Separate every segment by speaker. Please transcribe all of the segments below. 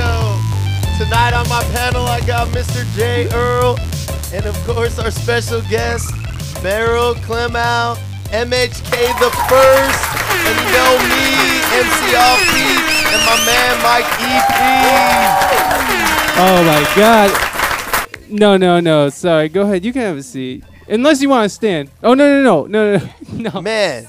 Speaker 1: Oh,
Speaker 2: Tonight on my panel, I got Mr. J. Earl, and of course our special guest, Beryl Clemow, MHK the First, and you know me, MC Offbeat, and my man E Mike EP.
Speaker 1: Oh my god. No, no, no. Sorry. Go ahead. You can have a seat. Unless you want to stand. Oh no, no, no, no, no, no.
Speaker 2: Man.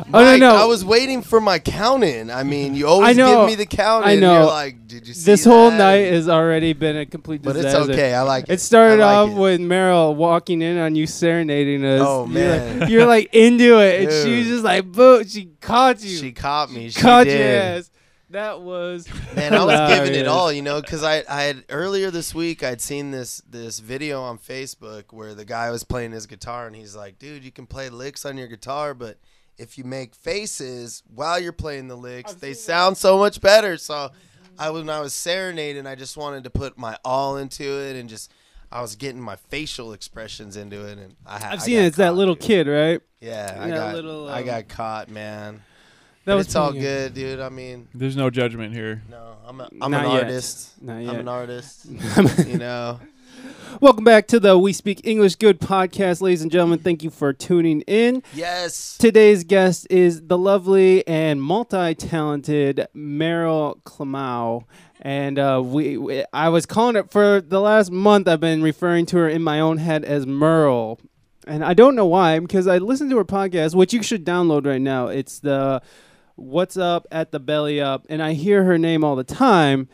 Speaker 1: Oh, no,
Speaker 2: Mike,
Speaker 1: no.
Speaker 2: I was waiting for my count in. I mean, you always
Speaker 1: know.
Speaker 2: give me the count in.
Speaker 1: I
Speaker 2: You're
Speaker 1: know.
Speaker 2: like, did you see
Speaker 1: This whole
Speaker 2: that?"
Speaker 1: night has already been a complete
Speaker 2: But it's
Speaker 1: disaster.
Speaker 2: okay. I like it.
Speaker 1: It started
Speaker 2: I like
Speaker 1: off
Speaker 2: it.
Speaker 1: with Meryl walking in on you serenading us.
Speaker 2: Oh,
Speaker 1: You're like-
Speaker 2: man.
Speaker 1: you're like into it, and she was
Speaker 2: Dude.
Speaker 1: just like, "Boo!" She caught you.
Speaker 2: She caught me. She
Speaker 1: caught your
Speaker 2: did.
Speaker 1: ass. That was.
Speaker 2: Man, I was giving it
Speaker 1: hilarious.
Speaker 2: all, you know, because I, I had earlier this week I'd seen this this video on Facebook where the guy was playing his guitar and he's like, "Dude, you can play licks on your guitar, but if you make faces while you're playing the licks, they sound so much better." So, I when I was serenading, I just wanted to put my all into it and just I was getting my facial expressions into it, and I had
Speaker 1: I've seen it. It's that little kid, right?
Speaker 2: Yeah, I
Speaker 1: that
Speaker 2: got
Speaker 1: little,
Speaker 2: I
Speaker 1: um,
Speaker 2: got caught, man.
Speaker 1: That
Speaker 2: But
Speaker 1: was
Speaker 2: it's all
Speaker 1: pretty
Speaker 2: good, dude. I mean,
Speaker 3: There's no judgment here.
Speaker 2: no, I'm a, I'm
Speaker 1: Not
Speaker 2: an
Speaker 1: yet.
Speaker 2: artist.
Speaker 1: Not
Speaker 2: I'm
Speaker 1: yet.
Speaker 2: an artist. you know.
Speaker 1: Welcome back to the We Speak English Good podcast, ladies and gentlemen. Thank you for tuning in.
Speaker 2: Yes.
Speaker 1: Today's guest is the lovely and multi-talented Meryl Clamau. And uh, we, we, I was calling it for the last month. I've been referring to her in my own head as Merle, and I don't know why. Because I listened to her podcast, which you should download right now. It's the "What's Up at the Belly Up," and I hear her name all the time.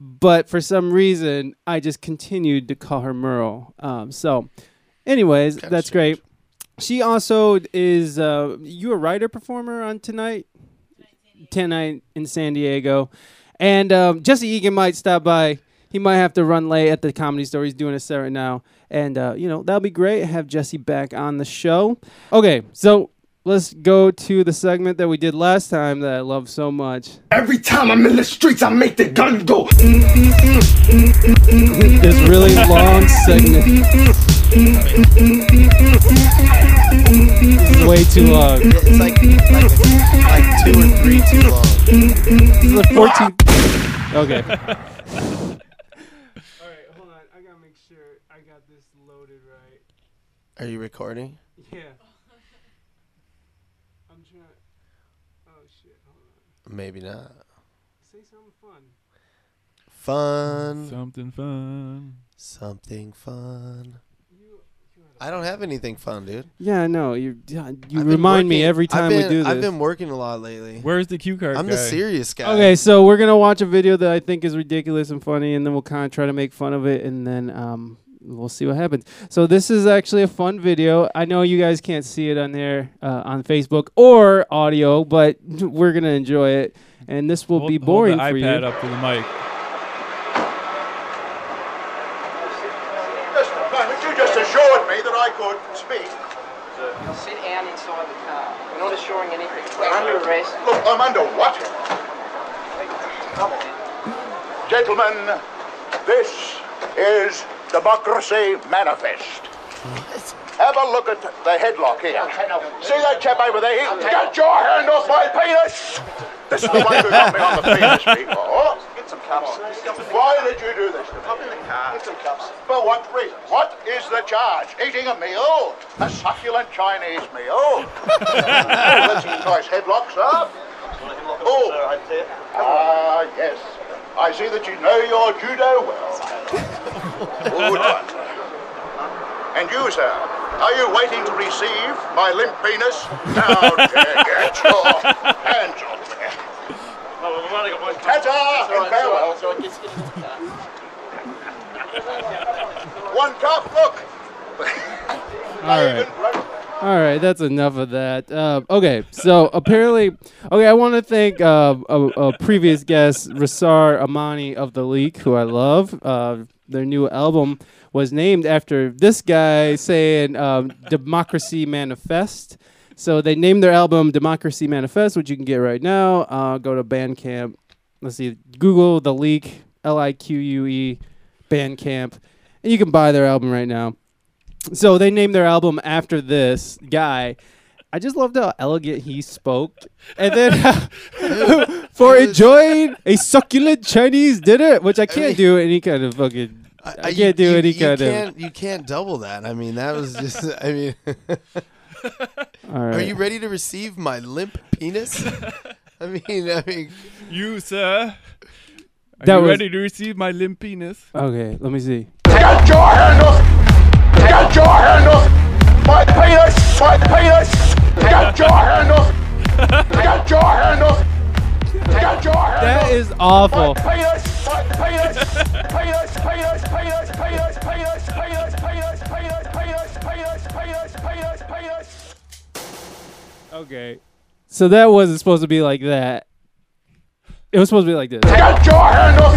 Speaker 1: But for some reason, I just continued to call her Merle. Um, so, anyways,
Speaker 2: Kinda
Speaker 1: that's
Speaker 2: strange.
Speaker 1: great. She also is uh, you a writer performer on tonight, tonight in San Diego, and um, Jesse Egan might stop by. He might have to run late at the comedy store. He's doing a set right now, and uh, you know that'll be great. Have Jesse back on the show. Okay, so let's go to the segment that we did last time that I love so much.
Speaker 4: Every time I'm in the streets, I make the gun go.
Speaker 1: This really long segment. Way too long. This
Speaker 2: It's like like, like two or three too long.
Speaker 1: is the 14th. Okay. All right, hold on. I gotta make sure I got this loaded right.
Speaker 2: Are you recording?
Speaker 1: Yeah. I'm trying. Oh shit! Hold on.
Speaker 2: Maybe not.
Speaker 1: Say something fun.
Speaker 2: Fun.
Speaker 3: Something fun.
Speaker 2: Something fun. I don't have anything fun, dude.
Speaker 1: Yeah, I know. You you
Speaker 2: I've been
Speaker 1: remind me
Speaker 2: working-
Speaker 1: every
Speaker 2: I've
Speaker 1: time
Speaker 2: been-
Speaker 1: we do this.
Speaker 2: I've been working a lot lately.
Speaker 3: Where's the cue card
Speaker 2: I'm
Speaker 3: guy?
Speaker 2: the serious guy.
Speaker 1: Okay, so we're gonna watch a video that I think is ridiculous and funny, and then we'll kind of try to make fun of it, and then um, we'll see what happens. So this is actually a fun video. I know you guys can't see it on there uh, on Facebook or audio, but we're gonna enjoy it, and this will
Speaker 3: Hold-
Speaker 1: be
Speaker 3: hold
Speaker 1: boring
Speaker 3: the
Speaker 1: for you.
Speaker 3: iPad up to the mic.
Speaker 5: Just, you just assured me that I could speak.
Speaker 6: Now sit down inside the car. We're not assuring anything. We're under arrest.
Speaker 5: Look, I'm under what? Gentlemen, this is Democracy Manifest. Have a look at the headlock here. See that chap over there? He, get your hand off my penis! This is the way you got me on the penis before. Get some cups. Why did you do this to me? Up in the car. Get some cups. For what reason? What is the charge? Eating a meal? A succulent Chinese meal? That's some nice headlocks, sir. Oh, ah, yes. I see that you know your judo well. Good one. And you, sir, are you waiting to receive my limp penis? Now, get your hands off me. Ta-ta and farewell. One cup, look.
Speaker 1: All right. All right, that's enough of that. Uh, okay, so apparently, okay, I want to thank uh, a, a previous guest, Rasar Amani of The Leak, who I love. Uh, their new album was named after this guy saying um, Democracy Manifest. So they named their album Democracy Manifest, which you can get right now. Uh, go to Bandcamp. Let's see, Google The Leak, L I Q U E, Bandcamp. And you can buy their album right now. So they named their album after this guy. I just loved how elegant he spoke. And then for
Speaker 2: It was-
Speaker 1: enjoying a succulent Chinese dinner, which I can't
Speaker 2: mean-
Speaker 1: do any kind of fucking. I,
Speaker 2: you-
Speaker 1: can't do
Speaker 2: you-
Speaker 1: any
Speaker 2: you
Speaker 1: kind
Speaker 2: can't, You can't double that. I mean, that was just. I mean,
Speaker 1: of. All
Speaker 2: are
Speaker 1: right.
Speaker 2: you ready to receive my limp penis? I mean, I mean,
Speaker 3: You, sir. Are
Speaker 1: That
Speaker 3: you
Speaker 1: was-
Speaker 3: ready to receive my limp penis?
Speaker 1: okay, let me see.
Speaker 5: Get your hand off! Get your hand off! My penis! My penis! Get your hand off! Get your hand off! Get your hand
Speaker 1: That
Speaker 5: off!
Speaker 1: is awful.
Speaker 5: Penis! My penis! Penis! Penis! Penis! Penis! Penis! Penis! Penis! Penis! Penis! Penis! Penis! Penis! Penis!
Speaker 1: Okay. So that wasn't supposed to be like that. It was supposed to be like this.
Speaker 5: Get your hand off!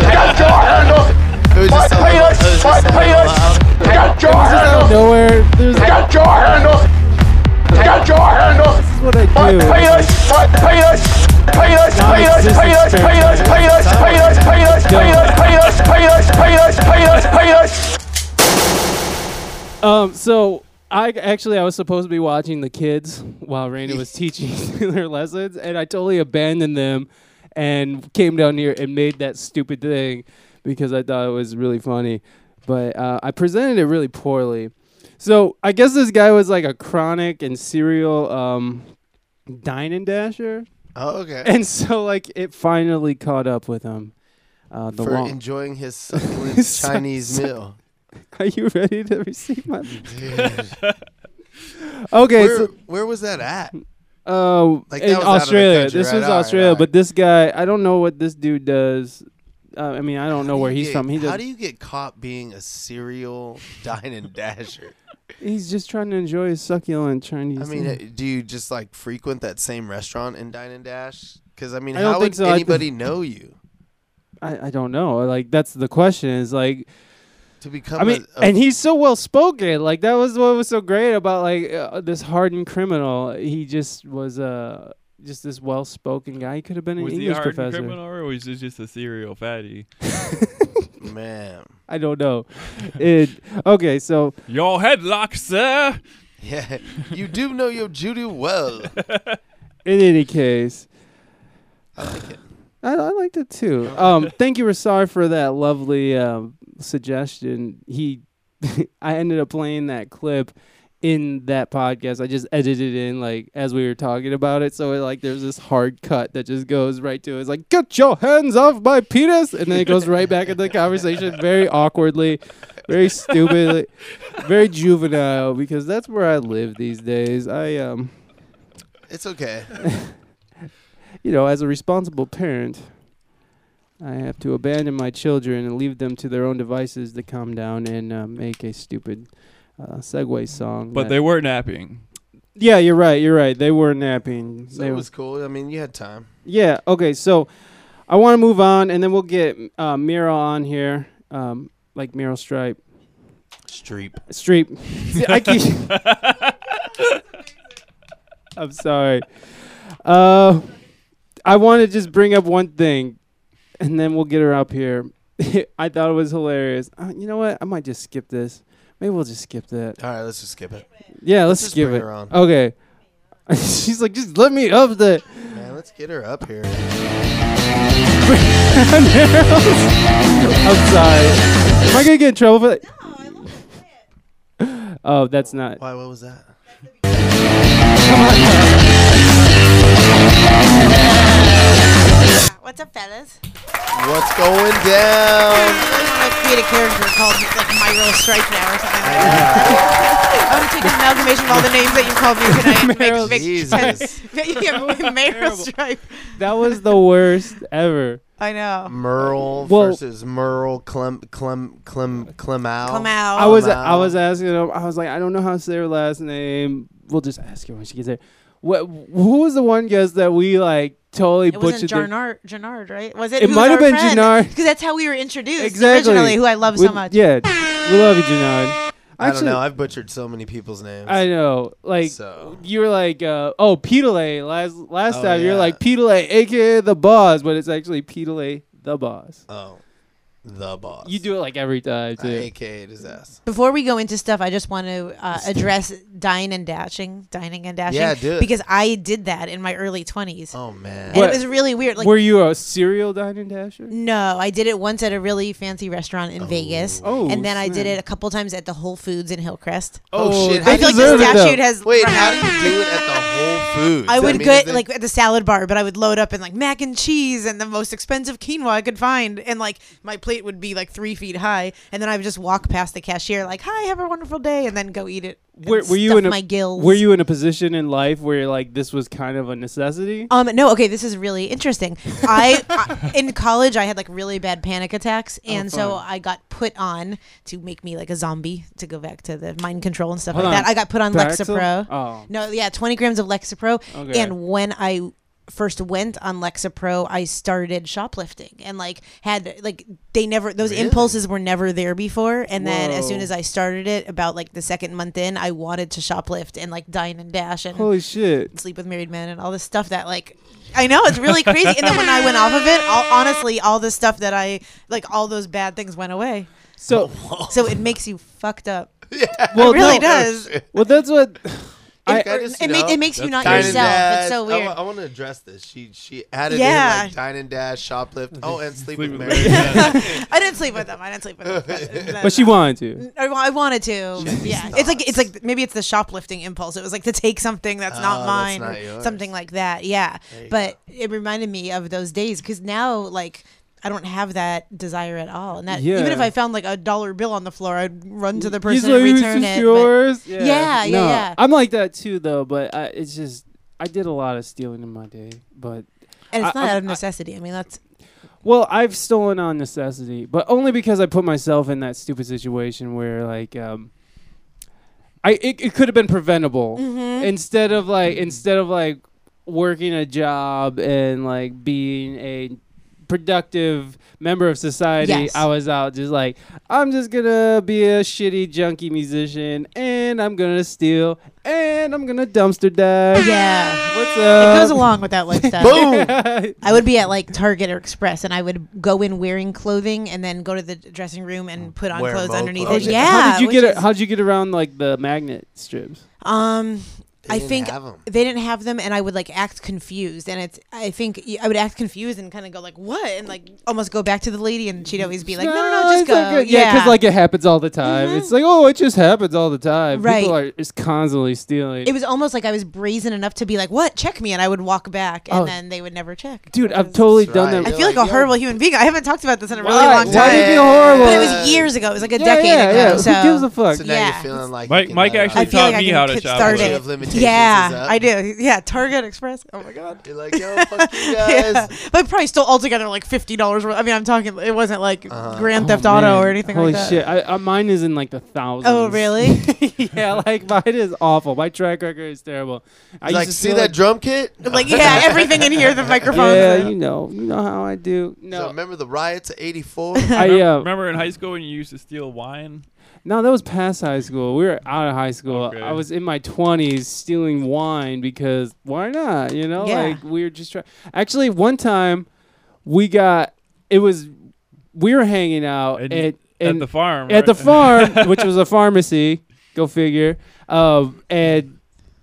Speaker 5: Get your hand off!
Speaker 2: it was
Speaker 5: My
Speaker 2: just. so- it was
Speaker 5: penis!
Speaker 2: just
Speaker 5: My
Speaker 2: so
Speaker 5: penis!
Speaker 2: loud.
Speaker 5: Get your hand off!
Speaker 1: Nowhere. There's this
Speaker 5: Get your hand off! Get your hand off!
Speaker 1: is what I
Speaker 5: My
Speaker 1: do.
Speaker 5: penis, my penis, penis, penis, penis, penis, penis, penis, penis, penis, penis, penis, penis, penis.
Speaker 1: Um. So I actually I was supposed to be watching the kids while Raina was teaching their lessons, and I totally abandoned them and came down here and made that stupid thing because I thought it was really funny, but uh, I presented it really poorly. So I guess this guy was like a chronic and serial um, dine and dasher,
Speaker 2: Oh, okay.
Speaker 1: and so like it finally caught up with him. Uh, the
Speaker 2: For
Speaker 1: long-
Speaker 2: enjoying his succulent
Speaker 1: Suck-
Speaker 2: Chinese meal.
Speaker 1: Are you ready to receive my? okay,
Speaker 2: Where,
Speaker 1: so
Speaker 2: where was that at?
Speaker 1: Uh,
Speaker 2: Like, that
Speaker 1: in
Speaker 2: was out of the
Speaker 1: Australia.
Speaker 2: country,
Speaker 1: this
Speaker 2: right?
Speaker 1: was
Speaker 2: All right,
Speaker 1: Australia,
Speaker 2: all right.
Speaker 1: but this guy, I don't know what this dude does. Uh, I mean, I don't know where
Speaker 2: You
Speaker 1: he's
Speaker 2: get-
Speaker 1: from. He
Speaker 2: how
Speaker 1: does,
Speaker 2: do you get caught being a serial dine and dasher?
Speaker 1: he's just trying to enjoy his succulent Chinese.
Speaker 2: I mean,
Speaker 1: dinner.
Speaker 2: uh, do you just like frequent that same restaurant and dine and dash? Because I mean,
Speaker 1: I don't
Speaker 2: how
Speaker 1: think
Speaker 2: would
Speaker 1: so. I think-
Speaker 2: anybody know you
Speaker 1: I, I don't know. Like that's the question. Is like,
Speaker 2: to become?
Speaker 1: I mean,
Speaker 2: a, a-
Speaker 1: and he's so well spoken. Like that was what was so great about like uh, this hardened criminal. He just was uh just this well spoken guy. He could have been an
Speaker 3: Was he a
Speaker 1: English
Speaker 3: hardened
Speaker 1: professor.
Speaker 3: criminal or was he just a serial fatty?
Speaker 2: man,
Speaker 1: I don't know. it okay. So
Speaker 3: Your headlock, sir.
Speaker 2: yeah, you do know your Judy well.
Speaker 1: in any case,
Speaker 2: I like it.
Speaker 1: I, I liked it too. Um, thank you, Rasar, for that lovely um, suggestion. He, I ended up playing that clip in that podcast. I just edited it in like as we were talking about it, so it, like there's this hard cut that just goes right to it. it's like get your hands off my penis, and then it goes right back into the conversation very awkwardly, very stupidly, very juvenile because that's where I live these days. I um,
Speaker 2: It's okay.
Speaker 1: you know, as a responsible parent, I have to abandon my children and leave them to their own devices to calm down and uh, make a stupid uh, segue song.
Speaker 3: But
Speaker 1: that-
Speaker 3: they were napping.
Speaker 1: yeah, you're right, you're right. They were napping.
Speaker 2: So
Speaker 1: they
Speaker 2: it
Speaker 1: were-
Speaker 2: was cool. I mean, you had time.
Speaker 1: yeah. Okay. So I want to move on, and then we'll get uh, Meryl on here, um, like Meryl Streep.
Speaker 2: Streep.
Speaker 1: Streep. See, I keep. I'm sorry. Uh, I want to just bring up one thing, and then we'll get her up here. I thought it was hilarious. Uh, you know what? I might just skip this. Maybe we'll just skip that.
Speaker 2: All right, let's just skip it.
Speaker 1: Yeah, let's
Speaker 2: just
Speaker 1: skip
Speaker 2: bring
Speaker 1: it.
Speaker 2: her on.
Speaker 1: Okay. She's like, just let me up the.
Speaker 2: Man, let's get her up here.
Speaker 1: I'm sorry. Am I gonna get in trouble for that? Oh, that's not.
Speaker 2: Why? What was that?
Speaker 7: What's up, fellas?
Speaker 2: What's going down?
Speaker 7: I create a character called like My Real Stripe now or something like that. I'm gonna take an amalgamation of all the names that you called me tonight. and
Speaker 1: Meryl
Speaker 2: Jesus.
Speaker 7: Make, make, yeah, Meryl Stripe.
Speaker 1: That was the worst ever.
Speaker 7: I know.
Speaker 2: Merle
Speaker 1: Well-
Speaker 2: versus Merle Clem Clem Clem Clemau.
Speaker 7: Come out.
Speaker 1: I was
Speaker 2: Wow.
Speaker 1: I was asking him. I was like, I don't know how to say her last name. We'll just ask her when she gets there. What? Who was the one guest that we like totally
Speaker 7: It
Speaker 1: butchered?
Speaker 7: wasn't
Speaker 1: their-
Speaker 7: Jarnard, Janard, right? Was it?
Speaker 1: It might have been Janard.
Speaker 7: because that's how we were introduced
Speaker 1: exactly.
Speaker 7: originally. Who I love
Speaker 1: We-
Speaker 7: so much.
Speaker 1: Yeah, we love you, Janard.
Speaker 2: I don't
Speaker 1: Actually,
Speaker 2: know. I've butchered so many people's names.
Speaker 1: I know. Like
Speaker 2: So.
Speaker 1: you were like, uh, oh, Petele. Last last
Speaker 2: Oh,
Speaker 1: time you're
Speaker 2: yeah.
Speaker 1: like Petele, aka the boss, but it's actually Petele the boss.
Speaker 2: oh, the boss.
Speaker 1: You do it like every time
Speaker 2: I
Speaker 1: too.
Speaker 2: AKA'd his ass.
Speaker 7: Before we go into stuff, I just want to uh, address dine and dashing, dining and dashing.
Speaker 2: Yeah, do it.
Speaker 7: Because I did that in my early 20s.
Speaker 2: Oh man.
Speaker 7: And
Speaker 1: What-
Speaker 7: it was really weird. Like,
Speaker 1: Were you a serial dining dasher?
Speaker 7: No, I did it once at a really fancy restaurant in Vegas.
Speaker 1: Oh,
Speaker 7: and then I did
Speaker 1: snap.
Speaker 7: it a couple times at the Whole Foods in Hillcrest.
Speaker 2: Oh, shit.
Speaker 1: they
Speaker 2: I
Speaker 7: I feel like
Speaker 1: deserve
Speaker 7: the
Speaker 1: it, though.
Speaker 7: statute has.
Speaker 2: Wait, how do you do it at the Whole Foods?
Speaker 7: I would
Speaker 2: mean, is
Speaker 7: get
Speaker 2: it-
Speaker 7: like at the salad bar, but I would load up in like mac and cheese and the most expensive quinoa I could find, and like my plate would be like three feet high, and then I would just walk past the cashier like, "Hi, have a wonderful day," and then go eat it. and
Speaker 1: Were, were you
Speaker 7: stuff
Speaker 1: in a
Speaker 7: my gills?
Speaker 1: Were you in a position in life where you're like this was kind of a necessity?
Speaker 7: Um, no, okay, this is really interesting. I, I in college I had like really bad panic attacks,
Speaker 1: Oh,
Speaker 7: and so I got put on to make me like a zombie to go back to the mind control and stuff
Speaker 1: Hold
Speaker 7: like
Speaker 1: on.
Speaker 7: that. I got put on
Speaker 1: Paxil?
Speaker 7: Lexapro.
Speaker 1: Oh.
Speaker 7: No, yeah, twenty grams of Lexapro,
Speaker 1: Okay.
Speaker 7: and when I first went on Lexapro, I started shoplifting and like had like they never those impulses were never there before. And then as soon
Speaker 1: Whoa.
Speaker 7: as I started it, about like the second month in, I wanted to shoplift and like dine and dash and
Speaker 1: Holy shit!
Speaker 7: sleep with married men and all this stuff that like I know it's really crazy. And then when I went off of it, all, honestly, all the stuff that I like, all those bad things went away.
Speaker 1: So
Speaker 7: So it makes you fucked up.
Speaker 1: well,
Speaker 7: it really
Speaker 1: no,
Speaker 7: does. It,
Speaker 1: Well, that's what. I,
Speaker 2: I just,
Speaker 7: it,
Speaker 2: you
Speaker 7: ma-
Speaker 2: know,
Speaker 7: it makes you not
Speaker 3: Dine and
Speaker 2: Dine and
Speaker 7: yourself.
Speaker 2: Dash.
Speaker 7: It's so
Speaker 2: I wa-
Speaker 7: weird.
Speaker 2: I, want to address this. She she added
Speaker 7: Yeah.
Speaker 2: in like dine and dash, shoplift. Oh, and sleep, with
Speaker 3: Sleep with
Speaker 2: Mary.
Speaker 7: I didn't sleep with them. I didn't sleep with them. But,
Speaker 1: but she wanted to.
Speaker 7: I, wa- I wanted to. Yeah, it's like it's like maybe it's the shoplifting impulse. It was like to take something
Speaker 1: Ah,
Speaker 7: that's
Speaker 2: Oh,
Speaker 7: not
Speaker 2: that's
Speaker 7: mine,
Speaker 2: not
Speaker 7: or
Speaker 2: yours.
Speaker 7: something like that. Yeah,
Speaker 2: you
Speaker 7: but it reminded me of those days because now like. I don't have that desire at all, and that even
Speaker 1: Yeah.
Speaker 7: if I found like a dollar bill on the floor, I'd run to the
Speaker 1: He's
Speaker 7: person
Speaker 1: like,
Speaker 7: and
Speaker 1: "This is
Speaker 7: return it. but-
Speaker 1: yours?" Yeah,
Speaker 7: Yeah, yeah, yeah.
Speaker 1: I'm like that too, though. But I, it's just I did a lot of stealing in my day. But
Speaker 7: and it's
Speaker 1: I-
Speaker 7: not
Speaker 1: I-
Speaker 7: out of necessity. I mean, that's
Speaker 1: well, I've stolen on necessity, but only because I put myself in that stupid situation where like um, I it, it could have been preventable
Speaker 7: mm-hmm.
Speaker 1: instead of like instead of like working a job and like being a productive member of society
Speaker 7: Yes.
Speaker 1: i was out just like i'm just gonna be a shitty junkie musician and i'm gonna steal and i'm gonna dumpster dive
Speaker 7: yeah.
Speaker 1: what's
Speaker 7: It
Speaker 1: up
Speaker 7: goes along with that lifestyle.
Speaker 1: boom
Speaker 7: I would be at like Target or Express, and I would go in wearing clothing, and then go to the dressing room and put on
Speaker 2: Wear
Speaker 7: clothes
Speaker 2: more
Speaker 7: underneath
Speaker 2: clothes.
Speaker 7: it. Yeah.
Speaker 1: how did you
Speaker 7: which
Speaker 1: get
Speaker 7: is-
Speaker 1: it how'd you get around like the magnet strips
Speaker 7: Um, I
Speaker 2: didn't
Speaker 7: think
Speaker 2: have 'em.
Speaker 7: they didn't have them, and I would like act confused, and it's I think y- I would act confused and kind of go like what, and like almost go back to the lady, and she'd always be like, no, no, no just
Speaker 1: it's all
Speaker 7: go,
Speaker 1: good. yeah, because like it happens all the time. It's like, oh, it just happens all the time.
Speaker 7: Right.
Speaker 1: People are just constantly stealing.
Speaker 7: it was almost like I was brazen enough to be like, what, check me, and I would walk back, and
Speaker 1: Oh.
Speaker 7: then they would never check.
Speaker 1: Dude, I've totally done
Speaker 2: right.
Speaker 1: that.
Speaker 7: I
Speaker 2: You're
Speaker 7: feel like,
Speaker 2: like,
Speaker 7: a
Speaker 2: yo.
Speaker 7: horrible human being. I haven't talked about this in a really
Speaker 1: Why-
Speaker 7: long
Speaker 1: Why do you
Speaker 7: time,
Speaker 1: feel horrible?
Speaker 7: but it was years ago. It was like a
Speaker 1: yeah,
Speaker 7: decade
Speaker 1: yeah,
Speaker 7: ago.
Speaker 1: yeah.
Speaker 7: So
Speaker 1: Who gives a fuck?
Speaker 2: So now
Speaker 7: Yeah.
Speaker 2: you're uh, feeling like
Speaker 3: Mike-
Speaker 2: you can
Speaker 3: Mike
Speaker 2: let it
Speaker 3: actually
Speaker 2: out.
Speaker 7: I feel like
Speaker 3: taught
Speaker 7: I
Speaker 3: me
Speaker 7: can
Speaker 3: how to
Speaker 7: kickstart
Speaker 3: shoplift.
Speaker 2: Statute of
Speaker 7: it.
Speaker 2: limitations is
Speaker 7: Yeah,
Speaker 2: up.
Speaker 7: I do. Yeah, Target Express. Oh my god.
Speaker 2: You're like, yo, fuck you guys.
Speaker 7: yeah. But probably still altogether like fifty dollars worth. I mean, I'm talking. It wasn't like Grand Theft
Speaker 1: Oh,
Speaker 7: Auto
Speaker 1: man.
Speaker 7: or anything
Speaker 1: Holy
Speaker 7: like that.
Speaker 1: shit. I, uh, mine is in like the thousands.
Speaker 7: Oh really?
Speaker 1: yeah, like mine is awful. My track record is terrible. I
Speaker 2: Like,
Speaker 1: used to
Speaker 2: see
Speaker 1: steal,
Speaker 2: that drum kit?
Speaker 7: like yeah, everything in here, the microphones.
Speaker 1: Yeah, you know. You know how I do.
Speaker 2: So
Speaker 1: No.
Speaker 2: remember the riots of '84?
Speaker 1: I, uh,
Speaker 3: Remember in high school when you used to steal wine?
Speaker 1: No, that was past high school. We were out of high school.
Speaker 3: Okay.
Speaker 1: I was in my twenties stealing wine because why not? You know,
Speaker 7: Yeah.
Speaker 1: like we were just trying. Actually, one time we got it was we were hanging out
Speaker 3: And-
Speaker 1: at
Speaker 3: At
Speaker 1: and
Speaker 3: the farm.
Speaker 1: at the
Speaker 3: right?
Speaker 1: farm, which was a pharmacy. Go figure. Um, and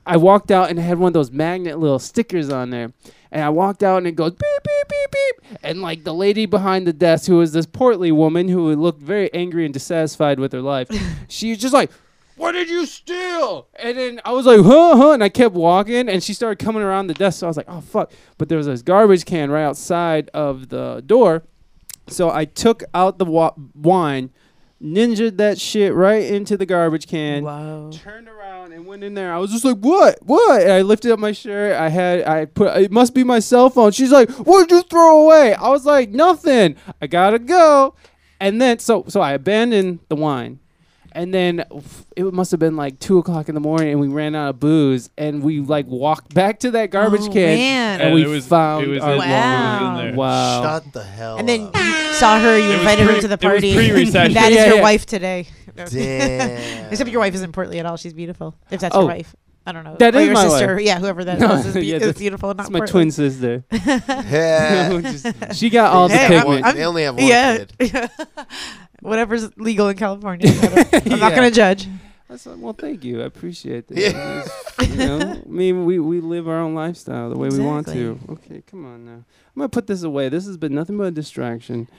Speaker 1: I walked out and it had one of those magnet little stickers on there. And I walked out and it goes beep beep beep beep. And like the lady behind the desk, who was this portly woman who looked very angry and dissatisfied with her life, she was just like. What did you steal? And then I was like, huh, huh, and I kept walking, and she started coming around the desk. So I was like, oh fuck! But there was this garbage can right outside of the door, so I took out the wa- wine, ninja that shit right into the garbage can.
Speaker 7: Wow.
Speaker 1: Turned around and went in there. I was just like, "What? What?" And I lifted up my shirt. I had, I put. It must be my cell phone. She's like, "What'd you throw away?" I was like, "Nothing. I gotta go." And then, so, so I abandoned the wine. And then f- it must have been like two o'clock in the morning, and we ran out of booze, and we like walked back to that garbage
Speaker 7: Oh,
Speaker 1: can,
Speaker 7: man.
Speaker 1: and,
Speaker 3: And
Speaker 1: we
Speaker 3: it was-
Speaker 1: found
Speaker 3: it was
Speaker 1: our
Speaker 3: in-
Speaker 1: wine.
Speaker 7: Wow. it was in
Speaker 3: there.
Speaker 1: Wow.
Speaker 2: Shut the hell
Speaker 7: And then
Speaker 2: up.
Speaker 7: you saw her. You
Speaker 3: was
Speaker 7: invited her
Speaker 3: pre-
Speaker 7: to the
Speaker 3: it was
Speaker 7: party.
Speaker 3: pre-recession.
Speaker 7: that is
Speaker 1: Yeah,
Speaker 7: your
Speaker 1: yeah.
Speaker 7: wife today.
Speaker 2: Damn.
Speaker 7: Except your wife isn't portly at all. She's beautiful. If that's
Speaker 1: Oh.
Speaker 7: your wife. I don't know.
Speaker 1: That
Speaker 7: or
Speaker 1: is
Speaker 7: your
Speaker 1: my
Speaker 7: sister.
Speaker 1: wife.
Speaker 7: Yeah, whoever that
Speaker 1: No,
Speaker 7: is is, be-
Speaker 1: yeah,
Speaker 7: is
Speaker 1: that's-
Speaker 7: beautiful. Not
Speaker 1: That's my
Speaker 7: Portland.
Speaker 1: twin sister.
Speaker 2: Yeah.
Speaker 1: Just- she got all the
Speaker 7: Hey, I'm-
Speaker 1: pigment.
Speaker 7: I'm-
Speaker 2: they only have one
Speaker 7: yeah.
Speaker 2: kid.
Speaker 7: Whatever's legal in California. I'm not
Speaker 1: Yeah.
Speaker 7: gonna judge.
Speaker 1: I said, well, thank you. I appreciate that.
Speaker 2: Yeah.
Speaker 1: you know, I mean, we, we live our own lifestyle the way we want to.
Speaker 7: Exactly.
Speaker 1: Okay, come on now. I'm going to put this away. This has been nothing but a distraction.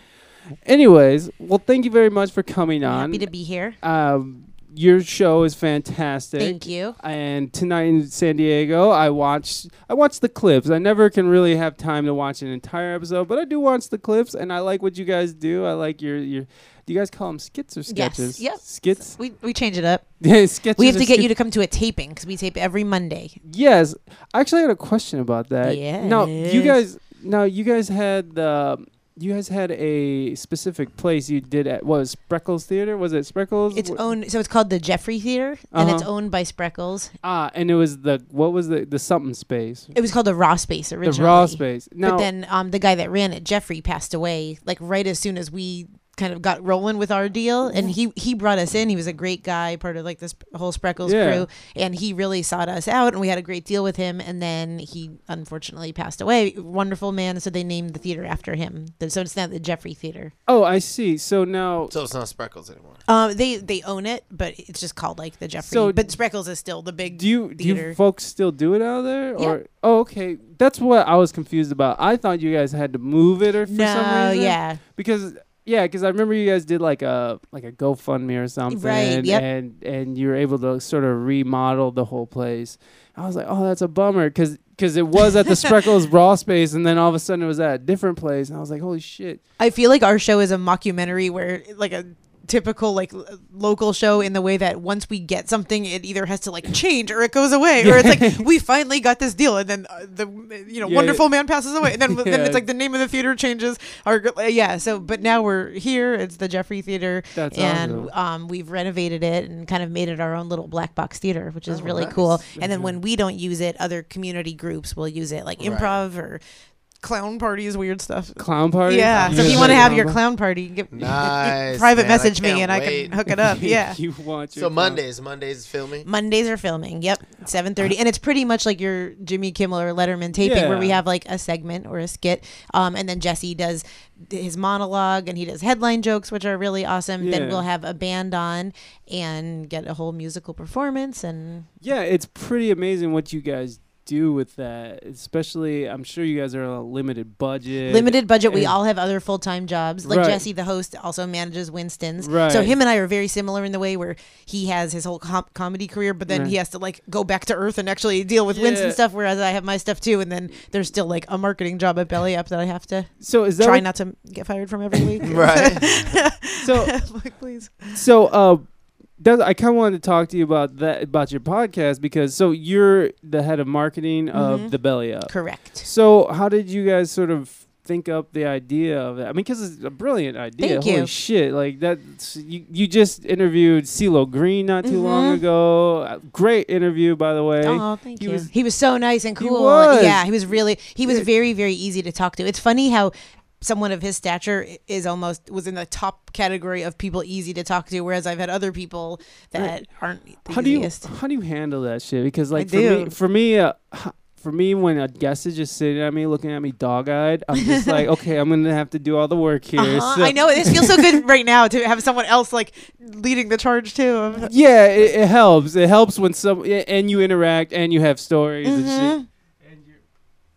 Speaker 1: Anyways, well, thank you very much for coming on.
Speaker 7: Happy to be here.
Speaker 1: Um, your show is fantastic.
Speaker 7: Thank you.
Speaker 1: And tonight in San Diego, I watched I watched the clips. I never can really have time to watch an entire episode, but I do watch the clips, and I like what you guys do. I like your your. Do you guys call them skits or sketches?
Speaker 7: Yes. Yep.
Speaker 1: Skits.
Speaker 7: We we change it up.
Speaker 1: Yeah, sketches.
Speaker 7: We have
Speaker 1: or
Speaker 7: to get
Speaker 1: skits.
Speaker 7: you to come to a taping because we tape every Monday.
Speaker 1: Yes, I actually had a question about that. Now you
Speaker 7: Yes.
Speaker 1: guys, now you guys had the. You guys had a specific place you did at what was Spreckles Theater? Was it Spreckles?
Speaker 7: It's
Speaker 1: Wh-
Speaker 7: owned, so it's called the Jeffrey Theater, and it's
Speaker 1: Uh-huh.
Speaker 7: owned by Spreckles.
Speaker 1: Ah, and it was the what was the the something space?
Speaker 7: It was called the Raw Space originally.
Speaker 1: The raw space. Now,
Speaker 7: but then um, the guy that ran it, Jeffrey, passed away like right as soon as we kind of got rolling with our deal, and he he brought us in. He was a great guy, part of like this whole Spreckles
Speaker 1: Yeah.
Speaker 7: crew, and he really sought us out, and we had a great deal with him. And then he unfortunately passed away. Wonderful man. So they named the theater after him. So it's now the Jeffrey Theater.
Speaker 1: oh, I see. So now,
Speaker 2: So it's not Spreckles anymore.
Speaker 7: Um, they they own it, but it's just called like the Jeffrey.
Speaker 1: So-
Speaker 7: but Spreckles is still the big.
Speaker 1: do you do
Speaker 7: theater.
Speaker 1: you folks still do it out there?
Speaker 7: Yeah.
Speaker 1: Or oh, okay, that's what I was confused about. I thought you guys had to move it or for
Speaker 7: no,
Speaker 1: some reason.
Speaker 7: yeah.
Speaker 1: because yeah, because I remember you guys did like a like a GoFundMe or something,
Speaker 7: yep.
Speaker 1: and and you were able to sort of remodel the whole place. I was like, oh, that's a bummer, because it was at the Spreckles Raw Space, and then all of a sudden it was at a different place, and I was like, holy shit.
Speaker 7: I feel like our show is a mockumentary where like a typical like l- local show in the way that once we get something it either has to like change or it goes away or it's like we finally got this deal and then uh, the you know
Speaker 1: Yeah.
Speaker 7: wonderful man passes away and then, then
Speaker 1: Yeah.
Speaker 7: it's like the name of the theater changes or uh, yeah so but now we're here it's the Jeffrey Theater
Speaker 1: That's
Speaker 7: and
Speaker 1: awesome.
Speaker 7: um, we've renovated it and kind of made it our own little black box theater which
Speaker 2: Oh,
Speaker 7: is really cool and then when we don't use it other community groups will use it like improv or clown parties weird stuff
Speaker 1: Clown party.
Speaker 7: yeah. So if
Speaker 1: guys
Speaker 7: you want to
Speaker 1: like
Speaker 7: have your
Speaker 1: party?
Speaker 7: clown party, you can get
Speaker 2: Nice.
Speaker 7: private
Speaker 2: man, I
Speaker 7: message me
Speaker 2: can't
Speaker 7: and I
Speaker 2: wait.
Speaker 7: can hook it up. Yeah.
Speaker 1: you want your
Speaker 2: So
Speaker 1: clown-
Speaker 2: Mondays, Mondays filming.
Speaker 7: Mondays are filming. Yep, seven thirty, and it's pretty much like your Jimmy Kimmel or Letterman taping, where we
Speaker 1: Yeah.
Speaker 7: have like a segment or a skit, um, and then Jesse does his monologue and he does headline jokes, which are really awesome.
Speaker 1: Yeah.
Speaker 7: Then we'll have a band on and get a whole musical performance, and
Speaker 1: Yeah, it's pretty amazing what you guys do with that. Especially, I'm sure you guys are on a limited budget.
Speaker 7: limited budget. We
Speaker 1: and-
Speaker 7: all have other full time jobs. Like
Speaker 1: Right.
Speaker 7: Jesse, the host, also manages Winston's. So
Speaker 1: Right.
Speaker 7: him and I are very similar in the way where he has his whole com- comedy career, but then
Speaker 1: Right.
Speaker 7: he has to like go back to earth and actually deal with Winston
Speaker 1: Yeah.
Speaker 7: stuff. Whereas I have my stuff too, and then there's still like a marketing job at Belly Up that I have to
Speaker 1: So is that
Speaker 7: try
Speaker 1: what-
Speaker 7: not to get fired from every week.
Speaker 2: Right.
Speaker 1: so
Speaker 7: like, please.
Speaker 1: so uh that, I kind of wanted to talk to you about that about your podcast because so you're the head of marketing
Speaker 7: Mm-hmm.
Speaker 1: of the Belly Up.
Speaker 7: Correct.
Speaker 1: So how did you guys sort of think up the idea of it? I mean, because it's a brilliant idea.
Speaker 7: Thank
Speaker 1: Holy
Speaker 7: you.
Speaker 1: shit! Like that, you you just interviewed CeeLo Green not too long ago. Uh, Great interview, by the way.
Speaker 7: Mm-hmm. Oh, thank
Speaker 1: He
Speaker 7: you.
Speaker 1: was-
Speaker 7: he was so nice and
Speaker 1: He
Speaker 7: cool.
Speaker 1: was.
Speaker 7: Yeah, he was really he was very very easy to talk to. It's funny how someone of his stature i- is almost was in the top category of people easy to talk to, whereas I've had other people that aren't the
Speaker 1: how do you
Speaker 7: easiest.
Speaker 1: how do you handle that shit? Because like for
Speaker 7: I do.
Speaker 1: me, for me, uh, h- for me, when a guest is just sitting at me looking at me dog eyed, I'm just like, okay, I'm gonna have to do all the work here.
Speaker 7: Uh-huh.
Speaker 1: so-
Speaker 7: I know this feels so good right now to have someone else like leading the charge too. Oh of-
Speaker 1: Yeah, it, it helps. It helps when some yeah, and you interact and you have stories and
Speaker 7: Mm-hmm.
Speaker 1: shit. And you're,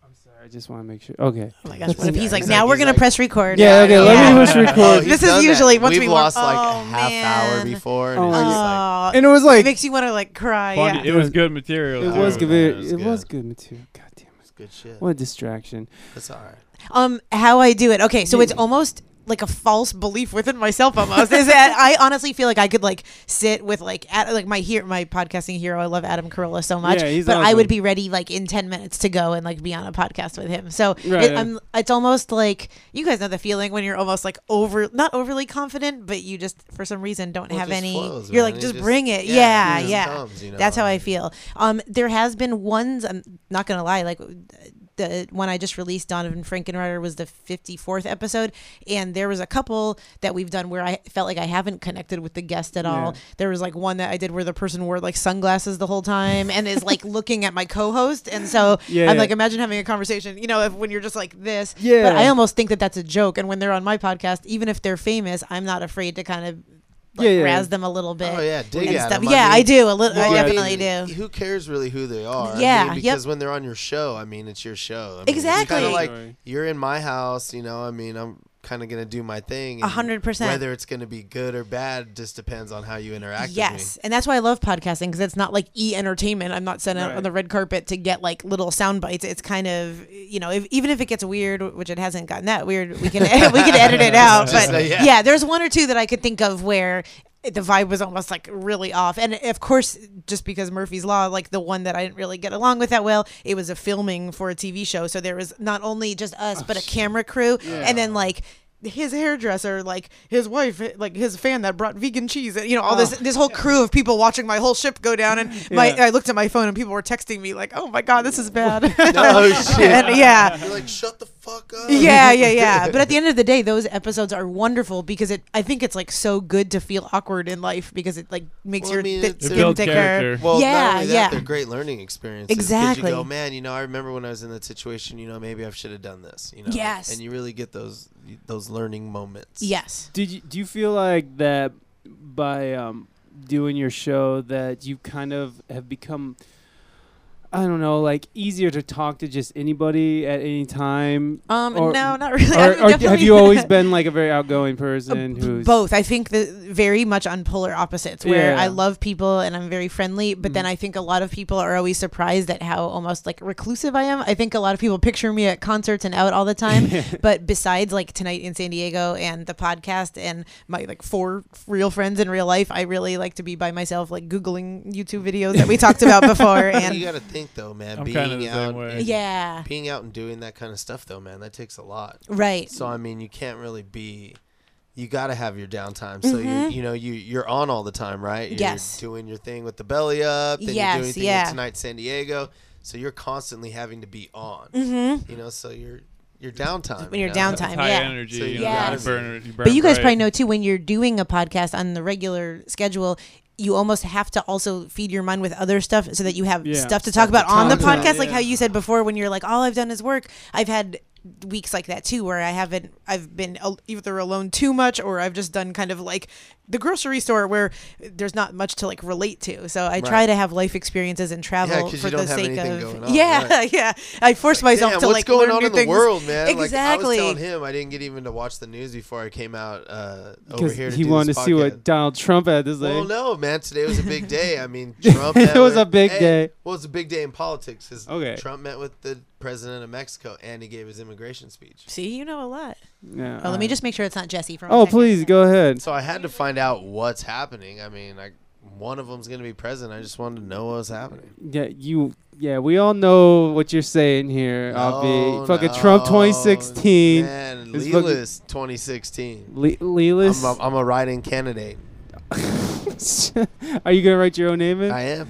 Speaker 1: I'm sorry, I just want to make sure. Okay.
Speaker 7: Oh my gosh, what if he's like,
Speaker 2: He's
Speaker 7: now
Speaker 2: like-
Speaker 7: we're
Speaker 2: he's
Speaker 7: gonna
Speaker 2: like-
Speaker 7: press record.
Speaker 1: Yeah, okay, let me
Speaker 7: Yeah.
Speaker 1: push record.
Speaker 2: Oh, he's
Speaker 7: This is
Speaker 2: done that.
Speaker 7: usually once
Speaker 2: We've
Speaker 7: we walk-
Speaker 2: lost like
Speaker 7: Oh,
Speaker 2: a half hour
Speaker 7: man.
Speaker 2: before. And
Speaker 1: Oh,
Speaker 2: it's
Speaker 1: yeah.
Speaker 2: just like,
Speaker 7: Oh,
Speaker 1: and it was like
Speaker 7: it makes you want to like cry.
Speaker 3: Funny.
Speaker 7: Yeah.
Speaker 3: It was good material.
Speaker 1: it
Speaker 3: too.
Speaker 1: was good.
Speaker 2: it was
Speaker 1: It was
Speaker 2: good.
Speaker 1: good material. God damn it.
Speaker 2: it's good shit.
Speaker 1: What a distraction.
Speaker 2: It's all right.
Speaker 7: Um, how I do it. Okay, so it's almost like a false belief within myself almost is that I honestly feel like I could like sit with like at, like my here my podcasting hero I love Adam Carolla so much
Speaker 1: Yeah, he's
Speaker 7: but I would
Speaker 1: awesome.
Speaker 7: be ready like in 10 minutes to go and like be on a podcast with him so it-
Speaker 1: Right.
Speaker 7: I'm it's almost like you guys know the feeling when you're almost like over not overly confident but you just for some reason don't
Speaker 2: Well, it
Speaker 7: have
Speaker 2: just
Speaker 7: any
Speaker 2: flows,
Speaker 7: you're
Speaker 2: man.
Speaker 7: like
Speaker 2: It
Speaker 7: just,
Speaker 2: just-
Speaker 7: bring it
Speaker 2: yeah,
Speaker 7: yeah
Speaker 2: it
Speaker 7: yeah,
Speaker 2: just comes, you
Speaker 7: that's
Speaker 2: know?
Speaker 7: how I feel um there has been ones I'm not gonna lie like the one I just released, Donovan Frankenreiter, was the 54th episode. And there was a couple that we've done where I felt like I haven't connected with the guest at all.
Speaker 1: Yeah.
Speaker 7: There was like one that I did where the person wore like sunglasses the whole time and is like looking at my co host. And so
Speaker 1: Yeah,
Speaker 7: I'm
Speaker 1: yeah.
Speaker 7: like, imagine having a conversation, you know, if, when you're just like this.
Speaker 1: Yeah.
Speaker 7: But I almost think that that's a joke. And when they're on my podcast, even if they're famous, I'm not afraid to kind of like,
Speaker 1: Yeah, yeah.
Speaker 7: razz them a little bit.
Speaker 2: Oh yeah, dig
Speaker 7: and
Speaker 2: at
Speaker 7: stuff.
Speaker 2: 'em.
Speaker 7: yeah, I
Speaker 2: mean,
Speaker 7: do. A little. I
Speaker 2: well,
Speaker 7: definitely
Speaker 2: mean,
Speaker 7: do.
Speaker 2: Who cares really who they are? I mean,
Speaker 7: Yeah, yep.
Speaker 2: because when they're on your show, I mean, it's your show. I mean, It's
Speaker 7: Exactly.
Speaker 2: kind of like you're in my house, you know. I mean, I'm kind of gonna do my thing.
Speaker 7: A
Speaker 2: and
Speaker 7: hundred percent.
Speaker 2: Whether it's gonna be good or bad just depends on how you interact.
Speaker 7: Yes, and that's why I love podcasting because it's not like e entertainment. I'm not sent out
Speaker 1: Right.
Speaker 7: on the red carpet to get like little sound bites. It's kind of you know if, even if it gets weird, which it hasn't gotten that weird, we can we can edit it out.
Speaker 2: Just
Speaker 7: But
Speaker 2: say, yeah.
Speaker 7: yeah. there's one or two that I could think of where the vibe was almost like really off. And of course, just because Murphy's Law, like the one that I didn't really get along with that well, it was a filming for a TV show, so there was not only just us but a camera crew, and then like. His hairdresser, like his wife, like his fan that brought vegan cheese, you know, all this this whole crew of people watching my whole ship go down, and my
Speaker 1: Yeah.
Speaker 7: I looked at my phone and people were texting me like, "Oh my god, this is bad."
Speaker 2: Oh, shit.
Speaker 7: And, yeah,
Speaker 2: To me. You're like, shut the fuck up.
Speaker 7: yeah, yeah, yeah. But at the end of the day, those episodes are wonderful because it. I think it's like so good to feel awkward in life because it like makes
Speaker 2: Well, I
Speaker 7: your
Speaker 2: mean,
Speaker 7: thi-
Speaker 2: it's- It
Speaker 7: skin
Speaker 3: builds
Speaker 7: thicker.
Speaker 3: character.
Speaker 2: Well,
Speaker 7: yeah,
Speaker 2: not only that,
Speaker 7: yeah.
Speaker 2: they're great learning experiences. 'cause
Speaker 7: Exactly.
Speaker 2: You go, man. You know, I remember when I was in that situation. You know, maybe I should have done this. You know.
Speaker 7: Yes.
Speaker 2: And you really get those those learning moments.
Speaker 7: yes.
Speaker 1: Did you do you feel like that by um, doing your show that you kind of have become I don't know, like easier to talk to just anybody at any time?
Speaker 7: Um.
Speaker 1: Or-
Speaker 7: no, not really. I
Speaker 1: Or, or have
Speaker 7: definitely- Uh,
Speaker 1: you always been like a very outgoing person who's
Speaker 7: both i think the very much on polar opposites where
Speaker 1: Yeah. Mm.
Speaker 7: i love people and i'm very friendly but then i think a lot of people are always surprised at how almost like reclusive i am i think a lot of people picture me at concerts and out all the time but besides like tonight in san diego and the podcast and my like four real friends in real life i really like to be by myself like googling youtube videos that we talked about before
Speaker 2: Well, you got
Speaker 7: and
Speaker 2: to think though, man.
Speaker 3: I'm
Speaker 2: being
Speaker 3: kind of the
Speaker 2: out,
Speaker 3: same way.
Speaker 7: yeah
Speaker 2: being out and doing that kind of stuff though, man, that takes a lot.
Speaker 7: right
Speaker 2: So I mean, you can't really be. You got to have your downtime. So you you know you you're on all the time, right? You're
Speaker 7: Mm-hmm. Yes.
Speaker 2: Doing your thing with the belly up. Then
Speaker 7: Yes,
Speaker 2: You're doing thing with
Speaker 7: yeah.
Speaker 2: Tonight San Diego. So you're constantly having to be on. You know, so your your downtime.
Speaker 7: Mm-hmm. When
Speaker 2: you
Speaker 7: your
Speaker 2: know?
Speaker 7: downtime,
Speaker 3: high
Speaker 7: yeah.
Speaker 3: energy.
Speaker 2: So
Speaker 3: you
Speaker 2: you
Speaker 3: know,
Speaker 7: gotta
Speaker 3: you burn, you burn
Speaker 7: but you guys
Speaker 3: bright.
Speaker 7: probably know too when you're doing a podcast on the regular schedule you almost have to also feed your mind with other stuff so that you have
Speaker 1: Yeah.
Speaker 7: stuff to talk about on the
Speaker 2: talk
Speaker 7: podcast
Speaker 2: about,
Speaker 7: like
Speaker 1: yeah.
Speaker 7: how you said before when you're like all i've done is work i've had weeks like that too where i haven't i've been al- either alone too much or i've just done kind of like the grocery store where there's not much to like relate to so i try
Speaker 2: Right.
Speaker 7: to have life experiences and travel
Speaker 2: 'cause you
Speaker 7: for the
Speaker 2: don't have
Speaker 7: sake
Speaker 2: anything
Speaker 7: of
Speaker 2: going on,
Speaker 7: yeah
Speaker 2: right.
Speaker 7: yeah i force myself
Speaker 2: Damn,
Speaker 7: to
Speaker 2: what's
Speaker 7: like
Speaker 2: going
Speaker 7: learn
Speaker 2: on
Speaker 7: new
Speaker 2: in
Speaker 7: things.
Speaker 2: the world, man?
Speaker 7: exactly
Speaker 2: Like, I was telling him I didn't get even to watch the news before I came out uh, over
Speaker 1: because
Speaker 2: here. To
Speaker 1: he
Speaker 2: do
Speaker 1: wanted
Speaker 2: this
Speaker 1: to see
Speaker 2: podcast.
Speaker 1: what Donald Trump had to say.
Speaker 2: Well, no, man. Today was a big day. I mean, Trump.
Speaker 1: It
Speaker 2: met
Speaker 1: was
Speaker 2: with-
Speaker 1: a big
Speaker 2: hey,
Speaker 1: day.
Speaker 2: Well, it's a big day in politics. 'cause
Speaker 1: Okay.
Speaker 2: Trump met with the president of Mexico, and he gave his immigration speech.
Speaker 7: see you know a lot
Speaker 1: Yeah,
Speaker 7: Oh, let me
Speaker 1: alright.
Speaker 7: just make sure it's not Jesse from.
Speaker 1: Oh, please go ahead.
Speaker 2: So I had to find out what's happening. I mean, I, one of them's gonna be president. I just wanted to know what was happening.
Speaker 1: Yeah, you. Yeah, we all know what you're saying here. I'll
Speaker 2: No,
Speaker 1: be fucking Trump
Speaker 2: no,
Speaker 1: 2016.
Speaker 2: Man,
Speaker 1: It's fucking-
Speaker 2: Lelis 2016.
Speaker 1: Le-
Speaker 2: I'm
Speaker 1: Lelis,
Speaker 2: a, I'm a writing candidate.
Speaker 1: are you gonna write your own name in?
Speaker 2: I am.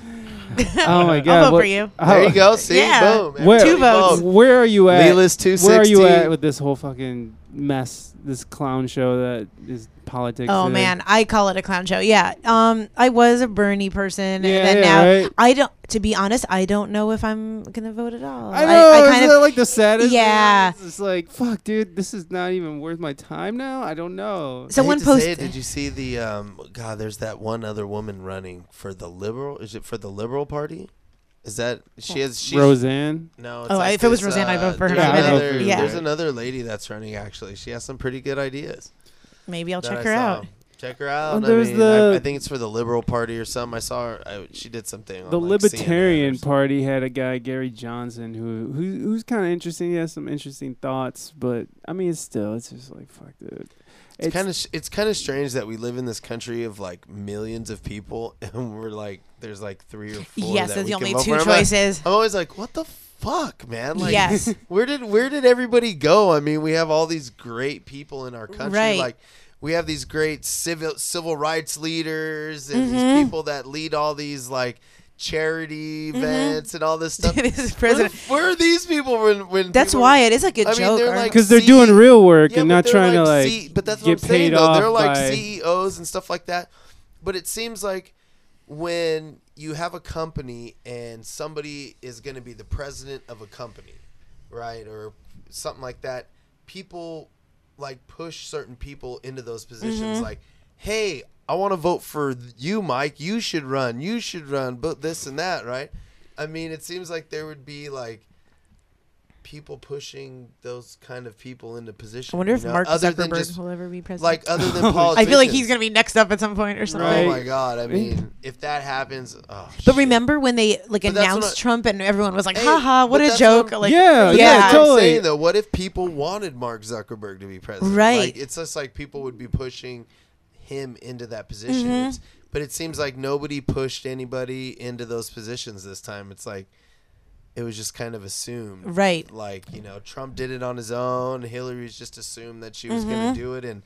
Speaker 1: oh my god!
Speaker 7: vote
Speaker 1: what-
Speaker 7: for you.
Speaker 1: how-
Speaker 2: There you go. See,
Speaker 7: Yeah.
Speaker 2: boom.
Speaker 1: Oh. Where,
Speaker 2: Everybody
Speaker 7: Two votes.
Speaker 2: vote.
Speaker 1: Where are you at?
Speaker 2: Lelis
Speaker 1: Where are you
Speaker 2: 216.
Speaker 1: at with this whole fucking mess? This clown show that is politics.
Speaker 7: Oh
Speaker 1: today?
Speaker 7: man, I call it a clown show. Yeah. Um, I was a Bernie person,
Speaker 1: Yeah,
Speaker 7: and then
Speaker 1: yeah,
Speaker 7: now
Speaker 1: right.
Speaker 7: I don't. To be honest, I don't know if I'm gonna vote at all.
Speaker 1: I know.
Speaker 7: I,
Speaker 1: isn't that like the saddest? thing?
Speaker 7: Yeah.
Speaker 1: It's just like fuck, dude. This is not even worth my time now. I don't know.
Speaker 7: someone
Speaker 2: I hate to say
Speaker 7: posted.
Speaker 2: it, Did you see the um? God, there's that one other woman running for the liberal. Is it for the liberal party? Is that she has she's,
Speaker 1: Roseanne.
Speaker 2: No. It's
Speaker 7: Oh,
Speaker 2: like
Speaker 7: if it was
Speaker 2: this,
Speaker 7: Roseanne, I'd
Speaker 2: uh,
Speaker 7: vote for her.
Speaker 2: There's,
Speaker 1: Yeah, I'd vote
Speaker 2: another,
Speaker 1: for
Speaker 7: Yeah.
Speaker 2: there's
Speaker 1: her.
Speaker 2: another lady that's running. Actually, she has some pretty good ideas.
Speaker 7: Maybe I'll
Speaker 2: that
Speaker 7: check
Speaker 2: I
Speaker 7: her
Speaker 2: saw.
Speaker 7: out.
Speaker 2: Check her out.
Speaker 1: Well,
Speaker 2: I
Speaker 1: there's
Speaker 2: mean,
Speaker 1: the-
Speaker 2: I, I think it's for the liberal party or something. I saw her. I, she did something. On,
Speaker 1: The
Speaker 2: like, CNN
Speaker 1: Libertarian
Speaker 2: or something.
Speaker 1: Party had a guy, Gary Johnson, who, who who's kind of interesting. He has some interesting thoughts, but I mean, it's still, it's just like, fuck, dude.
Speaker 2: It's kind of it's kind of strange that we live in this country of like millions of people and we're like there's like three or four.
Speaker 7: Yes,
Speaker 2: that
Speaker 7: there's
Speaker 2: we
Speaker 7: the
Speaker 2: can
Speaker 7: only
Speaker 2: vote
Speaker 7: two
Speaker 2: for. I'm like-
Speaker 7: choices.
Speaker 2: I'm always like, what the fuck, man? Like,
Speaker 7: Yes.
Speaker 2: Where did where did everybody go? I mean, we have all these great people in our country.
Speaker 7: Right.
Speaker 2: Like, we have
Speaker 7: Mm-hmm.
Speaker 2: these great civil civil rights leaders and these people that lead all these like charity events and all this stuff.
Speaker 7: This is
Speaker 2: Where the
Speaker 7: president.
Speaker 2: f- Where are these people when when
Speaker 7: That's
Speaker 2: people-
Speaker 7: why it is like a
Speaker 2: I mean,
Speaker 7: joke.
Speaker 2: they're
Speaker 7: or-
Speaker 2: like-
Speaker 1: because they're
Speaker 2: See,
Speaker 1: doing real work
Speaker 2: Yeah,
Speaker 1: and
Speaker 2: but
Speaker 1: not
Speaker 2: they're
Speaker 1: trying to like
Speaker 2: C- but that's
Speaker 1: get
Speaker 2: what I'm saying
Speaker 1: paid
Speaker 2: though.
Speaker 1: off
Speaker 2: They're like
Speaker 1: by-
Speaker 2: CEOs and stuff like that. But it seems like when you have a company and somebody is going to be the president of a company, right, or something like that, people like push certain people into those
Speaker 7: Mm-hmm.
Speaker 2: positions. Like, hey, I want to vote for you, Mike. You should run. You should run. But this and that, right? I mean, it seems like there would be like people pushing those kind of people into position.
Speaker 7: I wonder if
Speaker 2: you know,
Speaker 7: Mark
Speaker 2: other
Speaker 7: Zuckerberg
Speaker 2: than just
Speaker 7: will ever be president.
Speaker 2: like other than politics.
Speaker 7: I feel like he's gonna be next up at some point or something.
Speaker 2: Oh
Speaker 1: Right.
Speaker 2: my god! I mean, if that happens, oh,
Speaker 7: But
Speaker 2: shit.
Speaker 7: remember when they like
Speaker 2: But that's what
Speaker 7: announced
Speaker 2: I-
Speaker 7: Trump and everyone was like,
Speaker 2: Hey,
Speaker 7: "Haha, what
Speaker 2: but
Speaker 7: a
Speaker 2: that's
Speaker 7: joke!"
Speaker 2: what-
Speaker 7: Like,
Speaker 1: Yeah,
Speaker 2: That's
Speaker 1: yeah,
Speaker 2: what
Speaker 1: totally.
Speaker 2: I'm saying though, what if people wanted Mark Zuckerberg to be president?
Speaker 7: Right.
Speaker 2: Like, it's just like people would be pushing him into that position. It's, but it seems like nobody pushed anybody into those positions this time. It's like it was just kind of assumed.
Speaker 7: Right.
Speaker 2: Like, you know, Trump did it on his own. Hillary's just assumed that she was going to do it. And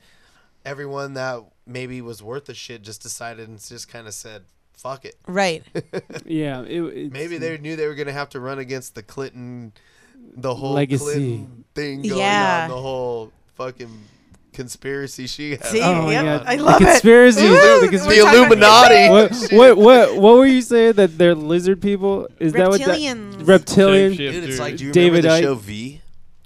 Speaker 2: everyone that maybe was worth a shit just decided and just kind of said, fuck it.
Speaker 7: Right.
Speaker 1: yeah it, it's-
Speaker 2: Maybe they knew they were going to have to run against the Clinton, the whole
Speaker 1: Legacy.
Speaker 2: Clinton thing going
Speaker 7: Yeah.
Speaker 2: on, the whole fucking conspiracy she had.
Speaker 7: See,
Speaker 1: Oh my
Speaker 7: Yep,
Speaker 1: God.
Speaker 7: I
Speaker 1: The
Speaker 7: love it.
Speaker 1: conspiracy.
Speaker 7: Woo,
Speaker 1: The
Speaker 7: we're
Speaker 2: the
Speaker 1: conspiracy.
Speaker 7: talking-
Speaker 2: Illuminati.
Speaker 1: what, what what what were you saying that they're lizard people? Is that
Speaker 7: Reptilians.
Speaker 1: what that reptilian?
Speaker 3: Shapeshifter.
Speaker 2: Dude, it's like, do you
Speaker 1: David
Speaker 2: remember
Speaker 1: Icke.
Speaker 2: the show V?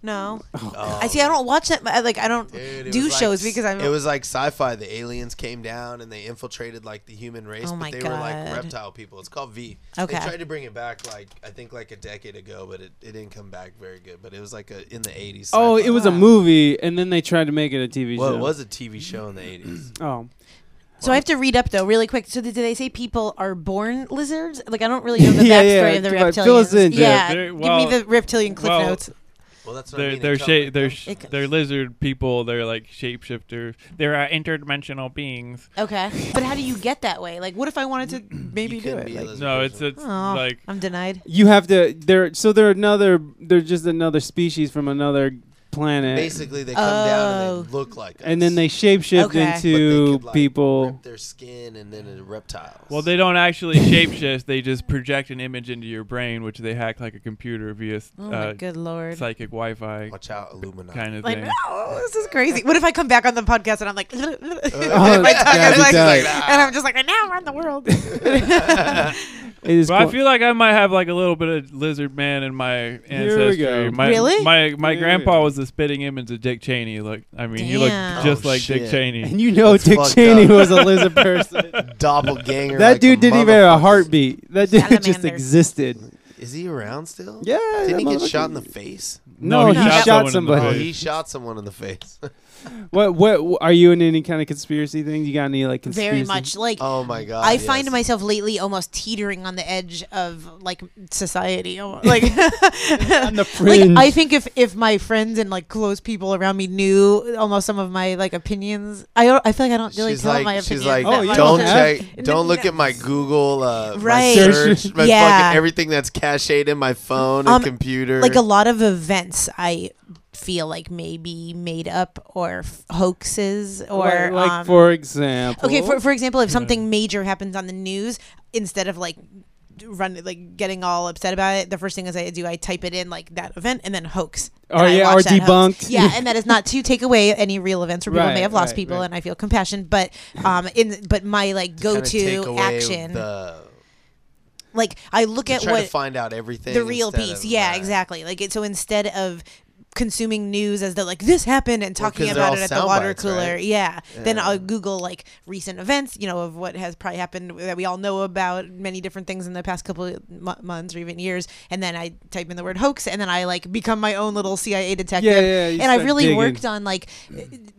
Speaker 7: No, I see. I don't watch that. I, Like, I don't
Speaker 2: Dude, it
Speaker 7: do
Speaker 2: was like-
Speaker 7: shows because I'm.
Speaker 2: It was like sci-fi. The aliens came down and they infiltrated like the human race,
Speaker 7: Oh my
Speaker 2: but they were like
Speaker 7: God.
Speaker 2: reptile people. It's called V.
Speaker 7: Okay.
Speaker 2: They tried to bring it back like I think like a decade ago, but it, it didn't come back very good. But it was like a in the eighties.
Speaker 1: Oh, it was a movie, and then they tried to make it a TV
Speaker 2: Well,
Speaker 1: show.
Speaker 2: it was a TV show in the eighties.
Speaker 1: Oh,
Speaker 7: so I have to read up though, really quick. So did they say people are born lizards? Like, I don't really know the
Speaker 1: Yeah,
Speaker 7: backstory
Speaker 1: yeah,
Speaker 7: of the
Speaker 1: like,
Speaker 7: reptilians.
Speaker 1: fill us in, Jeff.
Speaker 7: yeah,
Speaker 3: They're-
Speaker 7: give
Speaker 3: well-
Speaker 7: me the reptilian cliff
Speaker 3: well,
Speaker 7: notes.
Speaker 2: Well, that's what I
Speaker 3: They're
Speaker 2: mean.
Speaker 3: they're
Speaker 2: It comes
Speaker 3: shape
Speaker 2: back.
Speaker 3: they're sh-
Speaker 7: It comes-
Speaker 3: they're lizard people. They're like shapeshifters. They're uh, interdimensional beings.
Speaker 7: Okay, but how do you get that way? Like, what if I wanted to maybe
Speaker 2: You
Speaker 7: do
Speaker 2: couldn't
Speaker 7: it?
Speaker 2: be a
Speaker 7: Like,
Speaker 2: lizard
Speaker 3: No,
Speaker 2: person.
Speaker 3: it's it's
Speaker 7: oh,
Speaker 3: like
Speaker 7: I'm denied.
Speaker 1: you have to. They're so they're another. They're just another species from another planet,
Speaker 2: basically they come down and
Speaker 7: Oh.
Speaker 2: they look like us.
Speaker 1: and then they shapeshift
Speaker 7: Okay. But they
Speaker 2: But they
Speaker 1: into
Speaker 2: could, like,
Speaker 1: people.
Speaker 2: rip their skin and then into reptiles.
Speaker 3: well, they don't actually shapeshift. They just project an image into your brain, which they hack like a computer via s-
Speaker 7: Oh my
Speaker 3: uh,
Speaker 7: good lord!
Speaker 3: psychic Wi-Fi
Speaker 2: watch out, Illuminati.
Speaker 3: kind of
Speaker 7: Like,
Speaker 3: thing.
Speaker 7: no, this is crazy. What if I come back on the podcast and I'm like,
Speaker 1: Oh,
Speaker 7: my tongue
Speaker 1: that'd be
Speaker 7: is like,
Speaker 1: tight.
Speaker 7: and I'm just like, I now run the world.
Speaker 1: It is
Speaker 3: But I
Speaker 1: qu-
Speaker 3: feel like I might have like a little bit of lizard man in my ancestry.
Speaker 1: go.
Speaker 3: My,
Speaker 7: Really?
Speaker 3: My my
Speaker 1: Here we
Speaker 3: grandpa
Speaker 1: go.
Speaker 3: was the spitting image of Dick Cheney. Like I mean, he
Speaker 7: Damn.
Speaker 3: looked just
Speaker 2: Oh,
Speaker 3: like Dick
Speaker 2: shit.
Speaker 3: Cheney.
Speaker 1: and you know,
Speaker 2: That's
Speaker 1: Dick
Speaker 2: fucked
Speaker 1: Cheney
Speaker 2: up.
Speaker 1: was a lizard person.
Speaker 2: Doppelganger.
Speaker 1: that
Speaker 2: like
Speaker 1: dude didn't even have a
Speaker 2: motherfucker.
Speaker 1: heartbeat. That dude just
Speaker 7: Salamander.
Speaker 1: existed.
Speaker 2: Is he around still?
Speaker 1: Yeah,
Speaker 2: Didn't he
Speaker 1: that
Speaker 2: get shot in
Speaker 1: motherfucker-
Speaker 2: the face?
Speaker 1: No, he shot,
Speaker 3: someone in the
Speaker 2: Oh,
Speaker 1: somebody.
Speaker 3: face.
Speaker 2: he shot someone in the face.
Speaker 1: What, what? wh- Are you in any kind of conspiracy thing? You got any like conspiracy?
Speaker 7: Very much like
Speaker 2: oh my god!
Speaker 7: I find
Speaker 2: yes.
Speaker 7: myself lately almost teetering on the edge of like society. almo- Like,
Speaker 1: on the
Speaker 7: like
Speaker 1: fringe.
Speaker 7: I think if if my friends and like close people around me knew almost some of my like opinions, I don't- I feel like I don't really
Speaker 2: she's
Speaker 7: tell
Speaker 2: like,
Speaker 7: my opinions.
Speaker 2: she's like,
Speaker 1: Oh,
Speaker 7: that
Speaker 1: you
Speaker 7: much.
Speaker 2: don't
Speaker 1: don't
Speaker 2: check,
Speaker 1: have-
Speaker 2: don't look at my Google, uh,
Speaker 7: Right.
Speaker 2: my search, my
Speaker 7: Yeah.
Speaker 2: fucking everything that's cached in my phone and
Speaker 7: Um,
Speaker 2: computer.
Speaker 7: like a lot of events I feel like maybe made up or f- hoaxes or
Speaker 1: like, like,
Speaker 7: um,
Speaker 1: for example.
Speaker 7: okay for, for example if something major happens on the news instead of like run like getting all upset about it the first thing is i do i type it in like that event and then hoax
Speaker 1: Or,
Speaker 7: And I
Speaker 1: Oh, yeah, or
Speaker 7: watch that hoax.
Speaker 1: debunked.
Speaker 7: yeah and that is not to take away any real events where people
Speaker 1: Right,
Speaker 7: may have lost
Speaker 1: right,
Speaker 7: people
Speaker 1: right.
Speaker 7: and i feel compassion but um in but my like
Speaker 2: Kinda
Speaker 7: go-to
Speaker 2: take away
Speaker 7: action
Speaker 2: The,
Speaker 7: like i look at
Speaker 2: try
Speaker 7: what
Speaker 2: to find out everything.
Speaker 7: the real
Speaker 2: instead
Speaker 7: piece
Speaker 2: of,
Speaker 7: yeah
Speaker 2: right.
Speaker 7: exactly like it so instead of consuming news as though like this happened and
Speaker 2: Well,
Speaker 7: talking
Speaker 2: 'cause they're
Speaker 7: about
Speaker 2: all
Speaker 7: it at the
Speaker 2: sound
Speaker 7: water
Speaker 2: bites,
Speaker 7: cooler
Speaker 2: right?
Speaker 7: yeah. then
Speaker 2: Yeah.
Speaker 7: i'll google like recent events you know of what has probably happened that we all know about many different things in the past couple of mo- months or even years and then i type in the word hoax and then i like become my own little cia detective
Speaker 1: Yeah, yeah, you
Speaker 7: and i
Speaker 1: start
Speaker 7: really
Speaker 1: digging.
Speaker 7: worked on like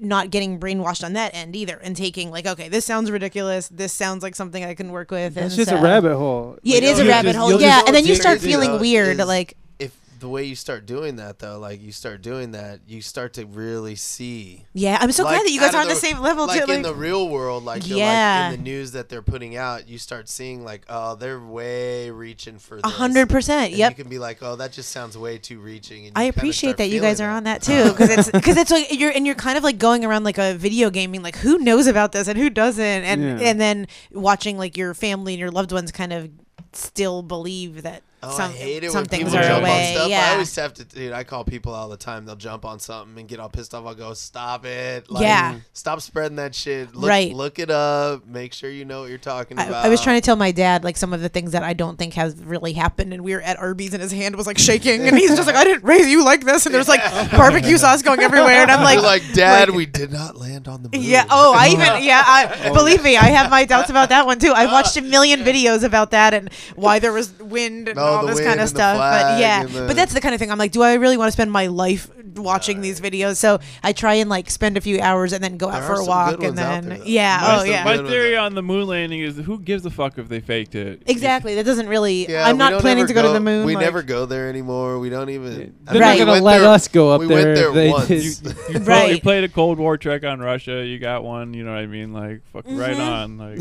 Speaker 7: not getting brainwashed on that end either and taking like okay this sounds ridiculous this sounds like something i can work
Speaker 1: It's
Speaker 7: with and
Speaker 1: just a
Speaker 7: so-
Speaker 1: rabbit hole.
Speaker 7: yeah, it
Speaker 1: Like,
Speaker 7: is a
Speaker 1: you'll
Speaker 7: rabbit
Speaker 1: just-
Speaker 7: hole.
Speaker 1: you'll
Speaker 7: Yeah,
Speaker 1: just-
Speaker 7: and then you
Speaker 2: What's
Speaker 7: start
Speaker 2: crazy,
Speaker 7: feeling
Speaker 2: though,
Speaker 7: weird,
Speaker 2: uh, is
Speaker 7: like-
Speaker 2: if the way you start doing that though, like you start doing that, you start to really see.
Speaker 7: yeah i'm so
Speaker 2: like,
Speaker 7: glad that you guys
Speaker 2: out
Speaker 7: are
Speaker 2: of
Speaker 7: on the, same level
Speaker 2: Like
Speaker 7: too
Speaker 2: in the real world, like they're,
Speaker 7: Yeah.
Speaker 2: like in the news that they're putting out, you start seeing like, oh, they're way reaching for this.
Speaker 7: A hundred percent.
Speaker 2: And
Speaker 7: Yep.
Speaker 2: You can be like, oh, that just sounds way too reaching. And
Speaker 7: I
Speaker 2: you kinda
Speaker 7: appreciate
Speaker 2: start
Speaker 7: that you
Speaker 2: feeling
Speaker 7: guys are on that too, because it's because it's like you're and you're kind of like going around like a video gaming, like who knows about this and who doesn't, and
Speaker 1: Yeah.
Speaker 7: and then watching like your family and your loved ones kind of still believe that
Speaker 2: Oh,
Speaker 7: some,
Speaker 2: I hate it
Speaker 7: some
Speaker 2: when
Speaker 7: things
Speaker 2: people
Speaker 7: are
Speaker 2: jump
Speaker 7: away.
Speaker 2: on stuff.
Speaker 7: Yeah.
Speaker 2: I always have to, dude. I call people all the time. They'll jump on something and get all pissed off. I'll go, stop it. Like,
Speaker 7: Yeah.
Speaker 2: Stop spreading that shit. Look,
Speaker 7: Right.
Speaker 2: Look it up. Make sure you know what you're talking about.
Speaker 7: I, I was trying to tell my dad like some of the things that I don't think has really happened, and we were at Arby's and his hand was like shaking, and he's just like, "I didn't raise you like this," and there's like barbecue sauce going everywhere, and I'm like,
Speaker 2: You're like, Dad, we did not land on the moon.
Speaker 7: yeah, oh, I even yeah, I, believe me, I have my doubts about that one too. I watched a million videos about that and why there was wind and
Speaker 2: Oh,
Speaker 7: all
Speaker 2: the
Speaker 7: this
Speaker 2: wind
Speaker 7: kind of
Speaker 2: and the
Speaker 7: stuff. But
Speaker 2: flag
Speaker 7: yeah,
Speaker 2: and the-
Speaker 7: but that's the kind of thing I'm like, do I really want to spend my life watching these videos? So I try and like spend a few hours and then go out
Speaker 2: There
Speaker 7: for
Speaker 2: are
Speaker 7: a
Speaker 2: some
Speaker 7: walk
Speaker 2: good
Speaker 7: and
Speaker 2: ones out
Speaker 7: then
Speaker 2: there, though.
Speaker 7: yeah,
Speaker 2: There's
Speaker 7: oh
Speaker 2: some
Speaker 7: yeah.
Speaker 2: good
Speaker 3: My theory on the moon landing is who gives a fuck if they faked it?
Speaker 7: Exactly. That doesn't really.
Speaker 2: Yeah,
Speaker 7: I'm
Speaker 2: we
Speaker 7: not
Speaker 2: don't
Speaker 7: planning
Speaker 2: ever
Speaker 7: to go, to the moon.
Speaker 2: We
Speaker 7: like-
Speaker 2: never go there anymore. We don't even.
Speaker 1: They're
Speaker 7: not
Speaker 2: we
Speaker 7: gonna
Speaker 2: went
Speaker 1: let us go up
Speaker 2: we
Speaker 1: there if
Speaker 2: Went there
Speaker 1: they
Speaker 2: once.
Speaker 1: did.
Speaker 3: You, you,
Speaker 7: Right.
Speaker 3: played, you played a Cold War trick on Russia. You got one. You know what I mean? Like, fuck, right on. Like,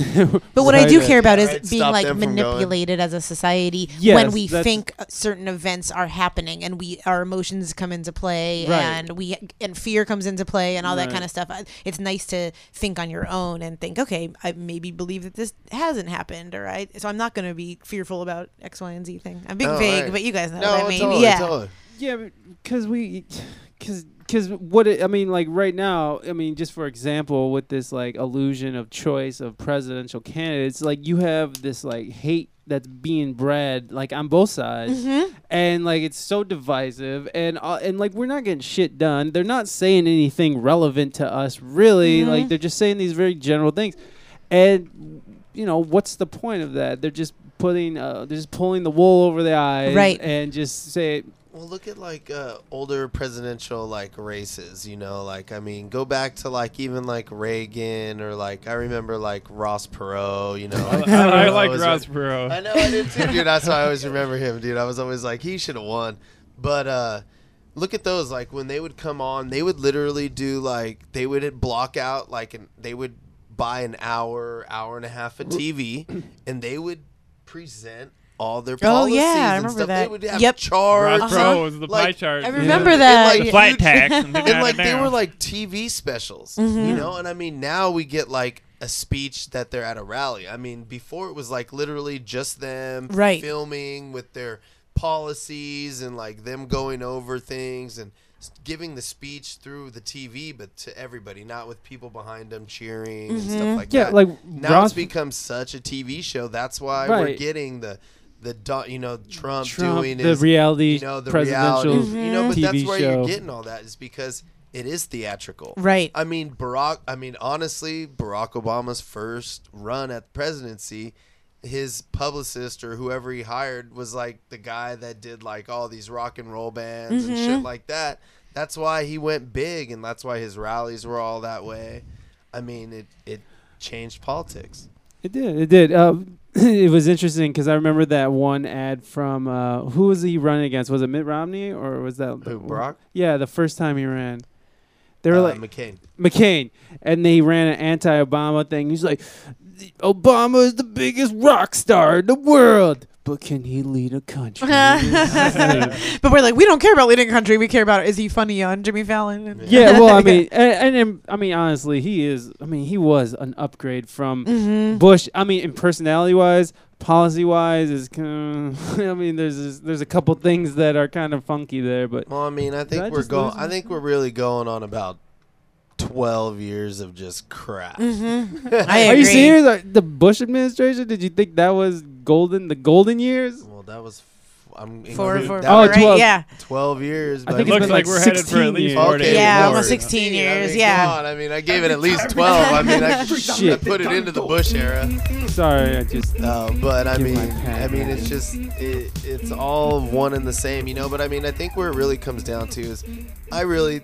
Speaker 7: But what I
Speaker 1: Right.
Speaker 7: do care about
Speaker 2: Yeah,
Speaker 7: is
Speaker 2: right.
Speaker 7: being
Speaker 2: Stop
Speaker 7: like
Speaker 2: them from
Speaker 7: manipulated as a society when
Speaker 1: Yes,
Speaker 7: we
Speaker 1: that's-
Speaker 7: think certain events are happening and we our emotions come into play
Speaker 1: Right.
Speaker 7: and we and fear comes into play and all that
Speaker 1: Right.
Speaker 7: kind of stuff. I- It's nice to think on your own and think, okay, I maybe believe that this hasn't happened, all right? So I'm not going to be fearful about X, Y, and Z thing. I'm being
Speaker 2: No,
Speaker 7: vague,
Speaker 2: right.
Speaker 7: but you guys know
Speaker 2: No,
Speaker 7: what I mean.
Speaker 2: totally,
Speaker 7: yeah.
Speaker 2: totally.
Speaker 1: Yeah, because we, because what it, I mean, like right now, I mean, just for example, with this like illusion of choice of presidential candidates, like you have this like hate that's being bred like on both sides, and like it's so divisive, and uh, and like we're not getting shit done. They're not saying anything relevant to us, really. Like they're just saying these very general things, and you know what's the point of that? They're just putting, uh, they're just pulling the wool over the eyes,
Speaker 7: Right.
Speaker 1: And just say.
Speaker 2: Well, look at like uh, older presidential like races. You know, like I mean, go back to like even like Reagan or like I remember like Ross Perot. You know,
Speaker 3: I,
Speaker 2: like,
Speaker 3: I
Speaker 2: Perot
Speaker 3: like
Speaker 2: was-
Speaker 3: Oh, Ross Perot.
Speaker 2: I know I did too, dude. That's why I always remember him, dude. I was always like, he should have won. But uh, look at those. Like when they would come on, they would literally do like they would block out like an, they would buy an hour, hour and a half of TV, and they would present all their
Speaker 7: Oh,
Speaker 2: policies
Speaker 7: yeah, I
Speaker 2: and
Speaker 7: remember
Speaker 2: stuff. They
Speaker 7: that.
Speaker 2: would have
Speaker 7: Yep.
Speaker 2: charts.
Speaker 3: Ross
Speaker 7: Uh-huh.
Speaker 3: Perot was the pie
Speaker 2: Like,
Speaker 3: chart.
Speaker 7: I remember
Speaker 2: And,
Speaker 7: that.
Speaker 2: like,
Speaker 3: The
Speaker 7: yeah.
Speaker 3: flight tax. And,
Speaker 2: and like they were like TV specials, you know. And I mean, now we get like a speech that they're at a rally. I mean, before it was like literally just them
Speaker 7: Right.
Speaker 2: filming with their policies and like them going over things and s- giving the speech through the TV, but to everybody, not with people behind them cheering and stuff like
Speaker 1: Yeah,
Speaker 2: that.
Speaker 1: like,
Speaker 2: now
Speaker 1: Ross-
Speaker 2: it's become such a TV show. That's why we're
Speaker 1: Right.
Speaker 2: getting the. The do- you know Trump,
Speaker 1: Trump,
Speaker 2: doing
Speaker 1: the
Speaker 2: his,
Speaker 1: reality
Speaker 2: you know, the
Speaker 1: presidential
Speaker 2: reality, you know, but that's
Speaker 1: TV
Speaker 2: where
Speaker 1: show.
Speaker 2: you're getting all that is because it is theatrical,
Speaker 7: Right.
Speaker 2: I mean, Barack. I mean, honestly, Barack Obama's first run at presidency, his publicist or whoever he hired was like the guy that did like all these rock and roll bands and
Speaker 1: Mm-hmm.
Speaker 2: shit like that. That's why he went big, and that's why his rallies were all that way. I mean, it it changed politics.
Speaker 1: It did. It did. Uh, it was interesting because I remember that one ad from uh, who was he running against? Was it Mitt Romney or was that
Speaker 2: Who, Barack?
Speaker 1: Yeah, the first time he ran. They were
Speaker 2: Um, Uh,
Speaker 1: like
Speaker 2: McCain.
Speaker 1: McCain, and they ran an anti-Obama thing. He's like, Obama is the biggest rock star in the world, but can he lead a country?
Speaker 7: But we're like, we don't care about leading a country. We care about is he funny on Jimmy Fallon? And-
Speaker 1: Yeah, well, I mean, and, and, um, I mean, honestly, he is. I mean, he was an upgrade from
Speaker 7: Mm-hmm.
Speaker 1: Bush. I mean, in personality wise, policy wise, is kind of, I mean, there's this, there's a couple things that are kind of funky there, but
Speaker 2: Well, I mean, I think
Speaker 1: I
Speaker 2: we're
Speaker 1: just
Speaker 2: going.
Speaker 1: lose
Speaker 2: I think we're really going on about twelve years of just crap.
Speaker 1: Mm-hmm.
Speaker 7: I
Speaker 1: are
Speaker 7: agree.
Speaker 1: you serious? Are- The Bush administration? Did you think that was golden? The golden years?
Speaker 2: Well, that was. f- I'm
Speaker 7: Four,
Speaker 2: including-
Speaker 7: four,
Speaker 2: that
Speaker 1: Oh,
Speaker 7: four,
Speaker 2: was
Speaker 7: right?
Speaker 1: 12.
Speaker 7: Yeah.
Speaker 2: 12 years.
Speaker 1: I
Speaker 2: but-
Speaker 1: think
Speaker 3: It
Speaker 1: it's
Speaker 3: looks
Speaker 1: been
Speaker 3: like
Speaker 1: like
Speaker 3: we're headed for at
Speaker 1: 16
Speaker 3: least
Speaker 1: years.
Speaker 3: four
Speaker 2: Okay,
Speaker 3: days.
Speaker 7: Yeah,
Speaker 2: Lord.
Speaker 7: almost 16
Speaker 2: I
Speaker 7: years,
Speaker 2: mean,
Speaker 7: yeah.
Speaker 2: come on, I mean, I gave it at least 12. I mean, I,
Speaker 1: Shit.
Speaker 2: I put it into the Bush era.
Speaker 1: Sorry, I just.
Speaker 2: Uh, but I
Speaker 1: Give
Speaker 2: mean,
Speaker 1: my pen.
Speaker 2: I mean, it's just it, it's all one and the same, you know. But I mean, I think where it really comes down to is, I really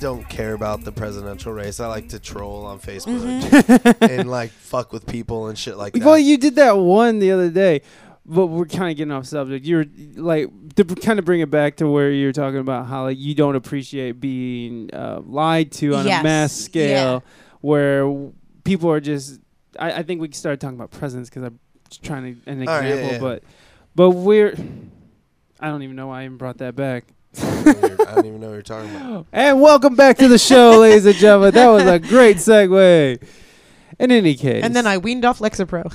Speaker 2: don't care about the presidential race. I like to troll on Facebook
Speaker 7: Mm-hmm.
Speaker 2: and like fuck with people and shit like that.
Speaker 1: Well, you did that one the other day, but we're kind of getting off subject. You're like to kind of bring it back to where you're talking about how like, you don't appreciate being uh, lied to on
Speaker 7: Yes.
Speaker 1: a mass
Speaker 7: Yeah.
Speaker 1: scale, where w- people are just. I, I think we started talking about presidents because I'm just trying to an example,
Speaker 2: All right, yeah, yeah.
Speaker 1: but but we're. I don't even know why I even brought that back.
Speaker 2: I don't even know what you're talking about.
Speaker 1: And welcome back to the show, ladies and gentlemen. That was a great segue. In any case,
Speaker 7: And then I weaned off Lexapro.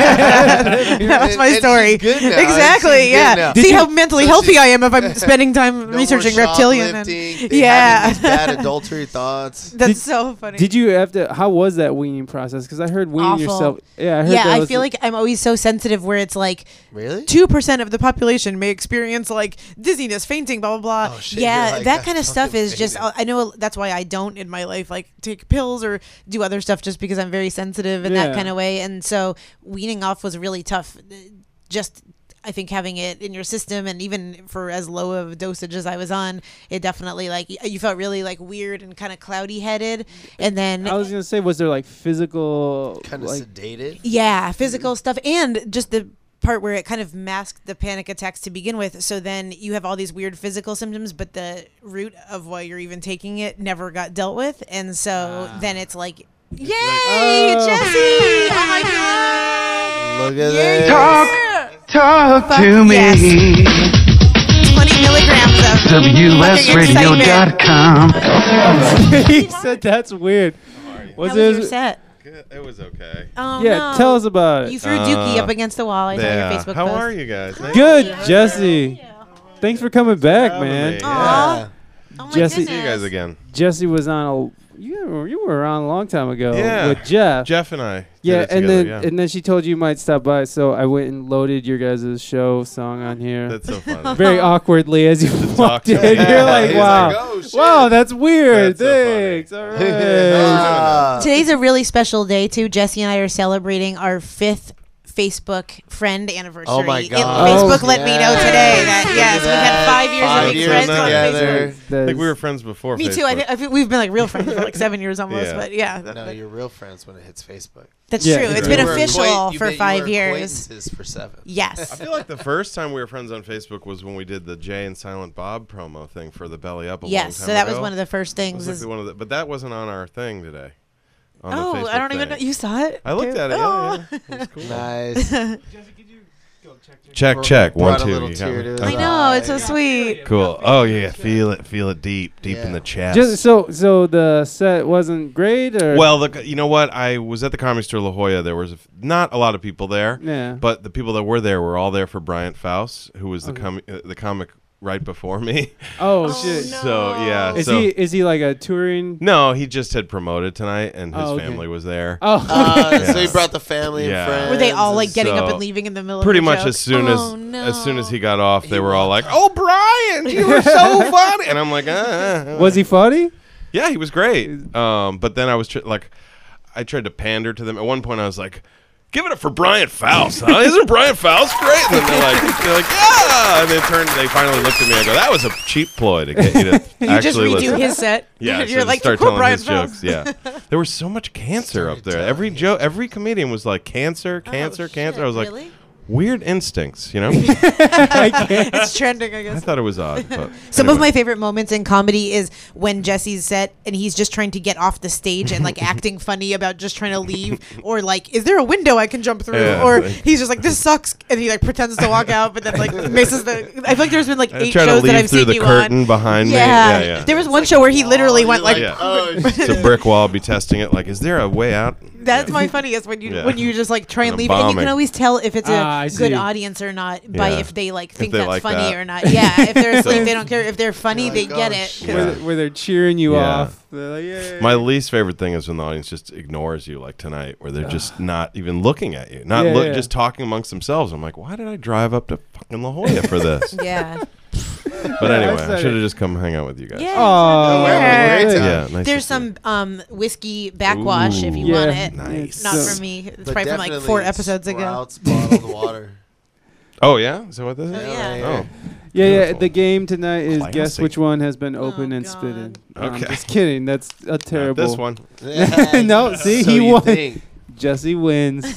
Speaker 7: that was my
Speaker 2: And she's
Speaker 7: story.
Speaker 2: good now. And she's
Speaker 7: Exactly.
Speaker 2: good
Speaker 7: Yeah.
Speaker 2: now.
Speaker 1: Did
Speaker 7: See
Speaker 1: you-
Speaker 7: how mentally
Speaker 2: So
Speaker 7: healthy
Speaker 2: she-
Speaker 7: I am if I'm spending time
Speaker 2: No
Speaker 7: researching
Speaker 2: more
Speaker 7: reptilian. and-
Speaker 2: shoplifting. They having these
Speaker 7: yeah.
Speaker 2: bad adultery thoughts.
Speaker 7: That's
Speaker 1: Did-
Speaker 7: so funny.
Speaker 1: Did you have to? How was that weaning process? Because I heard weaning
Speaker 7: Awful.
Speaker 1: yourself. Yeah, I heard.
Speaker 7: yeah,
Speaker 1: that
Speaker 7: I
Speaker 1: was-
Speaker 7: feel like I'm always so sensitive where it's like
Speaker 2: Really?
Speaker 7: two percent of the population may experience like dizziness, fainting, blah blah blah.
Speaker 2: Oh, shit,
Speaker 7: yeah,
Speaker 2: you're like,
Speaker 7: that
Speaker 2: I
Speaker 7: kind of stuff
Speaker 2: fucking
Speaker 7: is just.
Speaker 2: fainted.
Speaker 7: I know that's why I don't in my life like take pills or do other stuff just because I'm very sensitive in
Speaker 1: Yeah.
Speaker 7: that kind of way. And so weaning off was really tough. Just. I think having it in your system, and even for as low of a dosage as I was on, it definitely like y- you felt really like weird and kind of cloudy headed, and then
Speaker 1: I was gonna say, was there like physical?
Speaker 2: Kind of
Speaker 1: like,
Speaker 2: sedated.
Speaker 1: Mm-hmm.
Speaker 7: yeah, physical stuff and just the part where it kind of masked the panic attacks to begin with. So then you have all these weird physical symptoms, but the root of why you're even taking it never got dealt with. And so
Speaker 1: Ah.
Speaker 7: then it's like, Yay, Jesse! Oh my God!
Speaker 2: Look at
Speaker 7: Yay,
Speaker 2: this.
Speaker 7: Talk,
Speaker 8: Talk
Speaker 7: Fuck
Speaker 8: to me.
Speaker 7: yes. 20 milligrams of excitement.
Speaker 8: WSRadio.com.
Speaker 1: he said that's weird. Was
Speaker 7: How was your
Speaker 1: it?
Speaker 7: set?
Speaker 9: It was okay.
Speaker 7: Oh,
Speaker 1: Yeah,
Speaker 7: no.
Speaker 1: tell us about
Speaker 7: You
Speaker 1: it.
Speaker 7: threw Dookie
Speaker 9: Uh,
Speaker 7: up against the wall. I saw your Facebook
Speaker 9: How
Speaker 7: post.
Speaker 9: are you guys? Nice
Speaker 1: Good, Jesse. Thanks for coming back,
Speaker 9: having
Speaker 1: man.
Speaker 9: me.
Speaker 7: Aw.
Speaker 2: Yeah.
Speaker 7: Oh my
Speaker 1: Jesse-
Speaker 7: goodness.
Speaker 9: See you guys again.
Speaker 1: Jesse was on a. You were, you were on a long time ago
Speaker 9: Yeah.
Speaker 1: with Jeff.
Speaker 9: Jeff and I. did
Speaker 1: yeah,
Speaker 9: it
Speaker 1: and
Speaker 9: together,
Speaker 1: then and then she told you you might stop by, so I went and loaded your guys' show song on here.
Speaker 9: that's so funny.
Speaker 1: very awkwardly as you walked in.
Speaker 9: to me.
Speaker 1: You're like,
Speaker 9: He's
Speaker 1: wow,
Speaker 9: like, "Oh, shit."
Speaker 1: wow, that's weird.
Speaker 9: That's so
Speaker 1: Thanks. All right.
Speaker 2: Ah.
Speaker 7: Today's a really special day too. Jesse and I are celebrating our fifth Facebook friend anniversary.
Speaker 2: Oh my
Speaker 7: It-
Speaker 2: God.
Speaker 7: Facebook
Speaker 2: Oh,
Speaker 7: let me know
Speaker 2: yes.
Speaker 7: today that
Speaker 2: Look
Speaker 7: yes,
Speaker 2: at
Speaker 7: we've had
Speaker 2: that.
Speaker 7: five years
Speaker 2: Five
Speaker 7: of being
Speaker 9: years
Speaker 7: friends on
Speaker 2: together.
Speaker 7: Facebook.
Speaker 9: I
Speaker 1: That's-
Speaker 9: think we were friends before.
Speaker 7: Me too. I,
Speaker 9: Facebook.
Speaker 7: think I think we've been like real friends for like seven years almost,
Speaker 9: Yeah.
Speaker 7: but yeah,
Speaker 2: No, you're real friends when it hits Facebook.
Speaker 7: that's
Speaker 1: Yeah,
Speaker 7: true. It's
Speaker 1: exactly.
Speaker 7: been
Speaker 2: You were
Speaker 7: official
Speaker 2: acquaint- you
Speaker 7: for
Speaker 2: bet you
Speaker 7: five
Speaker 2: were
Speaker 7: years.
Speaker 2: acquaintances for seven.
Speaker 9: I
Speaker 7: Yes.
Speaker 9: feel like the first time we were friends on Facebook was when we did the Jay and Silent Bob promo thing for the Belly Up. A
Speaker 7: Yes.
Speaker 9: long time
Speaker 7: So that was
Speaker 9: ago.
Speaker 7: one of the first
Speaker 9: It
Speaker 7: things.
Speaker 9: was like
Speaker 7: is-
Speaker 9: the one of the, but that wasn't on our thing today. on the
Speaker 7: Oh,
Speaker 9: Facebook
Speaker 7: I don't even know.
Speaker 9: thing.
Speaker 7: You saw it?
Speaker 9: I looked
Speaker 7: too?
Speaker 9: at it.
Speaker 7: Oh.
Speaker 9: Yeah, yeah. It was cool.
Speaker 2: Nice.
Speaker 7: Uh,
Speaker 9: Check,
Speaker 2: Bro-
Speaker 9: check. One,
Speaker 2: brought a
Speaker 9: two.
Speaker 2: little
Speaker 9: You got
Speaker 2: tear
Speaker 9: me.
Speaker 2: to his
Speaker 9: Okay.
Speaker 7: I know. It's so sweet.
Speaker 9: Cool. Oh yeah, feel it, feel it deep, deep
Speaker 2: Yeah.
Speaker 9: in the chest.
Speaker 1: Just so so the set wasn't great, or
Speaker 9: well, the, you know what? I was at the Comedy Store La Jolla. There was a f- not a lot of people there,
Speaker 1: Yeah.
Speaker 9: but the people that were there were all there for Bryant Faust, who was the com- uh, the comic right before me.
Speaker 1: oh shit,
Speaker 9: So yeah,
Speaker 1: is
Speaker 9: so
Speaker 1: he is he like a touring?
Speaker 9: no, he just had promoted tonight, and his
Speaker 1: Oh, okay.
Speaker 9: family was there.
Speaker 1: Oh,
Speaker 2: Uh,
Speaker 9: Yeah.
Speaker 2: So he brought the family
Speaker 9: Yeah.
Speaker 2: and friends.
Speaker 7: Were they all
Speaker 2: and
Speaker 7: like getting up
Speaker 9: So-
Speaker 7: and leaving in the middle?
Speaker 9: Pretty
Speaker 7: of the
Speaker 9: much
Speaker 7: joke?
Speaker 9: as soon as
Speaker 7: Oh, no.
Speaker 9: as soon as he got off, they
Speaker 2: He
Speaker 9: were all like,
Speaker 2: walked
Speaker 9: "Oh, Brian, you were so funny," and I'm like, "Uh, uh,
Speaker 1: was he funny?
Speaker 9: Yeah, he was great. Um, but then I was tr- like, I tried to pander to them. At one point, I was like, "Give it up for Brian Faust, huh? Isn't Brian Faust great?" And then they're like, "They're like, yeah!" And they turned. They finally looked at me. I go, "That was a cheap ploy to get you to
Speaker 7: you just
Speaker 9: actually
Speaker 7: redo
Speaker 9: listen."
Speaker 7: his set.
Speaker 9: yeah, so
Speaker 7: you're
Speaker 9: to
Speaker 7: like
Speaker 9: start
Speaker 7: "Cool,
Speaker 9: telling
Speaker 7: Brian
Speaker 9: his
Speaker 7: Phelps."
Speaker 9: jokes. Yeah, there was so much cancer up there. Every joke, every comedian was like cancer, cancer,
Speaker 7: Oh,
Speaker 9: cancer.
Speaker 7: shit,
Speaker 9: I was like,
Speaker 7: really?
Speaker 9: weird instincts, you know. I
Speaker 7: it's trending, I guess.
Speaker 9: thought it was odd. But
Speaker 7: Some of
Speaker 9: anyway.
Speaker 7: my favorite moments in comedy is when Jesse's set and he's just trying to get off the stage and like acting funny about just trying to leave, or like, is there a window I can jump through?
Speaker 9: Yeah.
Speaker 7: Or he's just like, this sucks, and he like pretends to walk out, but then like misses the. I feel like there's been like
Speaker 9: I
Speaker 7: eight
Speaker 9: try
Speaker 7: shows
Speaker 9: to leave
Speaker 7: that I've
Speaker 9: through
Speaker 7: seen
Speaker 9: the
Speaker 7: you
Speaker 9: curtain
Speaker 7: on.
Speaker 9: behind
Speaker 7: Yeah.
Speaker 9: me. Yeah, yeah.
Speaker 7: there was one show where he literally went like,
Speaker 9: Yeah.
Speaker 2: Oh,
Speaker 9: it's a brick wall. I'll be testing it. Like, is there a way out?
Speaker 7: That's my funniest when you
Speaker 9: Yeah.
Speaker 7: when you just like try and,
Speaker 9: I'm
Speaker 7: leave, and you
Speaker 9: bombing.
Speaker 7: can always tell if it's a
Speaker 1: Ah, I
Speaker 7: good
Speaker 1: see.
Speaker 7: audience or not by
Speaker 9: Yeah.
Speaker 7: if they like think
Speaker 9: they
Speaker 7: that's
Speaker 9: like
Speaker 7: funny
Speaker 9: that.
Speaker 7: or not. Yeah, if they're asleep, they don't care. If they're funny,
Speaker 2: You're
Speaker 7: they
Speaker 2: like,
Speaker 7: get
Speaker 2: "Oh,
Speaker 7: it.
Speaker 2: shit."
Speaker 1: Where,
Speaker 9: Yeah.
Speaker 1: they- where they're cheering you
Speaker 9: Yeah.
Speaker 1: off. They're like, "Yay."
Speaker 9: My least favorite thing is when the audience just ignores you, like tonight, where they're just not even looking at you, not
Speaker 1: Yeah,
Speaker 9: look,
Speaker 1: yeah.
Speaker 9: just talking amongst themselves. I'm like, why did I drive up to fucking La Jolla for this?
Speaker 7: Yeah.
Speaker 9: but
Speaker 1: I
Speaker 9: anyway, I
Speaker 1: said
Speaker 9: should
Speaker 1: it.
Speaker 9: have just come hang out with you guys.
Speaker 7: Yeah.
Speaker 1: Oh,
Speaker 2: we're having a
Speaker 1: yeah.
Speaker 2: great time.
Speaker 9: Yeah, nice
Speaker 7: There's
Speaker 9: to see
Speaker 7: some
Speaker 9: you.
Speaker 7: um, whiskey backwash if you
Speaker 1: Ooh.
Speaker 7: want
Speaker 1: Yeah.
Speaker 7: it.
Speaker 9: Nice.
Speaker 7: Not
Speaker 1: So-
Speaker 7: from me. It's
Speaker 2: But
Speaker 7: probably from like
Speaker 2: definitely
Speaker 7: four episodes ago.
Speaker 2: Sprouts bottled water.
Speaker 9: Oh yeah, is that what this is?
Speaker 7: Yeah.
Speaker 9: Oh,
Speaker 1: Yeah, yeah.
Speaker 9: Beautiful.
Speaker 1: The game tonight is guess
Speaker 9: Classy.
Speaker 1: which one has been open
Speaker 7: Oh,
Speaker 1: and
Speaker 7: God.
Speaker 1: spitting. I'm
Speaker 9: Okay.
Speaker 1: just kidding. That's a
Speaker 9: not
Speaker 1: terrible.
Speaker 9: this one.
Speaker 2: Yeah.
Speaker 1: No, see,
Speaker 2: So
Speaker 1: he
Speaker 2: you
Speaker 1: won.
Speaker 2: think.
Speaker 1: Jesse wins.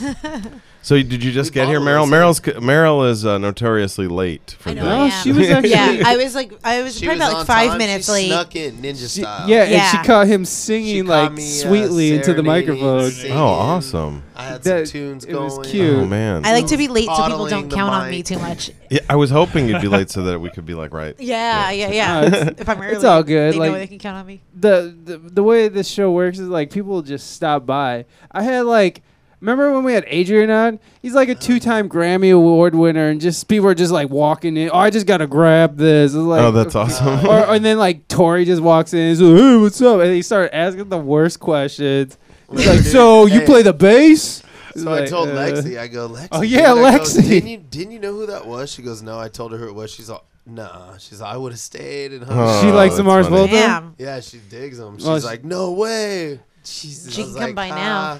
Speaker 9: So you- did you just
Speaker 2: We
Speaker 9: get here, Meryl?
Speaker 2: bottled
Speaker 9: Meryl's c- Meryl is uh, notoriously late. For
Speaker 7: I know.
Speaker 9: things.
Speaker 1: No,
Speaker 7: I
Speaker 1: she
Speaker 7: am.
Speaker 1: was actually.
Speaker 7: yeah, I was like, I was
Speaker 2: She
Speaker 7: probably
Speaker 2: was
Speaker 7: about
Speaker 2: on
Speaker 7: like five
Speaker 2: time.
Speaker 7: minutes
Speaker 2: she
Speaker 7: late.
Speaker 2: Snuck in ninja
Speaker 1: She-
Speaker 2: style.
Speaker 1: yeah, and
Speaker 7: Yeah.
Speaker 1: she caught him
Speaker 2: She
Speaker 1: singing
Speaker 2: caught
Speaker 1: like
Speaker 2: me, uh,
Speaker 1: sweetly into the
Speaker 2: serenading,
Speaker 1: microphone.
Speaker 2: singing.
Speaker 9: Oh, awesome!
Speaker 2: I had
Speaker 1: That-
Speaker 2: some tunes
Speaker 1: it
Speaker 2: going.
Speaker 1: was cute.
Speaker 9: Oh man,
Speaker 7: I like to be late so people
Speaker 2: Bottling
Speaker 7: don't
Speaker 2: the
Speaker 7: count on me
Speaker 2: mic.
Speaker 7: too much.
Speaker 9: yeah, I was hoping you'd be late so that we could be like right.
Speaker 7: Yeah, yeah, yeah.
Speaker 1: No, it's-
Speaker 7: if I'm early,
Speaker 1: it's all good,
Speaker 7: They
Speaker 1: like-
Speaker 7: know they can count on me.
Speaker 1: the, the the way this show works is like people just stop by. I had like remember when we had Adrian on? He's like a
Speaker 2: Uh-huh.
Speaker 1: two time Grammy Award winner and just people are just like walking in. Oh, I just gotta grab this. It's like
Speaker 9: oh, that's awesome.
Speaker 1: or and then like Tori just walks in and is like, hey, what's up? And he started asking the worst questions. He's
Speaker 2: Literally,
Speaker 1: like, So
Speaker 2: dude.
Speaker 1: you
Speaker 2: Hey.
Speaker 1: play the bass? It's
Speaker 2: So I
Speaker 1: like,
Speaker 2: told
Speaker 1: uh,
Speaker 2: Lexi, I go, Lexi.
Speaker 1: oh, yeah,
Speaker 2: dude," I go,
Speaker 1: Lexi.
Speaker 2: didn't you didn't you know who that was? She goes, No, I told her who it was. She's like, Nah. She's like, I would have stayed and hung.
Speaker 9: Huh.
Speaker 2: out."
Speaker 1: She
Speaker 9: Oh,
Speaker 1: likes the
Speaker 9: that's
Speaker 1: Mars
Speaker 9: funny.
Speaker 1: Volta?
Speaker 7: Damn.
Speaker 2: Yeah, she digs them. She's
Speaker 1: Well, she-
Speaker 2: like, No way.
Speaker 7: Jesus.
Speaker 2: I
Speaker 7: She can
Speaker 2: was
Speaker 7: come
Speaker 2: like,
Speaker 7: by now.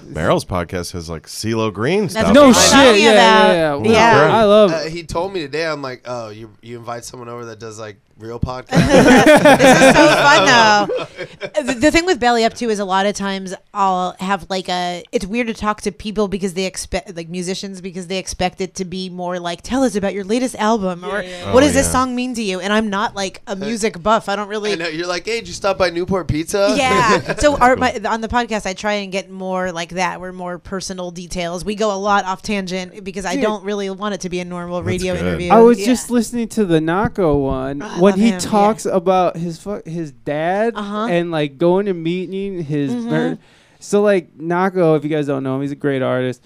Speaker 2: "Ah."
Speaker 9: Meryl's podcast has like CeeLo Green stuff.
Speaker 7: That's
Speaker 1: No
Speaker 9: on it.
Speaker 7: what
Speaker 1: shit.
Speaker 7: I'm
Speaker 1: Yeah,
Speaker 7: talking
Speaker 1: yeah,
Speaker 7: about.
Speaker 1: yeah.
Speaker 7: Yeah.
Speaker 1: I love
Speaker 2: Uh, he told me today. I'm like, oh, you you invite someone over that does like real podcasts.
Speaker 7: this is so fun though. The, the thing with belly up too is a lot of times I'll have like a. It's weird to talk to people because they expect like musicians because they expect it to be more like tell us about your latest album or what
Speaker 9: Oh,
Speaker 7: does this
Speaker 9: yeah.
Speaker 7: song mean to you? And I'm not like a music buff. I don't really.
Speaker 2: I know. You're like, hey, did you stop by Newport Pizza?
Speaker 7: Yeah. So our, my, on the podcast, I try and get more like that. We're more personal details. We go a lot off tangent because I don't really want it to be a normal radio
Speaker 9: good.
Speaker 7: interview.
Speaker 1: I was
Speaker 7: Yeah. Oh,
Speaker 1: just listening to the Nako one
Speaker 7: I
Speaker 1: when
Speaker 7: love
Speaker 1: he
Speaker 7: him, yeah.
Speaker 1: talks about his fu- his dad
Speaker 7: Uh-huh. Mm-hmm.
Speaker 1: and like going and meeting his. mer- so like Nako, if you guys don't know him, he's a great artist.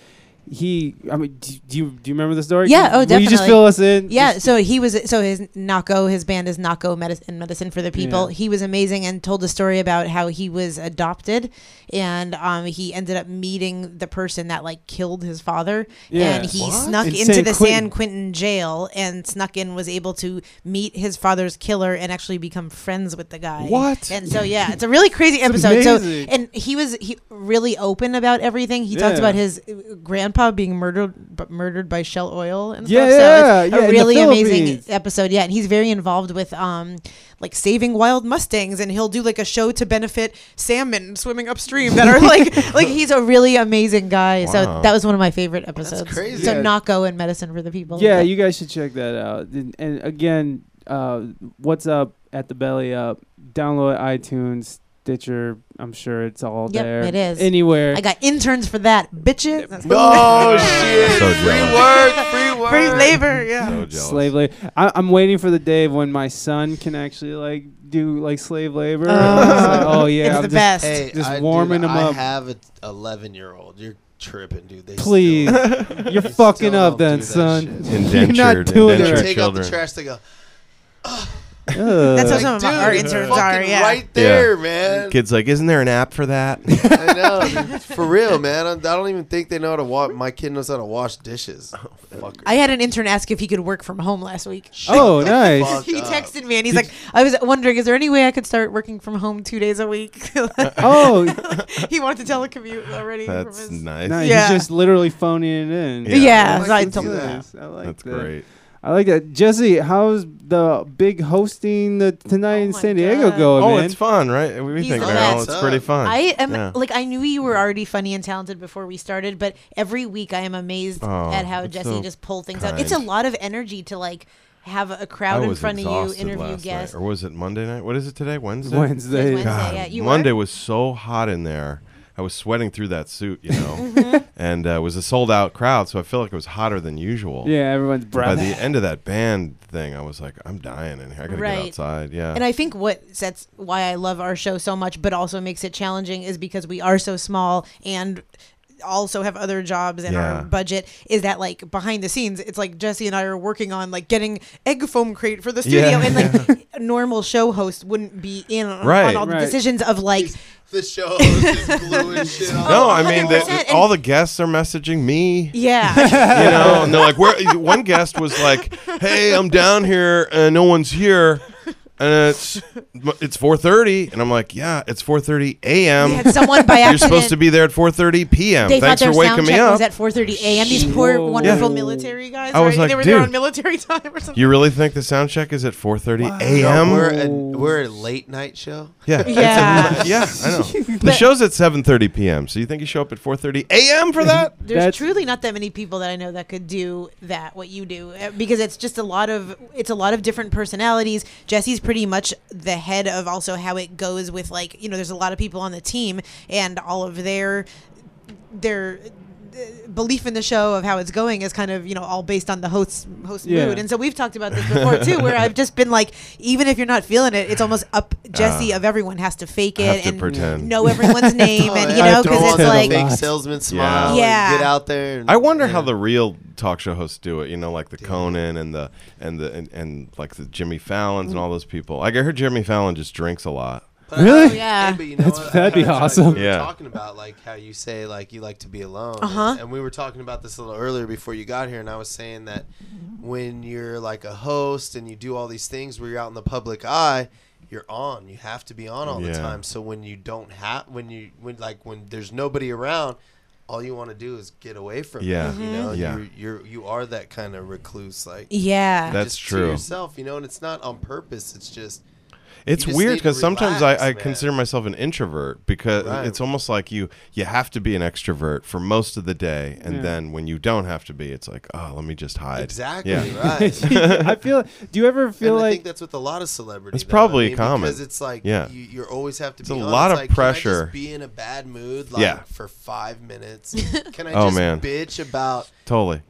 Speaker 1: He, I mean, do, do you do you remember the story?
Speaker 7: Yeah, oh,
Speaker 1: Will You just
Speaker 7: definitely.
Speaker 1: fill us in.
Speaker 7: Yeah,
Speaker 1: Just-
Speaker 7: so he was so his Nako, his band is Nako Medicine Medicine for the People.
Speaker 1: Yeah.
Speaker 7: He was amazing and told a story about how he was adopted and um he ended up meeting the person that like killed his father
Speaker 1: Yeah.
Speaker 7: and he
Speaker 1: What?
Speaker 7: snuck
Speaker 1: In
Speaker 7: into
Speaker 1: San
Speaker 7: the
Speaker 1: Quentin.
Speaker 7: San Quentin jail and snuck in was able to meet his father's killer and actually become friends with the guy.
Speaker 1: What?
Speaker 7: And so yeah, it's a really crazy episode.
Speaker 1: amazing.
Speaker 7: So and he was he really open about everything. He talked
Speaker 1: Yeah.
Speaker 7: about his uh, grandpa being murdered b- murdered by shell oil and
Speaker 1: Yeah, yeah,
Speaker 7: stuff. so it's
Speaker 1: yeah, in
Speaker 7: a
Speaker 1: the
Speaker 7: really amazing
Speaker 1: Philippines.
Speaker 7: episode. Yeah, and he's very involved with um like saving wild mustangs, and he'll do like a show to benefit salmon swimming upstream that are like like he's a really amazing guy.
Speaker 9: Wow.
Speaker 7: So that was one of my favorite episodes.
Speaker 2: crazy.
Speaker 7: So
Speaker 1: Yeah.
Speaker 7: Nako and Medicine for the People.
Speaker 1: yeah, you guys should check that out. And, and again, uh, what's up at the belly up? Download iTunes, Stitcher. I'm sure it's all
Speaker 7: Yep,
Speaker 1: there.
Speaker 7: it is.
Speaker 1: anywhere.
Speaker 7: I got interns for that, bitches. That's Oh,
Speaker 2: No shit.
Speaker 9: So
Speaker 2: free
Speaker 9: jealous.
Speaker 2: work. Free work.
Speaker 7: Free labor, yeah.
Speaker 9: So jealous.
Speaker 1: slave labor. I, I'm waiting for the day when my son can actually like do like slave labor. It's like, oh yeah,
Speaker 7: it's
Speaker 1: I'm
Speaker 7: the
Speaker 1: just-
Speaker 7: best.
Speaker 2: Hey,
Speaker 1: Just
Speaker 2: I,
Speaker 1: warming
Speaker 2: dude,
Speaker 1: them
Speaker 2: I
Speaker 1: up.
Speaker 2: have an 11 year old. You're tripping, dude. They
Speaker 1: Please,
Speaker 2: Still,
Speaker 1: you're
Speaker 2: they
Speaker 1: fucking
Speaker 2: still
Speaker 1: up
Speaker 2: don't
Speaker 1: then,
Speaker 2: do that
Speaker 1: son.
Speaker 2: shit.
Speaker 1: You're not
Speaker 9: Indentured-
Speaker 1: doing
Speaker 2: they
Speaker 9: indentured
Speaker 1: it.
Speaker 2: take out
Speaker 9: children.
Speaker 2: the trash. They go.
Speaker 1: Ugh.
Speaker 7: That's what
Speaker 2: Like,
Speaker 7: some of my-
Speaker 2: dude,
Speaker 7: our
Speaker 2: it's
Speaker 7: interns
Speaker 2: fucking
Speaker 7: are. Yeah.
Speaker 2: right there,
Speaker 9: Yeah.
Speaker 2: man.
Speaker 9: Kids like, isn't there an app for that?
Speaker 2: I know, dude. for real, man. I, I don't even think they know how to wash. My kid knows how to wash dishes. Fucker.
Speaker 7: I had an intern ask if he could work from home last week.
Speaker 1: oh, nice.
Speaker 2: fuck?
Speaker 7: He
Speaker 2: up.
Speaker 7: texted me and he's like, I was wondering, is there any way I could start working from home two days a week?
Speaker 1: Oh,
Speaker 7: he wanted to telecommute already. from
Speaker 9: That's
Speaker 7: his,
Speaker 9: nice.
Speaker 1: nice.
Speaker 7: Yeah.
Speaker 1: He's just literally phoning it in.
Speaker 9: Yeah.
Speaker 7: Yeah,
Speaker 2: I
Speaker 7: so I
Speaker 2: can
Speaker 7: told
Speaker 2: do
Speaker 7: him.
Speaker 2: that.
Speaker 1: Nice. I like
Speaker 9: That's
Speaker 1: that.
Speaker 9: great.
Speaker 1: I like that. Jesse, how's the big hosting the tonight in
Speaker 7: my
Speaker 1: San Diego
Speaker 7: God.
Speaker 1: going,
Speaker 9: Oh,
Speaker 1: man?
Speaker 9: it's fun, right? We
Speaker 7: He's
Speaker 9: think,
Speaker 7: the
Speaker 9: Meryl,
Speaker 2: best.
Speaker 9: it's pretty fun.
Speaker 7: I am
Speaker 9: Yeah.
Speaker 7: like I knew you were already funny and talented before we started, but every week I am amazed
Speaker 9: Oh,
Speaker 7: at how
Speaker 9: that's
Speaker 7: Jesse
Speaker 9: so
Speaker 7: just pulled things out.
Speaker 9: kind.
Speaker 7: It's a lot of energy to like have a
Speaker 9: I
Speaker 7: crowd in
Speaker 9: was
Speaker 7: front of you,
Speaker 9: exhausted
Speaker 7: interview
Speaker 9: last
Speaker 7: guests.
Speaker 9: Night. Or was it Monday night? What is it today? Wednesday?
Speaker 7: It
Speaker 1: Wednesday.
Speaker 7: was Wednesday, yeah, you were?
Speaker 9: Monday was so hot in there. I was sweating through that suit, you know,
Speaker 7: Mm-hmm.
Speaker 9: and uh, it was a sold out crowd, so I feel like it was hotter than usual.
Speaker 1: Yeah, everyone's
Speaker 9: By
Speaker 1: breath.
Speaker 9: the end of that band thing, I was like, I'm dying in here. I gotta
Speaker 7: Right.
Speaker 9: get outside. Yeah.
Speaker 7: And I think what sets why I love our show so much, but also makes it challenging, is because we are so small and also have other jobs and
Speaker 9: Yeah.
Speaker 7: our budget is that like behind the scenes it's like jesse and i are working on like getting egg foam crate for the studio
Speaker 9: Yeah.
Speaker 7: and like a normal show host wouldn't be in on,
Speaker 9: Right.
Speaker 7: all the
Speaker 1: Right.
Speaker 7: decisions of like
Speaker 2: The show host is gluing shit on.
Speaker 7: Oh,
Speaker 9: no, I mean, they-
Speaker 7: 100%, and-
Speaker 9: all the guests are messaging me.
Speaker 7: yeah
Speaker 9: you know, and they're like, "Where?" One guest was like, "Hey, I'm down uh, here, and no one's here." and it's it's 4:30, and I'm like, yeah, it's 4:30 a.m.
Speaker 7: Had someone by accident.
Speaker 9: You're supposed to be there at 4:30 p.m.
Speaker 7: They
Speaker 9: Thanks
Speaker 7: thought
Speaker 9: for
Speaker 7: their
Speaker 9: waking
Speaker 7: sound
Speaker 9: me
Speaker 7: check
Speaker 9: up.
Speaker 7: was at 4:30 a.m. These poor,
Speaker 1: Whoa.
Speaker 7: wonderful
Speaker 1: Yeah.
Speaker 7: military.
Speaker 10: guys,
Speaker 9: I was
Speaker 10: right?
Speaker 9: like,
Speaker 10: they were there on
Speaker 9: dude.
Speaker 10: military time or something.
Speaker 9: you really think the sound check is at 4:30 a.m.?
Speaker 2: We're a, we're a late night show.
Speaker 9: yeah,
Speaker 7: Yeah.
Speaker 9: yeah, I know. The show's at 7:30 p.m. So you think you show up at 4:30 a.m. for that?
Speaker 7: There's
Speaker 1: That's-
Speaker 7: truly not that many people that I know that could do that what you do uh, because it's just a lot of it's a lot of different personalities. Jesse's pretty much the head of also how it goes with like you know there's a lot of people on the team and all of their their uh, belief in the show of how it's going is kind of you know all based on the host's host
Speaker 1: Yeah.
Speaker 7: mood and so we've talked about this before too where i've just been like even if you're not feeling it it's almost up jesse of everyone has to fake it
Speaker 9: Uh, have to
Speaker 7: and
Speaker 9: pretend.
Speaker 7: know everyone's name and you
Speaker 2: I
Speaker 7: know
Speaker 2: don't
Speaker 7: because
Speaker 2: want that
Speaker 7: it's like
Speaker 2: fake salesman smile.
Speaker 7: Yeah.
Speaker 2: and get out there. And,
Speaker 9: I wonder how the real talk show hosts do it. You know, like the Conan and the and the and, and like the Jimmy Fallon's
Speaker 2: Mm.
Speaker 9: and all those people. Like I heard Jimmy Fallon just drinks a lot.
Speaker 1: Really?
Speaker 7: Yeah.
Speaker 2: Hey, but you know
Speaker 1: That's-
Speaker 2: what?
Speaker 1: that'd be
Speaker 2: I kinda
Speaker 1: awesome.
Speaker 2: like We were
Speaker 9: Oh, Yeah.
Speaker 2: talking about like how you say like you like to be alone. Uh-huh. And we were talking about this a little earlier before you got here, and I was saying that when you're like a host and you do all these things where you're out in the public eye, you're on. You have to be on all the
Speaker 9: Yeah.
Speaker 2: time. So when you don't have when you when like when there's nobody around. All you want to do is get away from it,
Speaker 9: Yeah.
Speaker 2: You
Speaker 1: Mm-hmm.
Speaker 2: know,
Speaker 9: Yeah.
Speaker 2: you're, you're you are that kind of recluse, like
Speaker 7: yeah
Speaker 9: That's
Speaker 2: just
Speaker 9: true.
Speaker 2: To yourself, you know, and it's not on purpose. It's just
Speaker 9: It's
Speaker 2: You just
Speaker 9: weird
Speaker 2: need to
Speaker 9: because sometimes I, I
Speaker 2: relax, man.
Speaker 9: consider myself an introvert because
Speaker 2: Right.
Speaker 9: it's almost like you you have to be an extrovert for most of the day, and then when you don't have to be, it's like oh, let me just hide.
Speaker 2: exactly
Speaker 9: Yeah.
Speaker 2: right.
Speaker 1: I feel. Do you ever feel
Speaker 2: and I
Speaker 1: like
Speaker 2: think that's with a lot of celebrities.
Speaker 9: It's probably common.
Speaker 2: because it's like
Speaker 9: Yeah.
Speaker 2: you, you always have to.
Speaker 9: It's
Speaker 2: be
Speaker 9: a
Speaker 2: on.
Speaker 9: lot
Speaker 2: It's
Speaker 9: of
Speaker 2: like, can I just
Speaker 9: pressure.
Speaker 2: be in a bad mood, like
Speaker 9: Yeah.
Speaker 2: for five minutes. Can I
Speaker 9: Oh,
Speaker 2: just
Speaker 9: man.
Speaker 2: bitch about
Speaker 9: Totally.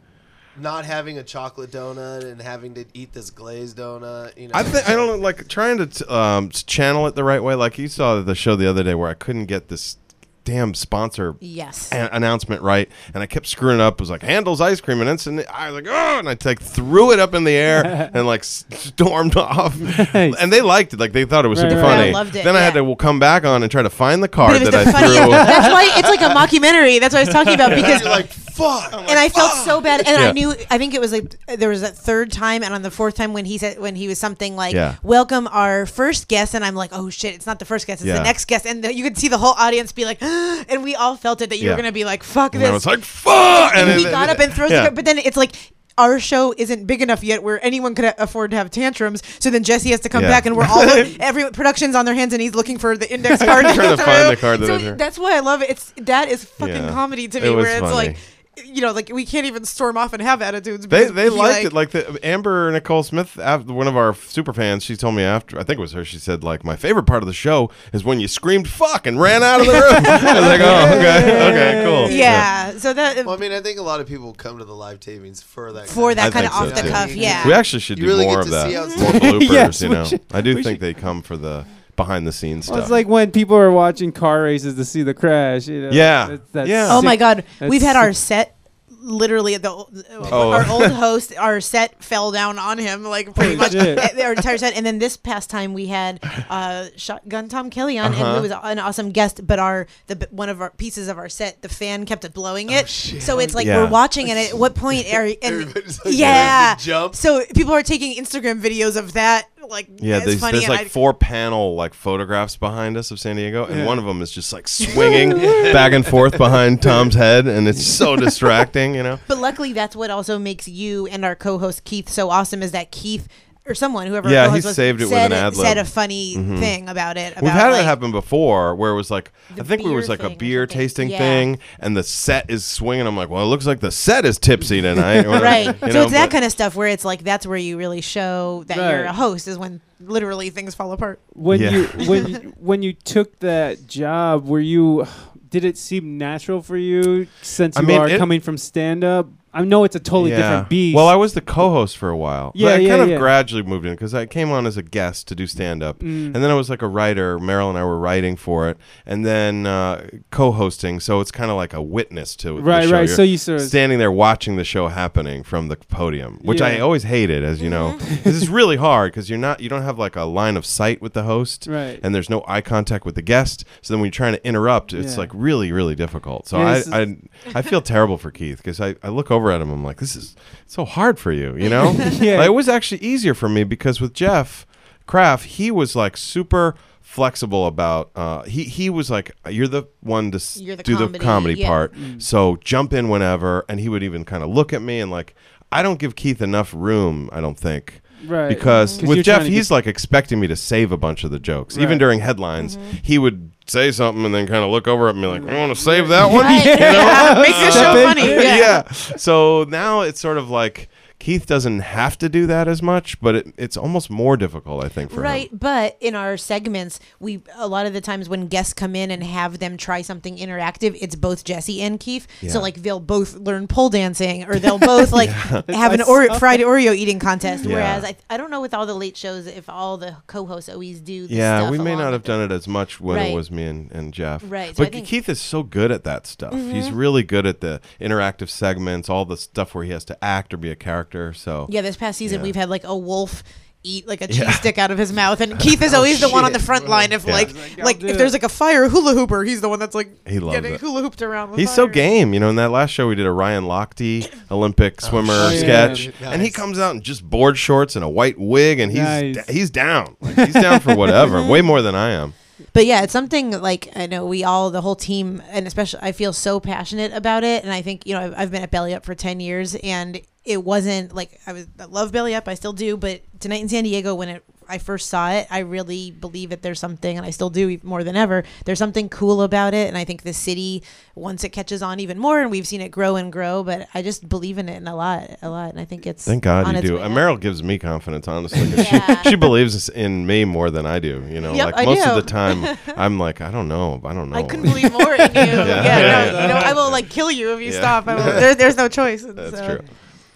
Speaker 2: not having a chocolate donut and having to eat this glazed donut? You know,
Speaker 9: I think I don't know, like trying to t- um, s- channel it the right way. Like you saw the show the other day where I couldn't get this damn sponsor
Speaker 7: Yes.
Speaker 9: an- announcement right, and I kept screwing up. It was like Handles ice cream, and instantly I was like, oh, and I like threw it up in the air and like s- stormed off.
Speaker 1: Nice.
Speaker 9: And they liked it, like they thought it was
Speaker 1: Right,
Speaker 9: super
Speaker 1: right.
Speaker 9: funny.
Speaker 7: Yeah, loved it,
Speaker 9: then I had
Speaker 7: yeah.
Speaker 9: to come back on and try to find the
Speaker 7: But
Speaker 9: card
Speaker 7: it was
Speaker 9: that
Speaker 7: the
Speaker 9: I
Speaker 7: funny.
Speaker 9: threw.
Speaker 7: That's why it's like a mockumentary. That's what I was talking about because
Speaker 2: You're like fuck.
Speaker 7: and I felt so bad. And
Speaker 9: Yeah.
Speaker 7: I knew. I think it was like there was that third time, and on the fourth time when he said when he was something like,
Speaker 9: Yeah.
Speaker 7: "Welcome our first guest," and I'm like, "Oh shit, it's not the first guest, it's
Speaker 9: Yeah.
Speaker 7: the next guest," and the, you could see the whole audience be like, and we all felt it that you
Speaker 9: Yeah.
Speaker 7: were gonna be like, "Fuck
Speaker 9: and
Speaker 7: this."
Speaker 9: I was like, fuck!
Speaker 7: and, he
Speaker 9: it-
Speaker 7: got up and throws
Speaker 9: yeah.
Speaker 7: the but then it's like our show isn't big enough yet where anyone could afford to have tantrums so then jesse has to come
Speaker 9: Yeah.
Speaker 7: back and we're all every production's on their hands and he's looking for the index card
Speaker 9: Trying
Speaker 7: throw.
Speaker 9: to find the card that
Speaker 7: so
Speaker 9: I threw.
Speaker 7: that's why i love it it's that is fucking
Speaker 9: Yeah.
Speaker 7: comedy to
Speaker 9: It
Speaker 7: me
Speaker 9: was
Speaker 7: where it's
Speaker 9: funny.
Speaker 7: like you know like we can't even storm off and have attitudes
Speaker 9: They,
Speaker 7: because
Speaker 9: they
Speaker 7: he,
Speaker 9: liked it. Like the Amber Nicole Smith, af- one of our super fans, she told me after, I think it was her, she said, like, my favorite part of the show is when you screamed fuck and ran out of the room. I was like, oh, okay, okay, cool.
Speaker 7: yeah, so that
Speaker 2: Well, I mean, I think a lot of people come to the live tapings for that.
Speaker 7: for
Speaker 2: kind
Speaker 7: that
Speaker 9: I
Speaker 7: kind of
Speaker 9: think so,
Speaker 7: off the
Speaker 9: too.
Speaker 7: cuff yeah
Speaker 9: We actually should
Speaker 2: You
Speaker 9: do
Speaker 2: really
Speaker 9: more
Speaker 2: get
Speaker 9: of
Speaker 2: to
Speaker 9: that.
Speaker 2: see how it's
Speaker 9: More
Speaker 2: done.
Speaker 9: bloopers,
Speaker 1: Yes,
Speaker 9: you
Speaker 1: we
Speaker 9: know.
Speaker 1: should-
Speaker 9: I do
Speaker 1: we
Speaker 9: think they come for the behind the scenes
Speaker 1: Well,
Speaker 9: stuff.
Speaker 1: it's like when people are watching car races to see the crash. You know?
Speaker 9: Yeah.
Speaker 1: That's- that's
Speaker 9: Yeah.
Speaker 7: Oh
Speaker 1: sick.
Speaker 7: my god,
Speaker 1: That's
Speaker 7: we've had
Speaker 1: sick.
Speaker 7: our set literally the
Speaker 9: Oh.
Speaker 7: our old host our set fell down on him like pretty much
Speaker 1: shit.
Speaker 7: our entire set and then this past time we had uh shotgun tom kelly on
Speaker 9: Uh-huh.
Speaker 7: and he was an awesome guest but our the b- one of our pieces of our set the fan kept blowing it so it's like
Speaker 9: Oh, Yeah.
Speaker 7: we're watching and at what point are and
Speaker 2: Everybody's like,
Speaker 7: yeah
Speaker 2: ready to jump.
Speaker 7: so people are taking instagram videos of that like
Speaker 9: yeah,
Speaker 7: it's
Speaker 9: there's,
Speaker 7: funny
Speaker 9: there's
Speaker 7: and
Speaker 9: like
Speaker 7: I-
Speaker 9: four panel like photographs behind us of San Diego, and
Speaker 1: Yeah.
Speaker 9: one of them is just like swinging back and forth behind Tom's head, and it's so distracting, you know.
Speaker 7: But luckily, that's what also makes you and our co-host Keith so awesome is that Keith or someone whoever our
Speaker 9: Yeah,
Speaker 7: co-host
Speaker 9: he
Speaker 7: was,
Speaker 9: saved it with
Speaker 7: said,
Speaker 9: an ad lib. Mm-hmm.
Speaker 7: said a funny thing about it. About,
Speaker 9: We've had
Speaker 7: like,
Speaker 9: it happen before where it was like, I think we
Speaker 7: beer
Speaker 9: was like a
Speaker 7: thing or
Speaker 9: beer
Speaker 7: something.
Speaker 9: tasting
Speaker 7: Yeah.
Speaker 9: thing and the set is swinging. I'm like, well, it looks like the set is tipsy tonight.
Speaker 7: Right, so it's that
Speaker 9: but-
Speaker 7: kind of stuff where it's like that's where you really show that you're
Speaker 1: Right.
Speaker 7: a host is when literally things fall apart.
Speaker 1: when
Speaker 9: Yeah.
Speaker 1: you when you, when you took that job, were you did it seem natural for you since
Speaker 9: I
Speaker 1: you
Speaker 9: mean,
Speaker 1: are
Speaker 9: it-
Speaker 1: coming from stand up? I know it's a totally different beast.
Speaker 9: Well, I was the co-host for a while.
Speaker 1: Yeah,
Speaker 9: but I
Speaker 1: yeah,
Speaker 9: kind of
Speaker 1: yeah. Mm.
Speaker 9: gradually moved in because I came on as a guest to do stand-up, and then I was like a writer. Meryl and I were writing for it, and then uh, co-hosting. So it's kind of like a witness to
Speaker 1: Right,
Speaker 9: the show.
Speaker 1: right,
Speaker 9: You're
Speaker 1: so you sort of-
Speaker 9: standing there watching the show happening from the podium, which I
Speaker 1: Yeah. Mm-hmm.
Speaker 9: always hated, as you know. this is really hard because you're not you don't have like a line of sight with the host,
Speaker 1: Right.
Speaker 9: And there's no eye contact with the guest. So then when you're trying to interrupt, it's
Speaker 1: Yeah.
Speaker 9: like really, really difficult. So
Speaker 1: Yeah,
Speaker 9: I,
Speaker 1: this is-
Speaker 9: I I feel terrible for Keith because I, I look over at him. I'm like, this is so hard for you, you know?
Speaker 1: Yeah.
Speaker 9: Like, it was actually easier for me because with Jeff, Kraft, he was like super flexible about uh he he was like you're the one to s-
Speaker 7: You're the
Speaker 9: do the
Speaker 7: comedy,
Speaker 9: comedy
Speaker 7: yeah.
Speaker 9: part
Speaker 1: Mm.
Speaker 9: so jump in whenever and he would even kind of look at me and like i don't give keith enough room i don't think
Speaker 1: Right. Mm-hmm.
Speaker 9: because
Speaker 1: 'Cause
Speaker 9: with
Speaker 1: you're
Speaker 9: jeff
Speaker 1: trying to
Speaker 9: he's
Speaker 1: get-
Speaker 9: like expecting me to save a bunch of the jokes even
Speaker 1: Right. Mm-hmm.
Speaker 9: during headlines he would say something and then kind of look over at me like i want to save that
Speaker 1: Mm-hmm.
Speaker 9: one
Speaker 11: Makes the show
Speaker 1: Step in.
Speaker 11: funny.
Speaker 9: yeah.
Speaker 11: Yeah.
Speaker 9: So now it's sort of like Keith doesn't have to do that as much, but it, it's almost more difficult, I think, for
Speaker 7: right
Speaker 9: him.
Speaker 7: but in our segments we a lot of the times when guests come in and have them try something interactive it's both jesse and keith
Speaker 9: Yeah.
Speaker 7: so like they'll both learn pole dancing or they'll both like have an or- fried oreo eating contest
Speaker 9: Yeah.
Speaker 7: whereas I, I don't know with all the late shows if all the co-hosts always do this
Speaker 9: Yeah,
Speaker 7: stuff
Speaker 9: we may
Speaker 7: along
Speaker 9: not have
Speaker 7: with
Speaker 9: done it as much when
Speaker 7: Right.
Speaker 9: it was me and, and Jeff.
Speaker 7: Right, so I
Speaker 9: But
Speaker 7: think- Mm-hmm.
Speaker 9: Keith is so good at that stuff. He's really good at the interactive segments, all the stuff where he has to act or be a character. So
Speaker 7: Yeah, this past season
Speaker 9: Yeah.
Speaker 7: we've had like a wolf eat like a cheese
Speaker 9: Yeah. Oh,
Speaker 7: stick out of his mouth, and
Speaker 11: Keith is always the one on the
Speaker 2: shit.
Speaker 11: front line of
Speaker 9: Yeah.
Speaker 11: like,
Speaker 1: He's like,
Speaker 11: like
Speaker 1: "I'll
Speaker 11: if
Speaker 1: do
Speaker 11: there's
Speaker 1: it."
Speaker 11: like a fire hula hooper, he's the one that's like
Speaker 9: He loves
Speaker 11: getting
Speaker 9: it.
Speaker 11: hula hooped around. With
Speaker 9: He's so
Speaker 11: fire.
Speaker 9: game, you know. In that last show, we did a Ryan Lochte Olympic swimmer
Speaker 1: shit.
Speaker 9: sketch,
Speaker 2: Oh, Yeah,
Speaker 9: and he
Speaker 2: nice.
Speaker 9: comes out in just board shorts and a white wig, and he's
Speaker 1: Nice.
Speaker 9: he's down. Like, he's down for whatever, way more than I am.
Speaker 7: But yeah, it's something like I know we all, the whole team, and especially I feel so passionate about it. And I think, you know, I've, I've been at Belly Up for 10 years and it wasn't like I was, I love Belly Up. I still do. But tonight in San Diego, when it, I first saw it, I really believe that there's something, and I still do e, more than ever. There's something cool about it. And I think the city, once it catches on even more, and we've seen it grow and grow, but I just believe in it and a lot, a lot. And I think it's.
Speaker 9: Thank God
Speaker 7: on
Speaker 9: you
Speaker 7: its
Speaker 9: do.
Speaker 7: way
Speaker 9: Uh,
Speaker 7: up.
Speaker 9: Meryl gives me confidence, honestly. 'cause
Speaker 7: Yeah.
Speaker 9: She, she believes in me more than I do. You know,
Speaker 7: Yep,
Speaker 9: like
Speaker 7: I
Speaker 9: most of
Speaker 7: do.
Speaker 9: the time, I'm like, I don't know, I don't know.
Speaker 7: I couldn't believe more in you. yeah,
Speaker 9: Yeah.
Speaker 7: no, you know, I will like kill you if you
Speaker 9: Yeah.
Speaker 7: stop. I will.
Speaker 11: There, there's no choice. And
Speaker 9: That's
Speaker 11: so-
Speaker 9: true.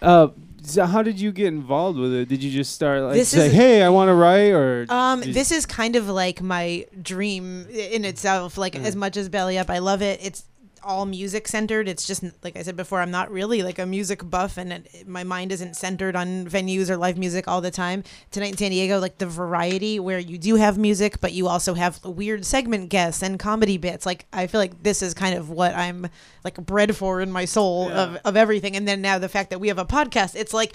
Speaker 1: Uh, so how did you get involved with it? Did you just start like
Speaker 7: This
Speaker 1: say,
Speaker 7: is-
Speaker 1: "Hey, I want to write," or
Speaker 7: Um,
Speaker 1: did-
Speaker 7: this is kind of like my dream i- in itself. Like as much as Belly Up, I love it. It's all music centered. It's just n- like I said before, I'm not really like a music buff, and it, my mind isn't centered on venues or live music all the time. Tonight in San Diego, like the variety where you do have music, but you also have weird segment guests and comedy bits. Like I feel like this is kind of what I'm like bred for in my soul of of everything. And then now the fact that we have a podcast, it's like.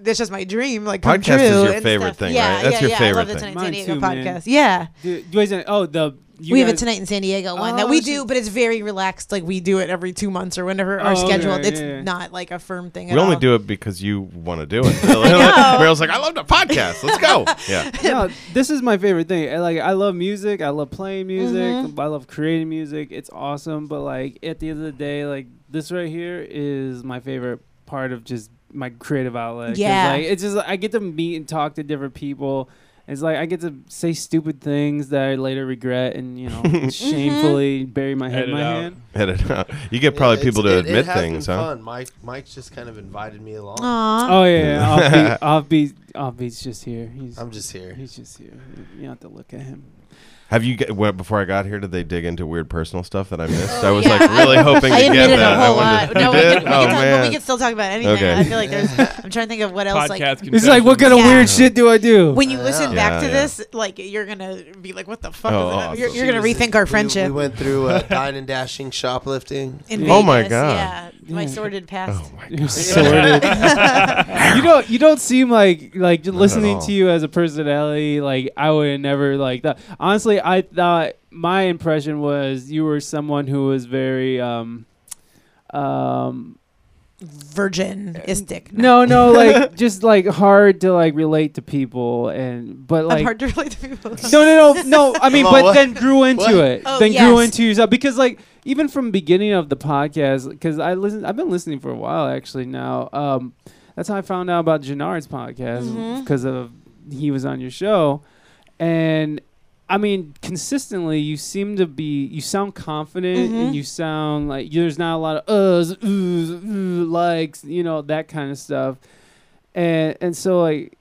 Speaker 7: That's just my dream. Like come
Speaker 9: Podcast is
Speaker 7: true
Speaker 9: your
Speaker 7: and
Speaker 9: favorite
Speaker 7: stuff.
Speaker 9: thing,
Speaker 7: yeah,
Speaker 9: right? That's
Speaker 7: yeah,
Speaker 9: your
Speaker 7: yeah. I
Speaker 9: favorite
Speaker 7: love the Tonight in
Speaker 9: thing.
Speaker 1: Mine
Speaker 7: San Diego
Speaker 1: too, man.
Speaker 7: podcast. Yeah,
Speaker 1: Did- you guys- oh the you
Speaker 7: we have it
Speaker 1: guys-
Speaker 7: tonight in San Diego one
Speaker 1: Oh,
Speaker 7: that we
Speaker 1: shit.
Speaker 7: do, but it's very relaxed. Like we do it every two months or whenever our
Speaker 1: Oh,
Speaker 7: schedule.
Speaker 1: okay,
Speaker 7: it's
Speaker 1: yeah, yeah.
Speaker 7: not like a firm thing.
Speaker 9: We
Speaker 7: at
Speaker 9: only
Speaker 7: all.
Speaker 9: do it because you want to do it. Meryl's like, I love the podcast. Let's go. Yeah.
Speaker 1: no, this is my favorite thing. I, Like I love music. I love playing music.
Speaker 7: Mm-hmm.
Speaker 1: I love creating music. It's awesome. But like at the end of the day, like this right here is my favorite part of just my creative outlet. 'Cause,
Speaker 7: Yeah.
Speaker 1: like it's just I get to meet and talk to different people. It's like I get to say stupid things that I later regret and you know shamefully bury my head
Speaker 3: Edit
Speaker 1: in my
Speaker 3: out.
Speaker 1: hand.
Speaker 9: Hit it out. You get probably
Speaker 2: It's-
Speaker 9: people to
Speaker 2: it- it
Speaker 9: admit
Speaker 2: has been
Speaker 9: things, huh?
Speaker 2: Fun. Mike, Mike just kind of invited me along.
Speaker 7: Aw.
Speaker 1: Oh yeah, yeah. offbeat, offbeat, offbeat's just here. He's
Speaker 2: I'm just here.
Speaker 1: he's just here. You- You don't have to look at him.
Speaker 9: Have you get, well, before I got here? Did they dig into weird personal stuff that I missed? I was
Speaker 7: Oh, Yeah,
Speaker 9: like
Speaker 7: I-
Speaker 9: really hoping
Speaker 7: I
Speaker 9: to get
Speaker 7: admitted a
Speaker 9: that. I
Speaker 7: whole lot.
Speaker 9: wondered-
Speaker 7: No, we
Speaker 9: You
Speaker 7: can,
Speaker 9: did?
Speaker 7: we, can
Speaker 9: oh
Speaker 7: talk, but we
Speaker 9: man.
Speaker 7: can still talk about anything.
Speaker 9: Okay.
Speaker 7: I feel like there's. I'm trying to think of what else.
Speaker 3: Podcast
Speaker 7: like
Speaker 1: It's like, what kind of
Speaker 7: Yeah.
Speaker 1: weird shit do I do?
Speaker 7: when you listen
Speaker 2: Yeah.
Speaker 7: back to
Speaker 9: Yeah, yeah.
Speaker 7: this, like you're gonna be like, "What the fuck?"
Speaker 9: Oh,
Speaker 7: is that?
Speaker 9: oh,
Speaker 7: You're,
Speaker 9: so
Speaker 7: you're gonna rethink our friendship.
Speaker 2: We, we went through uh, dine and dashing, shoplifting.
Speaker 7: in
Speaker 9: Oh my
Speaker 7: Vegas,
Speaker 9: God.
Speaker 7: Yeah, my sordid past.
Speaker 9: Oh my
Speaker 1: You're sorted. you don't. You don't seem like like just listening
Speaker 9: all.
Speaker 1: to you as a personality. Like I would have never like that. Honestly, I thought my impression was you were someone who was very um um
Speaker 7: Virginistic.
Speaker 1: no no like just like hard to like relate to people and but
Speaker 7: I'm
Speaker 1: like
Speaker 7: hard to relate to people.
Speaker 1: No, no, no, no. I mean,
Speaker 2: Come on,
Speaker 1: but
Speaker 2: what?
Speaker 1: then grew into
Speaker 2: What?
Speaker 1: it.
Speaker 7: Oh,
Speaker 1: then grew
Speaker 7: yes.
Speaker 1: into yourself because, like, even from beginning of the podcast, because I listen, I've been listening for a while actually now. Um, that's how I found out about Gennard's
Speaker 7: Mm-hmm.
Speaker 1: podcast because of he was on your show, and I mean, consistently, you seem to be, you sound confident,
Speaker 7: Mm-hmm.
Speaker 1: and you sound like there's not a lot of uhs, oohs, ooh, likes, you know, that kind of stuff, and and so like. I-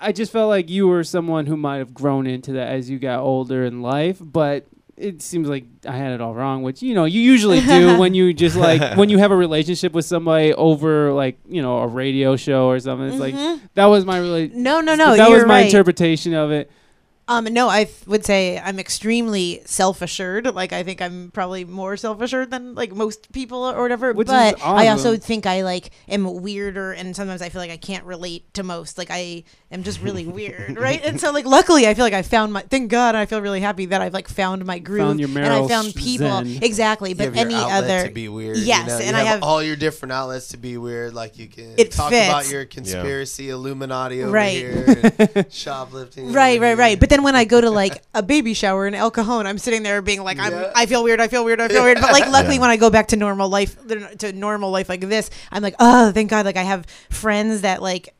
Speaker 1: I just felt like you were someone who might have grown into that as you got older in life, but it seems like I had it all wrong, which you know you usually do when you just like when you have a relationship with somebody over like you know a radio show or something. It's like that was my really
Speaker 7: Mm-hmm. No, no, no.
Speaker 1: that was
Speaker 7: you're
Speaker 1: my
Speaker 7: right.
Speaker 1: interpretation of it.
Speaker 7: Um, no, I f- would say I'm extremely self-assured. Like I think I'm probably more self-assured than like most people or whatever.
Speaker 1: Which is
Speaker 7: but I also
Speaker 1: awesome.
Speaker 7: think I like am weirder, and sometimes I feel like I can't relate to most. Like I am just really weird, right? And so like luckily, I feel like I found my. Thank God, I feel really happy that I've like found my groove
Speaker 1: your
Speaker 7: and I
Speaker 1: Meryl
Speaker 7: found people
Speaker 1: Zen.
Speaker 7: exactly.
Speaker 2: You have
Speaker 7: But
Speaker 2: your
Speaker 7: any
Speaker 2: outlet
Speaker 7: other
Speaker 2: to be weird.
Speaker 7: yes,
Speaker 2: you know?
Speaker 7: and
Speaker 2: You
Speaker 7: I have
Speaker 2: all your different outlets to be weird. Like you can
Speaker 7: It
Speaker 2: talk
Speaker 7: fits.
Speaker 2: about your conspiracy Illuminati over
Speaker 7: Right.
Speaker 2: here, and shoplifting. over
Speaker 7: Right, right,
Speaker 2: here.
Speaker 7: right. But then when I go to like a baby shower in El Cajon, I'm sitting there being like, I'm,
Speaker 2: Yeah.
Speaker 7: I feel weird, I feel weird, I feel weird. But like, luckily, when I go back to normal life, to normal life like this, I'm like, oh, thank God, like I have friends that like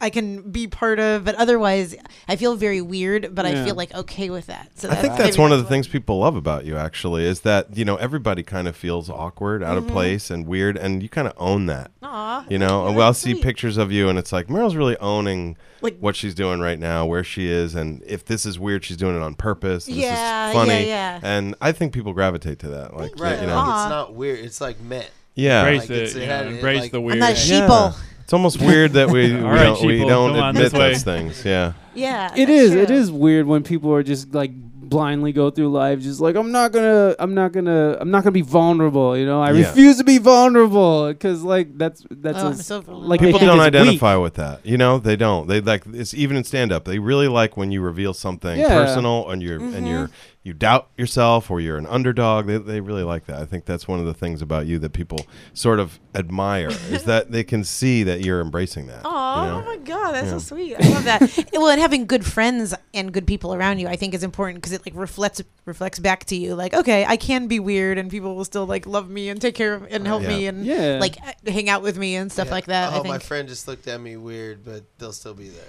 Speaker 7: I can be part of. But otherwise, I feel very weird, but I
Speaker 1: Yeah.
Speaker 7: feel like okay with that. So
Speaker 9: I think that's
Speaker 7: maybe
Speaker 9: one of the
Speaker 7: what-
Speaker 9: things people love about you, actually, is that you know everybody kind of feels awkward, out
Speaker 7: Mm-hmm.
Speaker 9: of place, and weird, and you kind of own that.
Speaker 7: Aw,
Speaker 9: You know,
Speaker 7: that's
Speaker 9: and I'll see
Speaker 7: sweet.
Speaker 9: pictures of you, and it's like Meryl's really owning
Speaker 7: Like-
Speaker 9: what she's doing right now, where she is, and if this is weird, she's doing it on purpose. and
Speaker 7: Yeah,
Speaker 9: this
Speaker 7: yeah,
Speaker 9: is funny,
Speaker 7: yeah.
Speaker 9: And I think people gravitate to that, like
Speaker 2: Right, like,
Speaker 9: you know,
Speaker 2: it's not weird. It's like meant.
Speaker 9: yeah.
Speaker 3: Embrace
Speaker 2: Like,
Speaker 3: it.
Speaker 2: it's-
Speaker 3: you
Speaker 2: it
Speaker 3: know,
Speaker 2: had- it,
Speaker 3: embrace
Speaker 2: like-
Speaker 3: the
Speaker 2: I'm
Speaker 3: weird.
Speaker 7: not sh- Sheeple.
Speaker 9: It's almost weird that we we,
Speaker 3: All right,
Speaker 9: don't, we
Speaker 3: sheeple,
Speaker 9: don't
Speaker 3: come on,
Speaker 9: admit
Speaker 3: this way.
Speaker 9: those things. Yeah.
Speaker 7: Yeah,
Speaker 1: It
Speaker 7: Uh, that's
Speaker 1: is.
Speaker 7: true.
Speaker 1: It is weird when people are just like blindly go through life, just like I'm not gonna, I'm not gonna, I'm not gonna be vulnerable. You know, I
Speaker 9: Yeah.
Speaker 1: refuse to be vulnerable because like that's that's
Speaker 7: Oh,
Speaker 1: a
Speaker 7: I'm
Speaker 1: s-
Speaker 7: so
Speaker 1: like
Speaker 7: vulnerable.
Speaker 1: they
Speaker 9: people
Speaker 1: think
Speaker 9: don't
Speaker 1: it's weak.
Speaker 9: identify with that. You know, they don't. They like it's even in stand up. They really like when you reveal something
Speaker 1: Yeah.
Speaker 9: personal and you're
Speaker 7: Mm-hmm.
Speaker 9: and you're you doubt yourself or you're an underdog. They they really like that. I think that's one of the things about you that people sort of admire is that they can see that you're embracing that. you
Speaker 7: Aw,
Speaker 9: know?
Speaker 7: oh my God, that's so sweet. I love that. well, and having good friends and good people around you, I think, is important because it like reflects reflects back to you. Like, okay, I can be weird, and people will still like love me and take care of and help
Speaker 9: Yeah.
Speaker 7: me and
Speaker 1: Yeah.
Speaker 7: like uh, hang out with me and stuff
Speaker 2: Yeah.
Speaker 7: like that.
Speaker 2: Oh, my
Speaker 7: I think.
Speaker 2: friend just looked at me weird, but they'll still be there.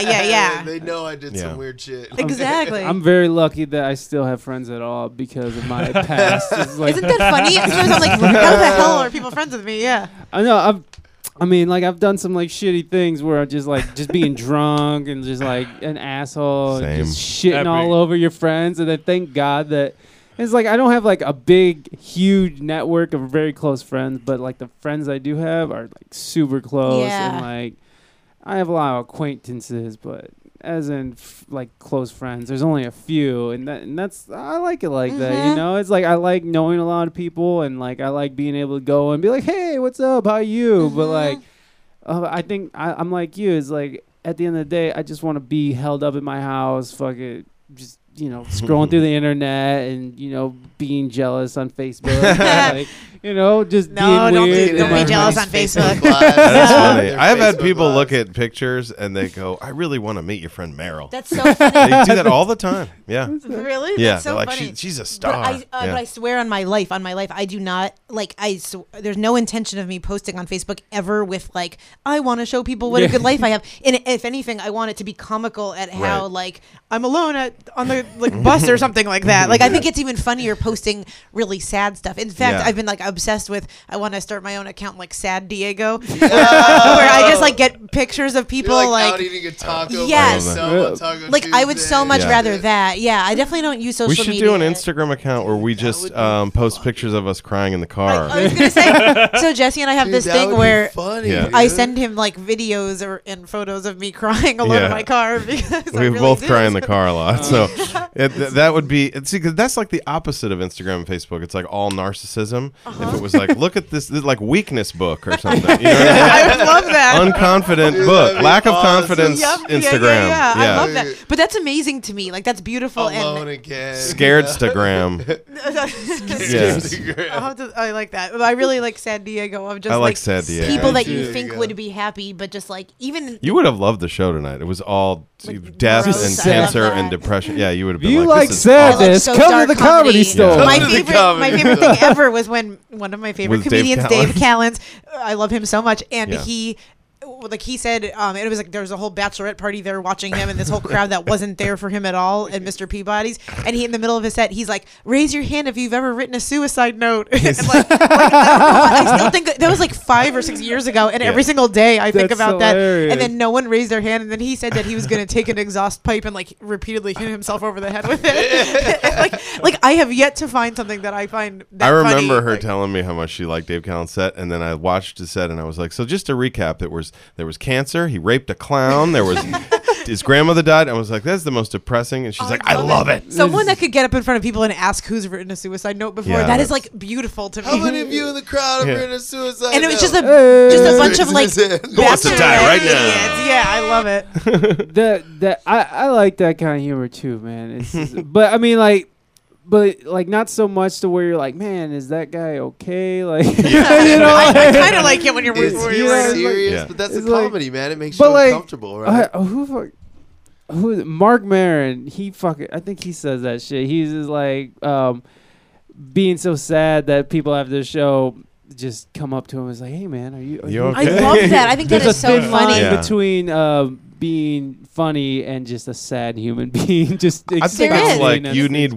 Speaker 7: yeah, yeah.
Speaker 2: they know I did
Speaker 9: Yeah.
Speaker 2: some weird shit.
Speaker 7: exactly.
Speaker 1: I'm very lucky that I still have friends at all because of my past. It's like,
Speaker 7: Isn't that funny? Sometimes I'm like, how the hell are people friends with me? Yeah.
Speaker 1: I know I've I mean like I've done some like shitty things where I'm just like just being drunk and just like an asshole and just shitting
Speaker 3: Epic.
Speaker 1: all over your friends and then thank God that it's like I don't have like a big huge network of very close friends but like the friends I do have are like super close
Speaker 7: Yeah.
Speaker 1: and like I have a lot of acquaintances but as in f- like close friends there's only a few and that and that's I like it like that you
Speaker 7: Mhm.
Speaker 1: know it's like I like knowing a lot of people and like I like being able to go and be like hey what's up how you but
Speaker 7: Mm-hmm.
Speaker 1: like uh, I think I, I'm like you it's like at the end of the day I just want to be held up in my house fucking just you know scrolling through the internet and you know being jealous on Facebook and, like, you know just
Speaker 7: No,
Speaker 1: being
Speaker 7: don't be-
Speaker 1: weird and,
Speaker 7: don't be
Speaker 1: like,
Speaker 7: jealous on Facebook.
Speaker 9: That's funny. I have had people look at pictures and they go, "I really want to meet your friend Meryl."
Speaker 7: That's so funny.
Speaker 9: they do that all the time. Yeah,
Speaker 7: really?
Speaker 9: yeah.
Speaker 7: That's so
Speaker 9: They're like
Speaker 7: funny.
Speaker 9: she, she's a star.
Speaker 7: But I, uh,
Speaker 9: Yeah.
Speaker 7: but I swear on my life, on my life, I do not like. I sw- there's no intention of me posting on Facebook ever with like I want to show people what a
Speaker 1: Yeah.
Speaker 7: good life I have. And if anything, I want it to be comical at how
Speaker 9: Right.
Speaker 7: like I'm alone at on the like bus or something like that. Like I think it's even funnier posting really sad stuff. In fact,
Speaker 9: Yeah.
Speaker 7: I've been like obsessed with. I want to start my own account like Sad Diego, where I just like get pictures of people
Speaker 2: You're like, out
Speaker 7: like uh,
Speaker 2: eating a taco. by
Speaker 7: Yes.
Speaker 2: yourself on Taco
Speaker 7: like I would so
Speaker 2: Tuesday.
Speaker 7: much
Speaker 9: Yeah.
Speaker 7: rather that. Yeah, I definitely don't use social
Speaker 9: we should
Speaker 7: media.
Speaker 9: do an Instagram account where we just
Speaker 2: would be
Speaker 9: um, post pictures of us crying in the car.
Speaker 7: I was gonna say. So Jesse and I have
Speaker 2: Dude,
Speaker 7: this
Speaker 2: that would
Speaker 7: thing
Speaker 2: be
Speaker 7: where
Speaker 2: funny,
Speaker 9: Yeah.
Speaker 7: I
Speaker 2: dude.
Speaker 7: send him like videos or and photos of me crying alone
Speaker 9: Yeah.
Speaker 7: in my car because
Speaker 9: we both cry in the car a lot. So it, th- that would be it's because that's like the opposite of Instagram and Facebook. It's like all narcissism. If
Speaker 7: Uh-huh.
Speaker 9: it was like, look at this, this is like weakness book or something. You know what I mean?
Speaker 7: I would love that.
Speaker 9: Unconfident
Speaker 2: Dude,
Speaker 9: book,
Speaker 2: that'd be
Speaker 9: lack of
Speaker 2: awesome.
Speaker 9: confidence.
Speaker 7: Yup, yeah, yeah,
Speaker 9: Instagram,
Speaker 7: yeah, I love
Speaker 2: Yeah.
Speaker 7: that. But that's amazing to me. Like that's beautiful
Speaker 2: alone
Speaker 7: and
Speaker 2: again.
Speaker 9: scared Instagram. Yeah.
Speaker 7: I'll have to- I like that. But I really like San Diego. I'm just
Speaker 9: I like
Speaker 7: like
Speaker 9: San Diego.
Speaker 7: people that
Speaker 2: There
Speaker 7: you
Speaker 2: you
Speaker 7: think
Speaker 2: go.
Speaker 7: would be happy, but just like even
Speaker 9: You would have loved the show tonight. It was all death
Speaker 7: gross,
Speaker 9: and
Speaker 1: I love
Speaker 9: cancer
Speaker 7: that.
Speaker 9: and depression. Yeah, you would have
Speaker 1: If
Speaker 9: been
Speaker 1: you like
Speaker 9: like, this is awesome.
Speaker 7: I like
Speaker 1: sadness
Speaker 7: so
Speaker 1: come
Speaker 7: dark
Speaker 1: to the comedy
Speaker 7: comedy.
Speaker 1: store
Speaker 7: my
Speaker 2: Under the
Speaker 7: favorite,
Speaker 2: covers.
Speaker 7: my favorite thing ever was when one of my favorite
Speaker 9: With Dave
Speaker 7: comedians, Dave Callens, uh, I love him so much, and
Speaker 9: Yeah.
Speaker 7: he. Like he said, um, it was like there was a whole bachelorette party there watching him and this whole crowd that wasn't there for him at all and Mr. Peabody's. And he, in the middle of his set, he's like, raise your hand if you've ever written a suicide note. and like, like, I still think that, that was like five or six years ago. And every single day I think
Speaker 1: That's
Speaker 7: about that.
Speaker 1: hilarious.
Speaker 7: And then no one raised their hand. And then he said that he was going to take an exhaust pipe and like repeatedly hit himself over the head with it. like, like I have yet to find something that I find. That
Speaker 9: I remember
Speaker 7: funny.
Speaker 9: her
Speaker 7: Like,
Speaker 9: telling me how much she liked Dave Callen's set, and then I watched his set, and I was like, so just to recap, it was there was cancer, he raped a clown, there was his grandmother died. I was like, that's the most depressing. And
Speaker 7: Oh,
Speaker 9: she's like, I love it.
Speaker 7: Someone that could get up in front of people and ask who's written a suicide note before.
Speaker 9: Yeah.
Speaker 7: That is like beautiful to me.
Speaker 2: How many of you in the crowd have
Speaker 9: Yeah.
Speaker 2: written a suicide?
Speaker 7: and it was
Speaker 2: note?
Speaker 7: just a just a bunch of like
Speaker 2: Who
Speaker 9: wants to
Speaker 7: bastard
Speaker 9: die right
Speaker 7: idiots.
Speaker 9: now?
Speaker 7: Yeah, I love it.
Speaker 1: that that I, I like that kind of humor too, man. It's just- but I mean like but like not so much to where you're like, man, is that guy okay? Like you know,
Speaker 7: I,
Speaker 1: like-
Speaker 7: kind of like it when you're
Speaker 2: Is
Speaker 7: rooting
Speaker 2: he
Speaker 7: for you.
Speaker 1: Yeah.
Speaker 2: serious?
Speaker 9: Yeah.
Speaker 2: But that's a
Speaker 1: It's like-
Speaker 2: comedy, man. It makes
Speaker 1: but
Speaker 2: you
Speaker 1: like
Speaker 2: uncomfortable, right?
Speaker 1: I- who fuck, who is- Mark Maron? He fucking I think he says that shit. He's just like um, being so sad that people after the show just come up to him and is like, hey man, are you? Are
Speaker 9: You
Speaker 8: I
Speaker 9: okay?
Speaker 8: love that. I think that
Speaker 1: There's a
Speaker 8: is so
Speaker 1: thin
Speaker 8: funny.
Speaker 1: line
Speaker 9: Yeah.
Speaker 1: between um being funny and just a sad human being. Just
Speaker 9: I think it's
Speaker 8: is.
Speaker 9: like
Speaker 1: explaining
Speaker 9: you
Speaker 1: it.
Speaker 9: need a,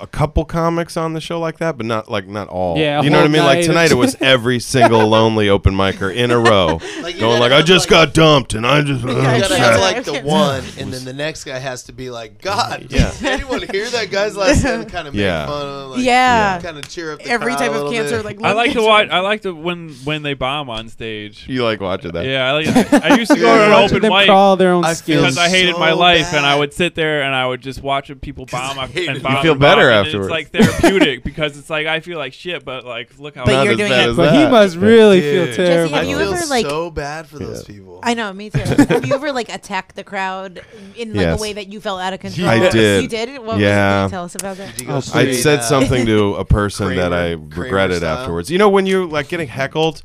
Speaker 9: a couple comics on the show like that, but not like not all.
Speaker 1: Yeah,
Speaker 9: you know what I
Speaker 1: whole
Speaker 9: mean. Like
Speaker 1: night.
Speaker 9: tonight, it was every single lonely open micer in a row,
Speaker 2: Like, you
Speaker 9: going
Speaker 2: gotta
Speaker 9: like, "I
Speaker 2: have,
Speaker 9: just got dumped," and I just.
Speaker 2: You gotta have
Speaker 9: Yeah,
Speaker 2: like the one, and then the next guy has to be like, "God,
Speaker 9: Yeah.
Speaker 2: did anyone hear that guy's last name?" Kind of make
Speaker 9: Yeah.
Speaker 2: fun of, him, like,
Speaker 7: Yeah.
Speaker 2: kind of cheer up the
Speaker 7: Every
Speaker 2: crowd
Speaker 7: type
Speaker 2: a
Speaker 7: of
Speaker 2: little
Speaker 7: cancer,
Speaker 2: bit.
Speaker 7: like
Speaker 3: I
Speaker 7: lung
Speaker 3: like to
Speaker 7: cancer.
Speaker 3: watch. I like to when when they bomb on stage.
Speaker 9: you like watching that?
Speaker 3: Yeah, I, like, I used to go to an
Speaker 1: Watching
Speaker 3: open
Speaker 1: them
Speaker 3: mic
Speaker 1: crawl their own
Speaker 2: I feel
Speaker 1: skills.
Speaker 3: because I hated
Speaker 2: so
Speaker 3: my life, and I
Speaker 2: bad.
Speaker 3: would sit there and I would just watch people bomb up
Speaker 2: hated it.
Speaker 3: and bomb.
Speaker 9: You feel
Speaker 3: and bomb,
Speaker 9: better
Speaker 3: and
Speaker 9: afterwards.
Speaker 3: It's like therapeutic because it's like I feel like shit, but like look how.
Speaker 7: But
Speaker 9: Not
Speaker 7: you're
Speaker 9: as
Speaker 7: doing
Speaker 9: bad
Speaker 7: it.
Speaker 9: as
Speaker 1: But he
Speaker 9: that.
Speaker 1: must really
Speaker 2: Dude.
Speaker 1: feel
Speaker 2: Jesse,
Speaker 1: terrible.
Speaker 2: I
Speaker 8: Have you
Speaker 2: feel
Speaker 8: ever, like-
Speaker 2: so bad for those people.
Speaker 8: I know, me too. Have you ever like attacked the crowd in like
Speaker 9: Yes.
Speaker 8: a way that you felt out of control?
Speaker 9: I did.
Speaker 8: You did? What was
Speaker 9: Yeah.
Speaker 8: it? Can you tell us about that?
Speaker 2: Did you go
Speaker 1: I
Speaker 2: straight,
Speaker 9: I said
Speaker 2: uh,
Speaker 9: something to a person that
Speaker 2: Kramer-
Speaker 9: I
Speaker 2: Kramer
Speaker 9: regretted
Speaker 2: style?
Speaker 9: afterwards. You know when you're like getting heckled.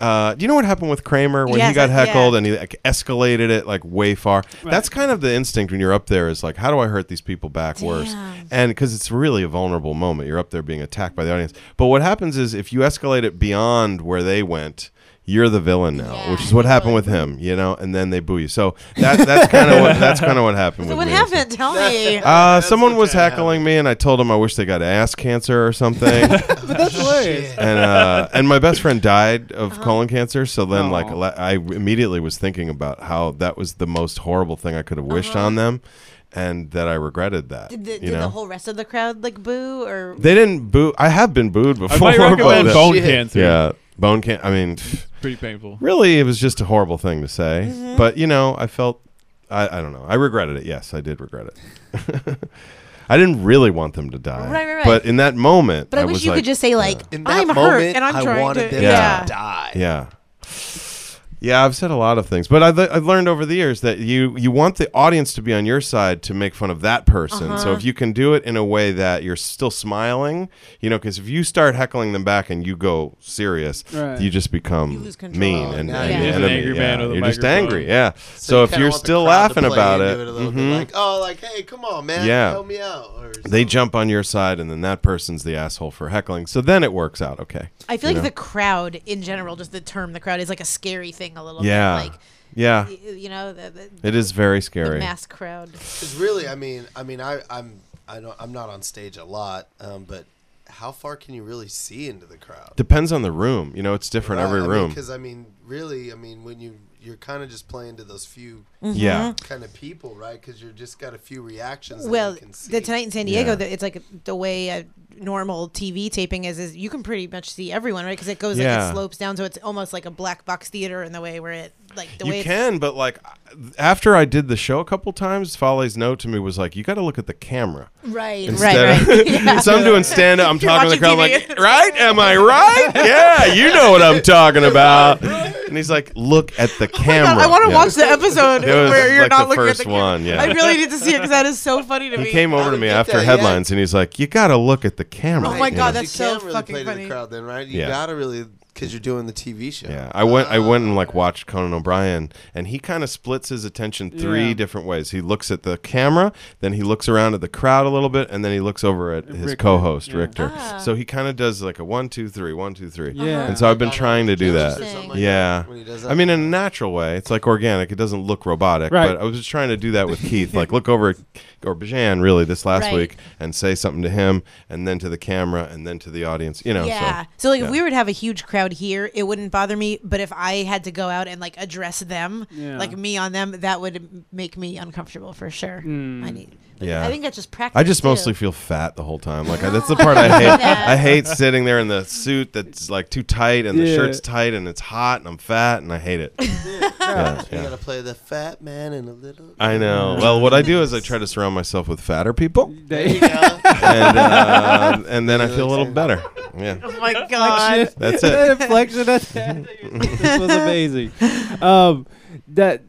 Speaker 9: Uh, do you know what happened with Kramer when he
Speaker 7: Yes,
Speaker 9: got
Speaker 7: I- yeah.
Speaker 9: heckled and he like, escalated it like way far? That's kind of the instinct when you're up there is like, how do I hurt these people back worse?
Speaker 8: Damn.
Speaker 9: And because it's really a vulnerable moment, you're up there being attacked by the audience. But what happens is if you escalate it beyond where they went, you're the villain now,
Speaker 8: Yeah,
Speaker 9: which is what happened with him, you know. And then they boo you. So that, that's kind of what that's kind of what happened.
Speaker 8: So
Speaker 9: with
Speaker 8: what
Speaker 9: me.
Speaker 8: happened? Tell me.
Speaker 9: Uh,
Speaker 2: That's
Speaker 9: someone
Speaker 2: what
Speaker 9: was
Speaker 2: kinda
Speaker 9: heckling me, and I told him I wish they got ass cancer or something.
Speaker 1: but that's hilarious.
Speaker 9: and uh, and my best friend died of
Speaker 8: Uh-huh.
Speaker 9: colon cancer. So then, like,
Speaker 1: Aw.
Speaker 9: la- I immediately was thinking about how that was the most horrible thing I could have wished on them, and that I regretted that.
Speaker 8: Uh-huh. Did, the,
Speaker 9: you
Speaker 8: did
Speaker 9: know,
Speaker 8: the whole rest of the crowd like boo or?
Speaker 9: they didn't boo. I have been booed
Speaker 3: I
Speaker 9: before.
Speaker 3: might recommend
Speaker 9: but-
Speaker 3: bone
Speaker 2: shit.
Speaker 3: cancer.
Speaker 9: Yeah, bone can. I mean,
Speaker 3: pretty painful.
Speaker 9: really, it was just a horrible thing to say.
Speaker 8: Mm-hmm.
Speaker 9: But you know, I felt. I, I don't know. I regretted it. Yes, I did regret it. I didn't really want them to die.
Speaker 8: Right, right, right.
Speaker 9: But in that moment,
Speaker 8: but I, wish
Speaker 9: was
Speaker 8: you
Speaker 9: like,
Speaker 8: could just say like,
Speaker 2: In that
Speaker 7: I'm hurt
Speaker 2: moment,
Speaker 7: and I'm
Speaker 2: I
Speaker 7: trying
Speaker 2: wanted
Speaker 7: to-
Speaker 2: them
Speaker 9: Yeah.
Speaker 2: to die.
Speaker 9: Yeah. Yeah, I've said a lot of things, but I've, I've learned over the years that you you want the audience to be on your side to make fun of that person.
Speaker 2: Uh-huh.
Speaker 9: So if you can do it in a way that you're still smiling, you know, because if you start heckling them back and you go serious,
Speaker 1: Right.
Speaker 9: you just become
Speaker 8: You lose control.
Speaker 9: mean and,
Speaker 2: Yeah.
Speaker 9: and
Speaker 8: Yeah.
Speaker 3: He's an
Speaker 9: enemy.
Speaker 3: angry man
Speaker 9: Yeah,
Speaker 3: with a
Speaker 9: You're just
Speaker 3: microphone.
Speaker 9: angry, yeah.
Speaker 2: you
Speaker 9: So, if
Speaker 2: kinda
Speaker 9: you're
Speaker 2: want the
Speaker 9: still
Speaker 2: crowd to
Speaker 9: laughing
Speaker 2: play
Speaker 9: about
Speaker 2: into
Speaker 9: it,
Speaker 2: a little bit,
Speaker 9: mhm,
Speaker 2: like oh, like hey, come on, man,
Speaker 9: Yeah.
Speaker 2: help me out. or
Speaker 9: they
Speaker 2: something.
Speaker 9: jump on your side, and then that person's the asshole for heckling. So then it works out, okay?
Speaker 8: I feel
Speaker 9: you
Speaker 8: like
Speaker 9: know?
Speaker 8: the crowd in general, just the term the crowd is like a scary thing a little
Speaker 9: yeah,
Speaker 8: bit.
Speaker 9: yeah.
Speaker 8: Like y- you know, the, the,
Speaker 9: It is very
Speaker 8: the
Speaker 9: scary.
Speaker 8: mass crowd.
Speaker 2: Because really, I mean, I mean, I, I'm, I don't, I'm not on stage a lot, um, but how far can you really see into the crowd?
Speaker 9: Depends on the room. You know, it's different every room.
Speaker 2: Because I mean, really, I mean, when you you're kind of just playing to those few
Speaker 7: Mm-hmm.
Speaker 9: Yeah.
Speaker 2: kind of people, right? Because you're just got a few reactions.
Speaker 8: Well,
Speaker 2: that you can see.
Speaker 8: the tonight in San Diego,
Speaker 9: Yeah.
Speaker 8: the, it's like the way a normal TV taping is. Is you can pretty much see everyone, right? Because it goes like
Speaker 9: Yeah.
Speaker 8: it slopes down, so it's almost like a black box theater in the way where it like the way
Speaker 9: You
Speaker 8: it's
Speaker 9: can, but like after I did the show a couple times, Foley's note to me was like, "You got to look at the camera."
Speaker 8: right,
Speaker 9: instead
Speaker 8: right,
Speaker 9: of-
Speaker 8: right. Yeah.
Speaker 9: so I'm doing stand up. I'm talking to the crowd
Speaker 7: watching
Speaker 9: like, "Right? Am I right? yeah, you know what I'm talking about." And he's like, "Look at the camera."
Speaker 7: Oh God, I want to
Speaker 9: Yeah.
Speaker 7: watch the episode
Speaker 9: It was
Speaker 7: where you're
Speaker 9: like
Speaker 7: not
Speaker 9: the
Speaker 7: looking
Speaker 9: first
Speaker 7: at the
Speaker 9: one.
Speaker 7: camera.
Speaker 9: Yeah.
Speaker 7: I really need to see it because that is so funny to
Speaker 9: he
Speaker 7: me.
Speaker 9: came over to
Speaker 2: didn't
Speaker 9: me
Speaker 2: get
Speaker 9: after
Speaker 2: that yet.
Speaker 9: headlines, and he's like, "You got to look at the camera."
Speaker 7: Oh my
Speaker 9: you
Speaker 7: God,
Speaker 9: know?
Speaker 7: that's
Speaker 2: you can't
Speaker 7: so
Speaker 2: really
Speaker 7: fucking
Speaker 2: play to
Speaker 7: funny.
Speaker 2: the crowd, then, right? You
Speaker 9: Yeah.
Speaker 2: gotta really because you're doing the TV show.
Speaker 9: Yeah, I went. I went
Speaker 1: Ah.
Speaker 9: and like watched Conan O'Brien, and he kind of splits his attention three
Speaker 1: Yeah.
Speaker 9: different ways. He looks at the camera, then he looks around at the crowd a little bit, and then he looks over at his
Speaker 1: Richter,
Speaker 9: co-host
Speaker 1: yeah. Ah.
Speaker 9: Richter. So he kind of does like a one, two, three, one, two, three.
Speaker 1: Yeah.
Speaker 9: And so I've been trying to do
Speaker 2: Or
Speaker 9: that.
Speaker 2: something like
Speaker 9: Yeah.
Speaker 2: that when he does that.
Speaker 9: I mean, in a natural way, it's like organic. It doesn't look robotic.
Speaker 1: Right.
Speaker 9: But I was just trying to do that with Keith, like look over at Gorbajan really this last
Speaker 8: Right.
Speaker 9: week and say something to him, and then to the camera, and then to the audience. You know.
Speaker 8: Yeah.
Speaker 9: So.
Speaker 8: So, like,
Speaker 9: yeah.
Speaker 8: if we were to have a huge crowd
Speaker 7: crowd here, it wouldn't bother me. But if I had to go out and like address them,
Speaker 1: Yeah.
Speaker 7: like me on them, that would m- make me uncomfortable for sure. I need. but
Speaker 9: Yeah.
Speaker 7: I think that's just practice.
Speaker 9: I just
Speaker 7: too.
Speaker 9: mostly feel fat the whole time. Like I, that's the part I hate. I hate sitting there in the suit that's like too tight and the
Speaker 1: Yeah.
Speaker 9: shirt's tight and it's hot and I'm fat and I hate it. Yeah,
Speaker 2: You
Speaker 9: yeah.
Speaker 2: gotta play the fat man and a little.
Speaker 9: I know. Well, what I do is I try to surround myself with fatter people,
Speaker 1: Oh, They-
Speaker 9: and uh, and then I feel a little better. Yeah,
Speaker 7: Oh my god.
Speaker 9: that's
Speaker 1: that
Speaker 9: it.
Speaker 1: inflection at the end that you- this was amazing. Um, that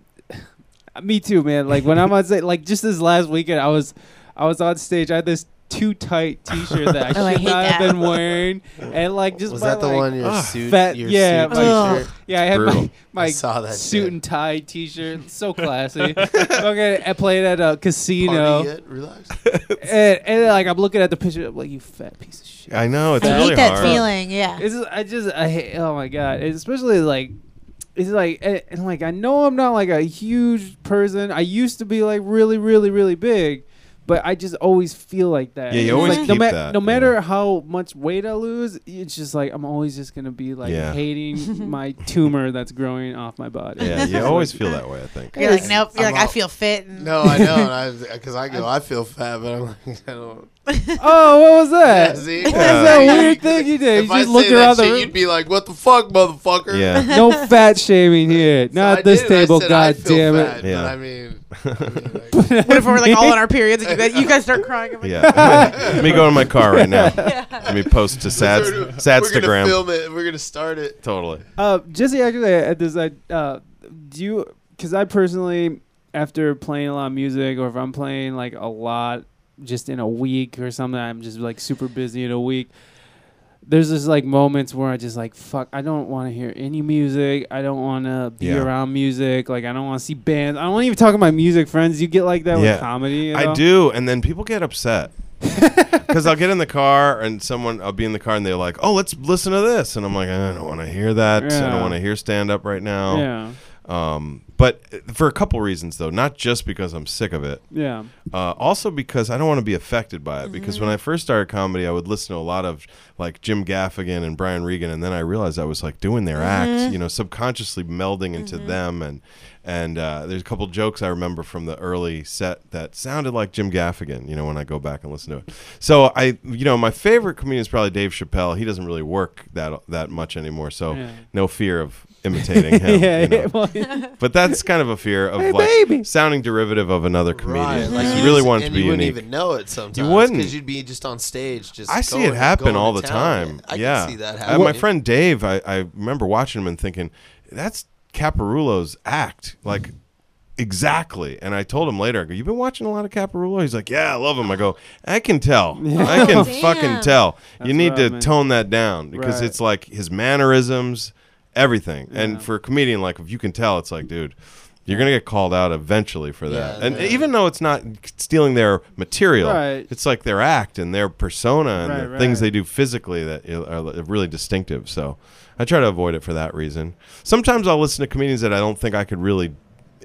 Speaker 1: me too, man. Like when I'm on stage, like just this last weekend, I was I was on stage. I had this too tight T-shirt that I
Speaker 8: Oh, I
Speaker 1: should
Speaker 8: hate
Speaker 1: not have
Speaker 8: that.
Speaker 1: been wearing, and like just
Speaker 2: Was
Speaker 1: my,
Speaker 2: that the
Speaker 1: like-
Speaker 2: one your
Speaker 9: ah,
Speaker 2: suit?
Speaker 1: fat-
Speaker 2: your
Speaker 1: yeah,
Speaker 2: suit
Speaker 1: my-
Speaker 2: t-shirt?
Speaker 1: Yeah, I had
Speaker 9: brutal.
Speaker 1: my, my
Speaker 2: I saw that
Speaker 1: suit
Speaker 2: shit.
Speaker 1: and tie T-shirt. So classy. okay, I played at a casino,
Speaker 2: Party yet? Relax.
Speaker 1: and, and like I'm looking at the picture, I'm like you fat piece of shit.
Speaker 9: I know. It's
Speaker 8: I
Speaker 9: really
Speaker 8: hate that
Speaker 9: hard.
Speaker 8: feeling. Yeah.
Speaker 1: It's just, I just I hate, oh my god, It's especially like it's like and, and like I know I'm not like a huge person. I used to be like really really really big, but I just always feel like that.
Speaker 9: Yeah, you
Speaker 1: It's
Speaker 9: always
Speaker 1: like, no,
Speaker 9: keep that,
Speaker 1: no
Speaker 9: yeah.
Speaker 1: matter how much weight I lose, it's just like I'm always just gonna be like
Speaker 9: Yeah.
Speaker 1: hating my tumor that's growing off my body.
Speaker 9: Yeah, you always feel that way. I think.
Speaker 7: You're like, nope. You're
Speaker 2: I'm
Speaker 7: like, I
Speaker 2: all-
Speaker 7: feel fit. And
Speaker 2: No, I know, because I, go, I feel fat, but I'm like, I don't.
Speaker 1: oh, what was
Speaker 2: Yeah,
Speaker 1: that?
Speaker 2: see?
Speaker 1: What was that weird thing you did?
Speaker 2: If
Speaker 1: You
Speaker 2: I
Speaker 1: just looked
Speaker 2: say that
Speaker 1: around the
Speaker 2: shit,
Speaker 1: room.
Speaker 2: you'd be like, "What the fuck, motherfucker?"
Speaker 9: Yeah.
Speaker 1: No fat shaming here.
Speaker 2: So
Speaker 1: Not
Speaker 2: I
Speaker 1: at this
Speaker 2: did, I
Speaker 1: table,
Speaker 2: said, I
Speaker 1: god
Speaker 2: feel
Speaker 1: damn
Speaker 2: fat,
Speaker 1: it.
Speaker 2: but
Speaker 9: Yeah.
Speaker 2: I mean,
Speaker 7: what if we're like all on our periods and you guys, you guys start crying? I'm like,
Speaker 9: Yeah. Let me go in my car right now. Let me post to sad
Speaker 2: we're gonna
Speaker 9: Sadstagram.
Speaker 2: film it. We're gonna start it.
Speaker 9: Totally.
Speaker 1: Uh, Jesse, actually, at this, I uh, do you because I personally, after playing a lot of music, or if I'm playing like a lot, just in a week or something, I'm just like super busy in a week. There's just like moments where I just like fuck. I don't want to hear any music. I don't want to be
Speaker 9: Yeah.
Speaker 1: around music. Like I don't want to see bands. I don't even talk to my music friends. You get like that
Speaker 9: Yeah.
Speaker 1: with comedy. at
Speaker 9: I
Speaker 1: all?
Speaker 9: do, and then people get upset. Because I'll get in the car and someone, I'll be in the car and they're like, oh, let's listen to this. And I'm like, I don't want to hear that. I
Speaker 1: Yeah.
Speaker 9: don't want to hear stand up right now.
Speaker 1: Yeah,
Speaker 9: Um, but uh, for a couple reasons, though, not just because I'm sick of it,
Speaker 1: yeah.
Speaker 9: uh, also because I don't want to be affected by it. Because
Speaker 1: Mm-hmm.
Speaker 9: when I first started comedy, I would listen to a lot of like Jim Gaffigan and Brian Regan, and then I realized I was like doing their
Speaker 1: Mm-hmm.
Speaker 9: act, you know, subconsciously melding into them. And and uh, there's a couple jokes I remember from the early set that sounded like Jim Gaffigan, you know, when I go back and listen to it. So I, you know, my favorite comedian is probably Dave Chappelle. He doesn't really work that that much anymore, so
Speaker 1: Yeah.
Speaker 9: no fear of imitating him.
Speaker 1: yeah,
Speaker 9: you know.
Speaker 1: yeah, well,
Speaker 9: But that's kind of a fear of like
Speaker 1: baby.
Speaker 9: sounding derivative of another comedian.
Speaker 2: Right,
Speaker 9: Like
Speaker 2: you
Speaker 9: you really
Speaker 2: just-
Speaker 9: want it to
Speaker 2: and
Speaker 9: be
Speaker 2: you
Speaker 9: unique.
Speaker 2: wouldn't even know it sometimes.
Speaker 9: wouldn't.
Speaker 2: because you'd be just on stage. Just
Speaker 9: I see
Speaker 2: going
Speaker 9: it
Speaker 2: and
Speaker 9: happen
Speaker 2: going
Speaker 9: all
Speaker 2: to
Speaker 9: the
Speaker 2: town.
Speaker 9: time.
Speaker 2: I can
Speaker 9: yeah,
Speaker 2: see that
Speaker 9: Uh,
Speaker 2: happening.
Speaker 9: my friend Dave, I, I remember watching him and thinking, that's Caparulo's act, like exactly. And I told him later, I go, "You've been watching a lot of Caparulo." He's like, "Yeah, I love him." I go, "I can tell. I can fucking tell. you
Speaker 1: That's
Speaker 9: need
Speaker 1: rough,
Speaker 9: to
Speaker 1: man.
Speaker 9: tone that down because
Speaker 1: Right.
Speaker 9: it's like his mannerisms, everything.
Speaker 1: Yeah.
Speaker 9: And for a comedian, like if you can tell, it's like, dude. You're gonna get called out eventually for that,
Speaker 2: Yeah,
Speaker 9: and
Speaker 2: man.
Speaker 9: even though it's not stealing their material,
Speaker 1: Right.
Speaker 9: it's like their act and their persona and
Speaker 1: Right,
Speaker 9: the things
Speaker 1: right.
Speaker 9: they do physically that are are really distinctive. So I try to avoid it for that reason. Sometimes I'll listen to comedians that I don't think I could really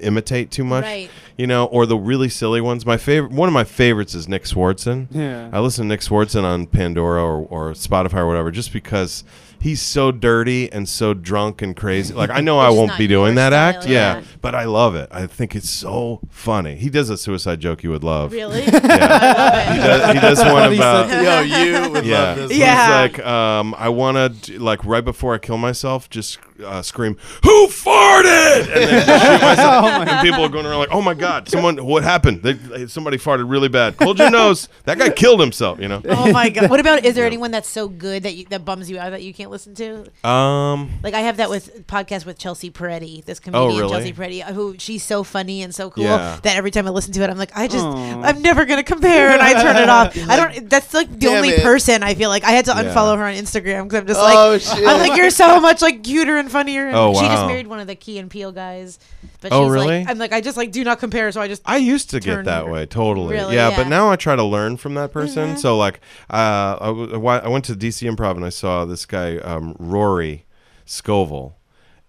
Speaker 9: imitate too much,
Speaker 8: Right.
Speaker 9: you know, or the really silly ones. My favorite, one of my favorites is Nick Swartzen.
Speaker 1: Yeah.
Speaker 9: I listen to Nick Swartzen on Pandora or, or Spotify or whatever, just because he's so dirty and so drunk and crazy. Like I know I
Speaker 8: Which is
Speaker 9: won't
Speaker 8: not
Speaker 9: be
Speaker 8: your
Speaker 9: doing that
Speaker 8: style,
Speaker 9: act, yeah.
Speaker 8: yeah.
Speaker 9: but I love it. I think it's so funny. He does a suicide joke you would love.
Speaker 8: Really?
Speaker 9: Yeah.
Speaker 8: I
Speaker 9: he,
Speaker 8: love it.
Speaker 9: does, he does one
Speaker 1: He
Speaker 9: about
Speaker 1: said-
Speaker 2: Yo, Oh, you would love this.
Speaker 7: Yeah.
Speaker 9: He's like, um, I want to, like, right before I kill myself, just uh, scream, "Who farted?" And then just shoot myself. and people are going around like, "Oh my god, someone! What happened? They, somebody farted really bad. Hold your nose. That guy killed himself." You know.
Speaker 7: oh my god.
Speaker 8: What about is there anyone that's so good that you, that bums you out that you can't listen to?
Speaker 9: Um.
Speaker 8: Like I have that with podcast with Chelsea Peretti, this comedian
Speaker 9: Oh, really?
Speaker 8: Chelsea Peretti, uh, who she's so funny and so cool
Speaker 9: Yeah.
Speaker 8: that every time I listen to it, I'm like, I just,
Speaker 1: Aw.
Speaker 8: I'm never gonna compare, and I turn it off. I don't. That's like the
Speaker 2: Damn
Speaker 8: only
Speaker 2: it.
Speaker 8: person I feel like I had to
Speaker 9: Yeah.
Speaker 8: unfollow her on Instagram because I'm just like,
Speaker 2: Oh shit!
Speaker 8: I'm like, you're so much like cuter and funnier. And
Speaker 9: Oh,
Speaker 8: She
Speaker 9: wow.
Speaker 8: just married one of the Key and Peele guys, but
Speaker 9: Oh,
Speaker 8: she's
Speaker 9: really?
Speaker 8: like, I'm like, I just like do not compare, so I just
Speaker 9: I used to get
Speaker 8: Turn
Speaker 9: that
Speaker 8: over.
Speaker 9: way totally.
Speaker 8: Really?
Speaker 9: yeah,
Speaker 8: Yeah. Mm-hmm.
Speaker 9: but now I try to learn from that person. So like, uh, I, w- I wa- I went to DC Improv and I saw this guy um, Rory Scovel,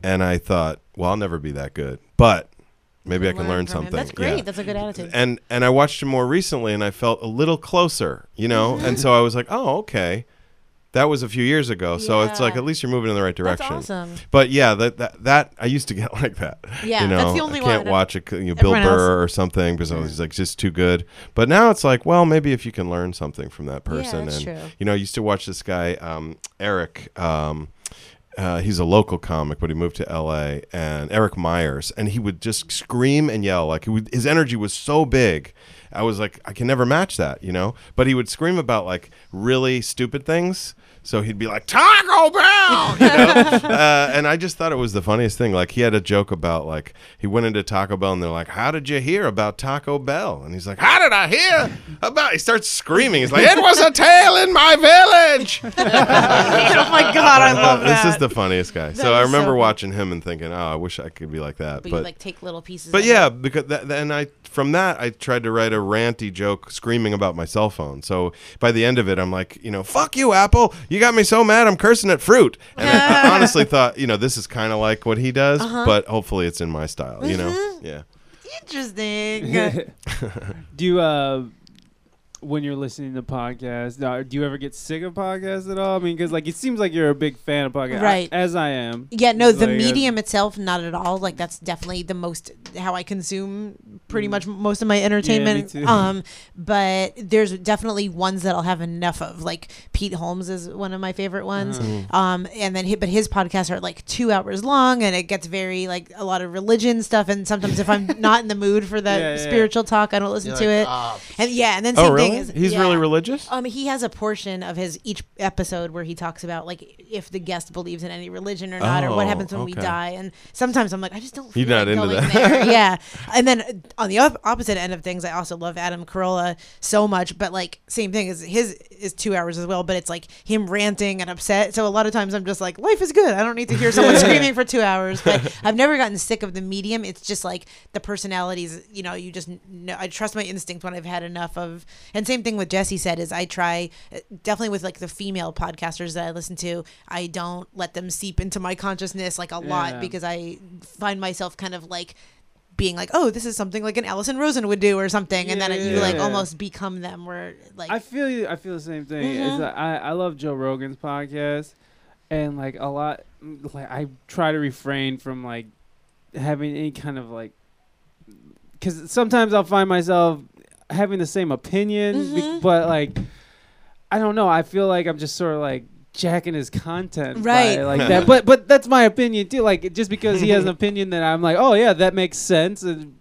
Speaker 9: and I thought, well, I'll never be that good, but maybe I can learn,
Speaker 8: from him.
Speaker 9: something.
Speaker 8: That's great.
Speaker 9: Yeah.
Speaker 8: That's a good attitude.
Speaker 9: and and I
Speaker 8: Mm-hmm.
Speaker 9: watched him more recently, and I felt a little closer, you know. and so I was like, oh, okay, that was a few years ago. So it's
Speaker 7: Yeah.
Speaker 9: like at least you're moving in the right
Speaker 7: That's
Speaker 9: direction.
Speaker 7: awesome.
Speaker 9: But yeah, that, that that I used to get like that.
Speaker 7: Mm. Yeah,
Speaker 9: you know,
Speaker 7: that's the
Speaker 9: I
Speaker 7: only
Speaker 9: can't
Speaker 7: one.
Speaker 9: watch it. You know, Bill
Speaker 7: Everyone else-
Speaker 9: Burr or something because I was like just too good. But now it's like, well, maybe if you can learn something from that person.
Speaker 7: that's
Speaker 9: and
Speaker 7: true.
Speaker 9: you know, I used to watch this guy um, Eric. Um, uh, he's a local comic, but he moved to L.A. and Eric Myers, and he would just scream and yell like he would, his energy was so big. I was like, I can never match that, you know. But he would scream about like really stupid things. So he'd be like Taco Bell, you know? uh, and I just thought it was the funniest thing. Like he had a joke about like he went into Taco Bell and they're like, "How did you hear about Taco Bell?" And he's like, "How did I hear about?" He starts screaming. He's like, "It was a tale in my village." Uh,
Speaker 12: oh my god, I love
Speaker 9: this
Speaker 12: that.
Speaker 9: is the funniest guy. so
Speaker 7: is
Speaker 9: I
Speaker 7: so
Speaker 9: remember
Speaker 7: funny.
Speaker 9: watching him and thinking, "Oh, I wish I could be like that."
Speaker 7: But,
Speaker 9: But
Speaker 7: you like take little pieces.
Speaker 9: but
Speaker 7: of
Speaker 9: yeah, because that, and I from that I tried to write a ranty joke screaming about my cell phone. So by the end of it, I'm like, you know, fuck you, Apple. You got me so mad. I'm cursing at fruit. And I honestly thought, you know, this is kind of like what he does,
Speaker 1: Uh-huh.
Speaker 9: but hopefully it's in my style. You know,
Speaker 1: Mm-hmm.
Speaker 9: yeah.
Speaker 7: it. interesting.
Speaker 1: Do you, uh, when you're listening to podcasts, uh, do you ever get sick of podcasts at all? I mean, because like it seems like you're a big fan of podcasts, I-
Speaker 7: Right.
Speaker 1: as I am.
Speaker 7: yeah, no, the
Speaker 1: Like, uh,
Speaker 7: medium itself, not at all. Like that's definitely the most how I consume pretty much most of my entertainment.
Speaker 1: too.
Speaker 7: Um, but there's definitely ones that I'll have enough of. Like Pete Holmes is one of my favorite ones.
Speaker 1: Oh.
Speaker 7: Um, and then hi- but his podcasts are like two hours long, and it gets very like a lot of religion stuff. And sometimes if I'm not in the mood for that
Speaker 1: Yeah, yeah.
Speaker 7: spiritual talk, I don't listen to
Speaker 2: "Ah,
Speaker 7: it. and yeah, and then same
Speaker 9: Oh, really?
Speaker 7: thing. Is,
Speaker 9: He's
Speaker 7: yeah.
Speaker 9: really religious.
Speaker 7: Um, he has a portion of his each episode where he talks about like if the guest believes in any religion or not, or what
Speaker 9: Oh,
Speaker 7: happens when we
Speaker 9: okay.
Speaker 7: die. And sometimes I'm like, I just don't.
Speaker 9: You're
Speaker 7: feel
Speaker 9: not
Speaker 7: like
Speaker 9: into
Speaker 7: going
Speaker 9: that.
Speaker 7: there. yeah. And then uh, on the op- opposite end of things, I also love Adam Carolla so much. But like, same thing is his is two hours as well. But it's like him ranting and upset. So a lot of times I'm just like, life is good. I don't need to hear someone screaming for two hours. But I've never gotten sick of the medium. It's just like the personalities. You know, you just know. I trust my instinct when I've had enough of. And same thing with Jesse said is I try uh, definitely with like the female podcasters that I listen to. I don't let them seep into my consciousness like a
Speaker 1: Yeah.
Speaker 7: lot because I find myself kind of like being like, oh, this is something like an Allison Rosen would do or something, and then you like
Speaker 1: Yeah.
Speaker 7: almost become them. Where like, Mm-hmm.
Speaker 1: I feel you. I feel the same thing. It's like, I I love Joe Rogan's podcast, and like a lot, like I try to refrain from like having any kind of like, because sometimes I'll find myself having the same opinion, be-
Speaker 7: Mm-hmm.
Speaker 1: but like, I don't know. I feel like I'm just sort of like jacking his content by,
Speaker 7: Right.
Speaker 1: like that but but that's my opinion too like just because he has an opinion that i'm like oh yeah that makes sense and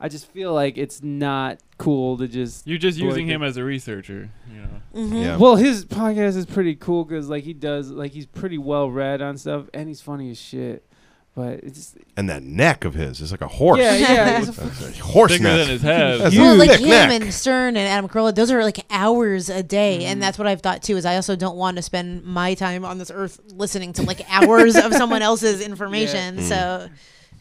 Speaker 1: i just feel like it's not cool to just
Speaker 3: You're just using
Speaker 1: Blanket.
Speaker 3: him as a researcher, you know.
Speaker 7: mm-hmm.
Speaker 9: Yeah.
Speaker 1: well, his podcast is pretty cool because like he does like he's pretty well read on stuff and he's funny as shit. But it's
Speaker 9: and that neck of his is like a horse.
Speaker 1: yeah, yeah. he's-
Speaker 9: It's a horse
Speaker 3: Bigger than
Speaker 9: neck.
Speaker 3: his head.
Speaker 9: That's
Speaker 7: well, like
Speaker 9: Thick
Speaker 7: him
Speaker 9: neck.
Speaker 7: and Stern and Adam Carolla, those are like hours a day,
Speaker 1: Mm.
Speaker 7: and that's what I've thought too. Is I also don't want to spend my time on this earth listening to like hours of someone else's information.
Speaker 9: Mm.
Speaker 7: So,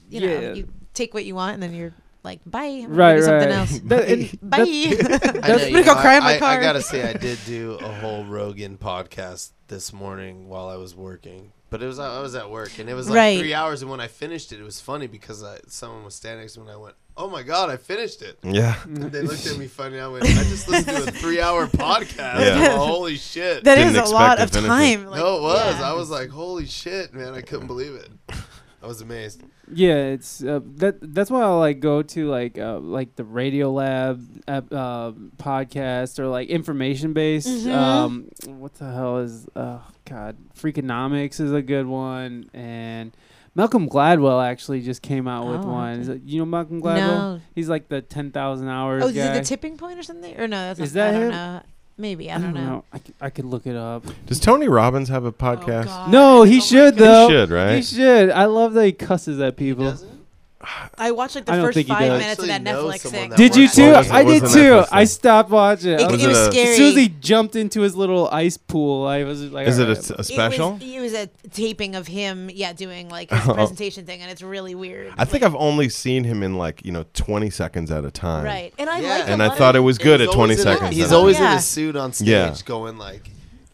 Speaker 7: you know,
Speaker 1: Yeah.
Speaker 7: you take what you want, and then you're like, bye, I'm gonna
Speaker 1: right,
Speaker 7: do
Speaker 1: right.
Speaker 7: something else.
Speaker 1: That- and that-
Speaker 7: Bye.
Speaker 2: I know,
Speaker 1: That's-
Speaker 2: you
Speaker 1: Gonna
Speaker 2: know,
Speaker 1: go cry
Speaker 2: I,
Speaker 1: in my
Speaker 2: I- I
Speaker 1: car.
Speaker 2: gotta say, I did do a whole Rogan podcast this morning while I was working, but it was I was at work, and it was like
Speaker 7: Right.
Speaker 2: three hours. And when I finished it, it was funny because I, someone was standing next to me, and I went, "Oh my god, I finished it!"
Speaker 9: Yeah.
Speaker 2: And they looked at me funny. I went, "I just listened to a three-hour podcast.
Speaker 9: Yeah.
Speaker 2: Holy shit!"
Speaker 12: that
Speaker 9: Didn't
Speaker 12: is a
Speaker 9: expect
Speaker 12: lot
Speaker 9: to
Speaker 12: of
Speaker 9: finish it.
Speaker 12: time. Like,
Speaker 2: no, it was.
Speaker 7: yeah.
Speaker 2: I was like, "Holy shit, man! I couldn't believe it." I was amazed.
Speaker 1: yeah, it's uh, that that's why I like go to like uh, like the Radio Lab ep- um podcast or like information based.
Speaker 7: Mm-hmm.
Speaker 1: Um, what the hell is oh god, Freakonomics is a good one and. Malcolm Gladwell actually just came out with
Speaker 7: Oh,
Speaker 1: one. Is it- You know Malcolm Gladwell?
Speaker 7: No.
Speaker 1: He's like the ten thousand hours
Speaker 7: oh,
Speaker 1: guy.
Speaker 7: is it the tipping point or something? Or no, that's
Speaker 1: Is
Speaker 7: not,
Speaker 1: that
Speaker 7: I don't
Speaker 1: him?
Speaker 7: know. Maybe I
Speaker 1: I
Speaker 7: don't, know. Oh,
Speaker 1: I could, I could look it up.
Speaker 9: Does Tony Robbins have a podcast?
Speaker 1: Oh, No, he should though.
Speaker 9: He should, right?
Speaker 1: He should. I love that he cusses at people.
Speaker 12: I watched like
Speaker 1: I
Speaker 12: the
Speaker 1: don't
Speaker 12: first
Speaker 1: think he
Speaker 12: five
Speaker 1: does.
Speaker 12: minutes of
Speaker 2: Actually
Speaker 12: that
Speaker 2: know
Speaker 12: Netflix
Speaker 2: someone
Speaker 12: thing.
Speaker 2: that
Speaker 1: Did you
Speaker 2: works
Speaker 1: too?
Speaker 2: at
Speaker 9: What was it-
Speaker 1: I
Speaker 9: what
Speaker 1: did
Speaker 9: was the
Speaker 1: too.
Speaker 9: Netflix
Speaker 1: I
Speaker 9: thing?
Speaker 1: stopped watching. I
Speaker 7: It,
Speaker 1: was-
Speaker 7: it
Speaker 9: it
Speaker 7: was
Speaker 9: a-
Speaker 7: scary.
Speaker 1: as soon as he jumped into his little ice pool, I was like,
Speaker 9: Is it a
Speaker 1: "Alright,
Speaker 9: s- a, special?
Speaker 7: It was, it was a taping of him, yeah, doing like his presentation thing, and it's really weird.
Speaker 9: I think I've only seen him in like you know 20 seconds at a time.
Speaker 7: right, and I
Speaker 2: Yeah.
Speaker 7: like. a
Speaker 9: And I
Speaker 7: lot
Speaker 9: thought
Speaker 7: of,
Speaker 9: it was good
Speaker 2: He's
Speaker 9: at 20
Speaker 2: always in a-
Speaker 9: seconds.
Speaker 2: he's
Speaker 9: at a
Speaker 2: always in
Speaker 7: Yeah.
Speaker 2: a suit on stage,
Speaker 9: Yeah.
Speaker 2: going like,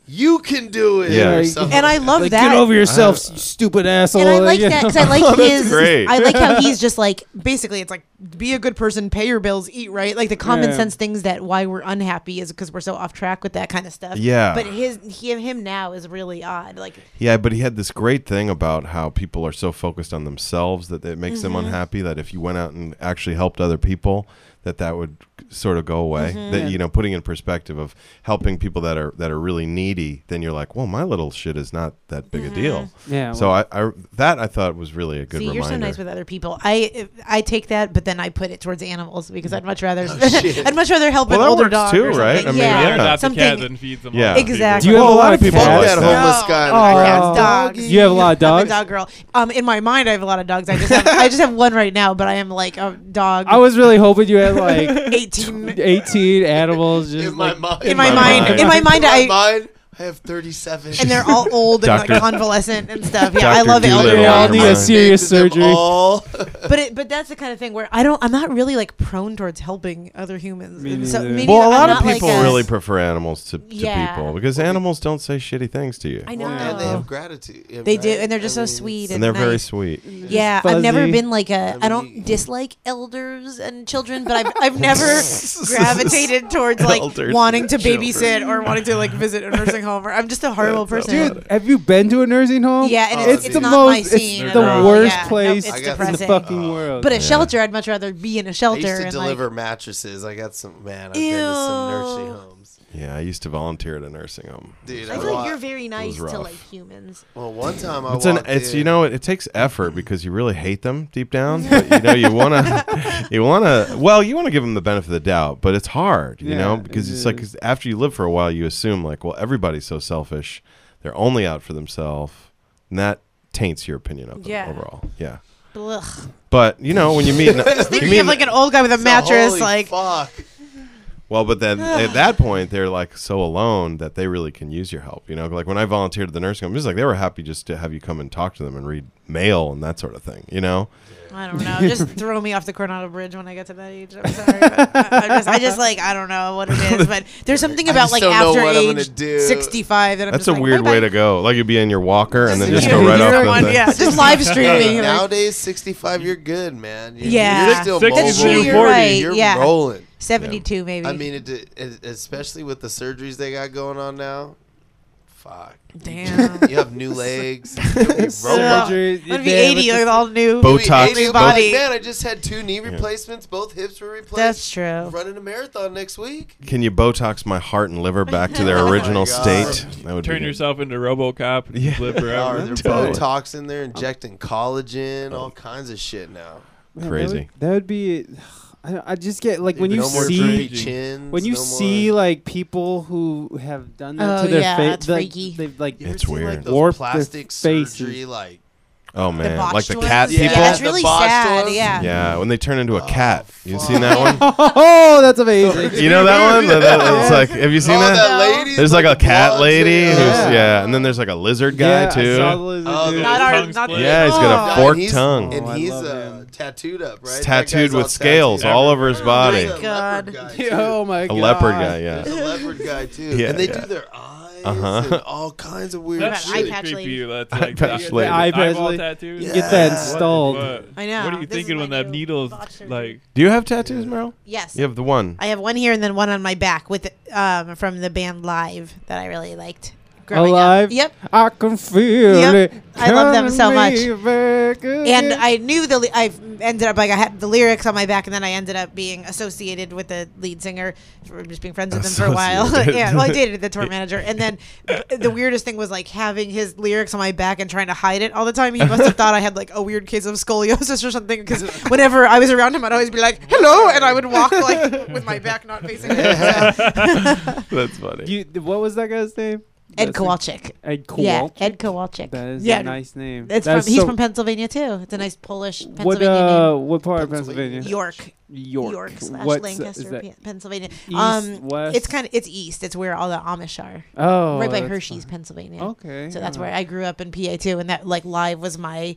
Speaker 2: you can do it.
Speaker 9: Yeah.
Speaker 2: or
Speaker 9: Like-
Speaker 2: something
Speaker 13: And I
Speaker 2: like that.
Speaker 13: love
Speaker 1: Like,
Speaker 13: that.
Speaker 1: get over yourself, you stupid asshole.
Speaker 7: And I like
Speaker 1: you
Speaker 7: that
Speaker 1: know?
Speaker 7: because I like his.
Speaker 9: great.
Speaker 7: I like how he's just like
Speaker 13: Basically, it's like be a good person, pay your bills, eat right. Like
Speaker 7: the common
Speaker 1: Yeah.
Speaker 7: sense things that why we're unhappy is because we're so off track with that kind of stuff.
Speaker 9: Yeah.
Speaker 7: But his he, him now is really odd. Like
Speaker 9: Yeah, but he had this great thing about how people are so focused on themselves that it makes them
Speaker 7: Mm-hmm.
Speaker 9: unhappy. That if you went out and actually helped other people, that that would sort of go away.
Speaker 7: Mm-hmm.
Speaker 9: That you know, putting in perspective of helping people that are that are really needy, then you're like, well, my little shit is not that big a deal.
Speaker 1: Yeah,
Speaker 9: So I, I that I thought was really a
Speaker 7: Mm-hmm.
Speaker 9: good
Speaker 7: See,
Speaker 9: reminder.
Speaker 7: you're so nice with other people. I I take that, but then I put it towards animals because I'd much rather I'd much rather help
Speaker 9: Mm. Oh, Well,
Speaker 7: an
Speaker 9: that
Speaker 7: older
Speaker 9: works
Speaker 7: dog
Speaker 9: too,
Speaker 7: or something.
Speaker 9: right? I mean,
Speaker 7: yeah,
Speaker 9: yeah.
Speaker 3: adopt a cat
Speaker 7: something.
Speaker 3: and feeds them.
Speaker 9: Yeah.
Speaker 3: all the people.
Speaker 7: Exactly.
Speaker 1: Do you have
Speaker 9: Well,
Speaker 1: a lot of
Speaker 9: of people
Speaker 1: cats?
Speaker 2: Fuck
Speaker 9: like
Speaker 2: that
Speaker 9: that.
Speaker 2: homeless
Speaker 7: No.
Speaker 2: guy.
Speaker 1: Oh.
Speaker 2: That's
Speaker 7: Dogs.
Speaker 2: doggy.
Speaker 1: You have a lot of
Speaker 7: I'm a
Speaker 1: dogs.
Speaker 7: dog girl. Um, in my mind, I have a lot of dogs. I just have, I just have one right now, but I am like a dog.
Speaker 1: I was really hoping you had like
Speaker 7: 18.
Speaker 1: 18 animals. Just
Speaker 2: in my
Speaker 1: like-
Speaker 2: mind.
Speaker 7: In my mind,
Speaker 9: mind.
Speaker 7: in my mind,
Speaker 2: In my
Speaker 7: I
Speaker 2: mind, I have 37.
Speaker 7: and they're all old and like
Speaker 9: Doctor-
Speaker 7: convalescent and stuff. Yeah, I
Speaker 9: Doctor
Speaker 7: love
Speaker 9: Doolittle.
Speaker 7: elderly.
Speaker 1: They all
Speaker 9: Never
Speaker 1: need a
Speaker 9: mind.
Speaker 1: serious
Speaker 2: Them
Speaker 1: surgery.
Speaker 2: all.
Speaker 7: But it, but that's the kind of thing where I don't. I'm not really like prone towards helping other humans.
Speaker 1: Me
Speaker 7: And so,
Speaker 1: neither.
Speaker 7: meaning
Speaker 9: well,
Speaker 7: I'm
Speaker 9: a lot of
Speaker 7: not like
Speaker 9: people
Speaker 7: a-
Speaker 9: really prefer animals to, to
Speaker 7: Yeah.
Speaker 9: people because animals don't say shitty things to you,
Speaker 7: I know.
Speaker 2: And they have gratitude.
Speaker 7: They do, and they're just so sweet.
Speaker 9: and they're very
Speaker 7: nice.
Speaker 9: sweet.
Speaker 7: Yeah, I've never
Speaker 1: fuzzy.
Speaker 7: been like a. I
Speaker 2: mean-
Speaker 7: don't dislike elders and children, but I've I've never gravitated towards like
Speaker 9: Elders
Speaker 7: wanting to
Speaker 9: and children.
Speaker 7: babysit or wanting to like visit a nursing home. Or I'm just a horrible person.
Speaker 1: Dude, have you been to a nursing home?
Speaker 7: yeah, and
Speaker 2: Oh,
Speaker 7: it's,
Speaker 2: dude.
Speaker 7: it's
Speaker 2: the
Speaker 7: not my
Speaker 1: most,
Speaker 7: scene.
Speaker 1: it's
Speaker 7: at
Speaker 1: the
Speaker 7: all.
Speaker 1: worst
Speaker 7: Yeah, nope,
Speaker 1: place
Speaker 2: I
Speaker 7: it's
Speaker 2: got-
Speaker 1: in the
Speaker 7: depressing.
Speaker 1: fucking world.
Speaker 7: But a shelter, I'd much rather be in a
Speaker 2: I
Speaker 7: shelter.
Speaker 2: used to
Speaker 7: and,
Speaker 2: deliver
Speaker 7: Like,
Speaker 2: mattresses. I got some man. I've been to some nursing
Speaker 7: Ew.
Speaker 2: homes.
Speaker 9: Yeah, I used to volunteer at a nursing home.
Speaker 2: Dude,
Speaker 7: I
Speaker 2: I
Speaker 7: feel
Speaker 2: wa-
Speaker 7: like you're very nice
Speaker 9: rough.
Speaker 7: to like humans.
Speaker 2: well, one time I
Speaker 9: It's an
Speaker 2: walked
Speaker 9: it's
Speaker 2: in-
Speaker 9: you know it, it takes effort because you really hate them deep down, but you know you want to you want to well you want to give them the benefit of the doubt, but it's hard, you know,
Speaker 1: Yeah,
Speaker 9: because
Speaker 1: it
Speaker 9: it's like
Speaker 1: is.
Speaker 9: after you live for a while you assume like well everybody's so selfish, they're only out for themselves, and that taints your opinion of them
Speaker 7: Yeah.
Speaker 9: overall. Yeah.
Speaker 7: Ugh.
Speaker 9: But you know when you meet you
Speaker 13: thinking
Speaker 9: meet-
Speaker 13: of like an old guy with a
Speaker 2: So,
Speaker 13: mattress,
Speaker 2: holy
Speaker 13: like
Speaker 2: fuck.
Speaker 9: Well, but then at that point, they're like so alone that they really can use your help. You know, like when I volunteered at the nursing home, it's like they were happy just to have you come and talk to them and read mail and that sort of thing. You know,
Speaker 7: I don't know. Just throw me off the Coronado Bridge when I get to that age. I'm sorry. But I, I just, I just like I don't know what it is, but there's something
Speaker 2: I
Speaker 7: about
Speaker 2: just
Speaker 7: like
Speaker 2: don't know
Speaker 7: after
Speaker 2: what I'm gonna
Speaker 7: age
Speaker 2: do.
Speaker 7: 65 that I'm
Speaker 9: that's
Speaker 7: just
Speaker 9: a
Speaker 7: like,
Speaker 9: weird
Speaker 7: bye-bye.
Speaker 9: way to go. Like you'd be in your walker and then
Speaker 1: Just
Speaker 9: just go
Speaker 1: you-
Speaker 9: right
Speaker 1: you're
Speaker 9: off the
Speaker 7: one,
Speaker 9: thing.
Speaker 7: yeah, just live
Speaker 2: Hey,
Speaker 7: streaming. Like,
Speaker 2: nowadays, 65, you're good, man. You're,
Speaker 7: Yeah.
Speaker 2: you're still
Speaker 3: Six-
Speaker 2: mobile.
Speaker 3: six to
Speaker 2: you're,
Speaker 3: 40,
Speaker 7: you're
Speaker 2: you're
Speaker 7: yeah.
Speaker 2: rolling.
Speaker 7: 72 maybe.
Speaker 2: I mean, it, it, especially with the surgeries they got going on now. Fuck.
Speaker 7: damn.
Speaker 2: You have new legs. You'll be a robot.
Speaker 1: Surgery,
Speaker 7: I'm gonna be
Speaker 1: yeah,
Speaker 7: 80
Speaker 1: with
Speaker 7: with
Speaker 1: the-
Speaker 7: all new.
Speaker 2: You'll
Speaker 9: Both-
Speaker 2: be
Speaker 9: Botox.
Speaker 2: 80, you'll be
Speaker 7: Body.
Speaker 2: Like, man, I just had two knee replacements. Both hips were replaced.
Speaker 7: That's true.
Speaker 2: Running a marathon next week.
Speaker 9: Can you Botox my heart and liver back to their
Speaker 2: my
Speaker 9: original
Speaker 2: God.
Speaker 9: state? That would
Speaker 3: Turn
Speaker 9: good.
Speaker 3: yourself into RoboCop and just live
Speaker 2: Are
Speaker 3: forever.
Speaker 2: there
Speaker 9: Totally.
Speaker 2: Botox in there, injecting collagen, all kinds of shit now.
Speaker 1: Man,
Speaker 9: Crazy.
Speaker 1: That would, that would be. I, don't- I just get like when you
Speaker 2: no more
Speaker 1: see
Speaker 2: droopy chins.
Speaker 1: when you
Speaker 2: no more-
Speaker 1: see like people who have done that
Speaker 7: Oh,
Speaker 1: to their
Speaker 7: yeah,
Speaker 1: face.
Speaker 7: that's freaky.
Speaker 1: They've like
Speaker 2: You ever
Speaker 9: It's
Speaker 2: seen,
Speaker 9: weird.
Speaker 2: Like, those
Speaker 1: Warped their
Speaker 2: plastic
Speaker 1: faces.
Speaker 2: surgery, like
Speaker 9: Oh man,
Speaker 7: botched
Speaker 9: like the
Speaker 7: ones?
Speaker 9: cat
Speaker 2: Yeah,
Speaker 9: people.
Speaker 7: that's
Speaker 2: the
Speaker 7: really
Speaker 2: botched
Speaker 7: sad.
Speaker 2: ones?
Speaker 7: Yeah.
Speaker 9: Yeah, when they turn into a cat. You
Speaker 2: fuck.
Speaker 9: seen that one?
Speaker 1: oh, that's amazing.
Speaker 9: You know that one? It's like, have you seen
Speaker 2: oh, that,
Speaker 9: that?
Speaker 2: lady.
Speaker 9: There's like a cat
Speaker 2: blonde
Speaker 9: lady
Speaker 2: chick.
Speaker 9: who's
Speaker 1: Yeah.
Speaker 9: yeah, and then there's like a lizard guy
Speaker 1: yeah,
Speaker 9: too.
Speaker 1: I saw the lizard,
Speaker 2: Oh,
Speaker 1: dude.
Speaker 2: the-
Speaker 3: Not
Speaker 13: our-
Speaker 3: tongue
Speaker 13: not-
Speaker 3: split.
Speaker 9: Yeah, he's got
Speaker 2: Yeah,
Speaker 9: a
Speaker 2: and
Speaker 9: forked
Speaker 2: he's-
Speaker 9: tongue.
Speaker 2: and
Speaker 1: Oh, I
Speaker 2: he's
Speaker 1: love
Speaker 2: uh,
Speaker 1: him.
Speaker 2: tattooed up, right?
Speaker 9: It's
Speaker 2: That
Speaker 9: tattooed
Speaker 2: guy's all
Speaker 9: with scales
Speaker 2: tattooed.
Speaker 9: all over his body.
Speaker 2: There's a
Speaker 7: Oh God.
Speaker 2: leopard guy, too.
Speaker 1: oh my
Speaker 9: A
Speaker 1: god.
Speaker 9: leopard guy, yeah.
Speaker 2: There's a leopard guy too,
Speaker 9: Yeah,
Speaker 2: and they
Speaker 9: yeah.
Speaker 2: do their eyes
Speaker 9: Uh-huh.
Speaker 2: and all kinds of weird
Speaker 3: That's
Speaker 7: Eye
Speaker 2: shit.
Speaker 3: really
Speaker 7: patch
Speaker 3: creepy.
Speaker 7: lady.
Speaker 3: That's like
Speaker 9: patch
Speaker 3: the-
Speaker 9: lady.
Speaker 3: the
Speaker 1: Eye patch
Speaker 3: eyeball
Speaker 1: lady.
Speaker 3: tattoos.
Speaker 1: You get that
Speaker 2: Yeah.
Speaker 1: installed.
Speaker 3: What the fuck?
Speaker 7: I know.
Speaker 3: What are you
Speaker 7: This is
Speaker 3: thinking
Speaker 7: my
Speaker 3: when that
Speaker 7: new
Speaker 3: needle's
Speaker 7: botched surgery.
Speaker 3: like?
Speaker 9: Do you have tattoos, Meryl?
Speaker 7: Yes.
Speaker 9: You have the one.
Speaker 7: I have one here and then one on my back with um from the band Live that I really liked. growing up.
Speaker 1: Alive.
Speaker 7: Yep.
Speaker 1: I can feel
Speaker 7: Yep.
Speaker 1: it.
Speaker 7: I love them so much. and
Speaker 1: And
Speaker 7: I knew the ly- I ended up like I had the lyrics on my back, and then I ended up being associated with the lead singer, for just being friends with him for a while.
Speaker 9: Associated.
Speaker 7: yeah, well, I dated the tour manager, and then the weirdest thing was like having his lyrics on my back and trying to hide it all the time. He must have thought I had like a weird case of scoliosis or something because whenever I was around him, I'd always be like, "Hello," and I would walk like with my back not facing him. So.
Speaker 9: That's funny.
Speaker 1: you, what was that guy's name?
Speaker 7: Ed
Speaker 1: That's
Speaker 7: Kowalczyk.
Speaker 1: a- Ed Kowalczyk.
Speaker 7: Yeah, Ed Kowalczyk.
Speaker 1: That is
Speaker 7: yeah,
Speaker 1: a nice name.
Speaker 7: It's
Speaker 1: That's
Speaker 7: from, he's
Speaker 1: so-
Speaker 7: from Pennsylvania too. It's a nice Polish Pennsylvania
Speaker 1: What
Speaker 7: name.
Speaker 1: uh, what part of Pennsylvania?
Speaker 7: York,
Speaker 1: York.
Speaker 7: York slash
Speaker 1: What's- is
Speaker 7: Lancaster,
Speaker 1: that-
Speaker 7: P- Pennsylvania.
Speaker 1: east,
Speaker 7: um,
Speaker 1: west?
Speaker 7: it's kind of it's east. It's where all the Amish are,
Speaker 1: Oh,
Speaker 7: right by
Speaker 1: that's
Speaker 7: Hershey's,
Speaker 1: fine.
Speaker 7: Pennsylvania.
Speaker 1: Okay.
Speaker 7: so that's
Speaker 1: yeah.
Speaker 7: where I grew up in PA too, and that like live was my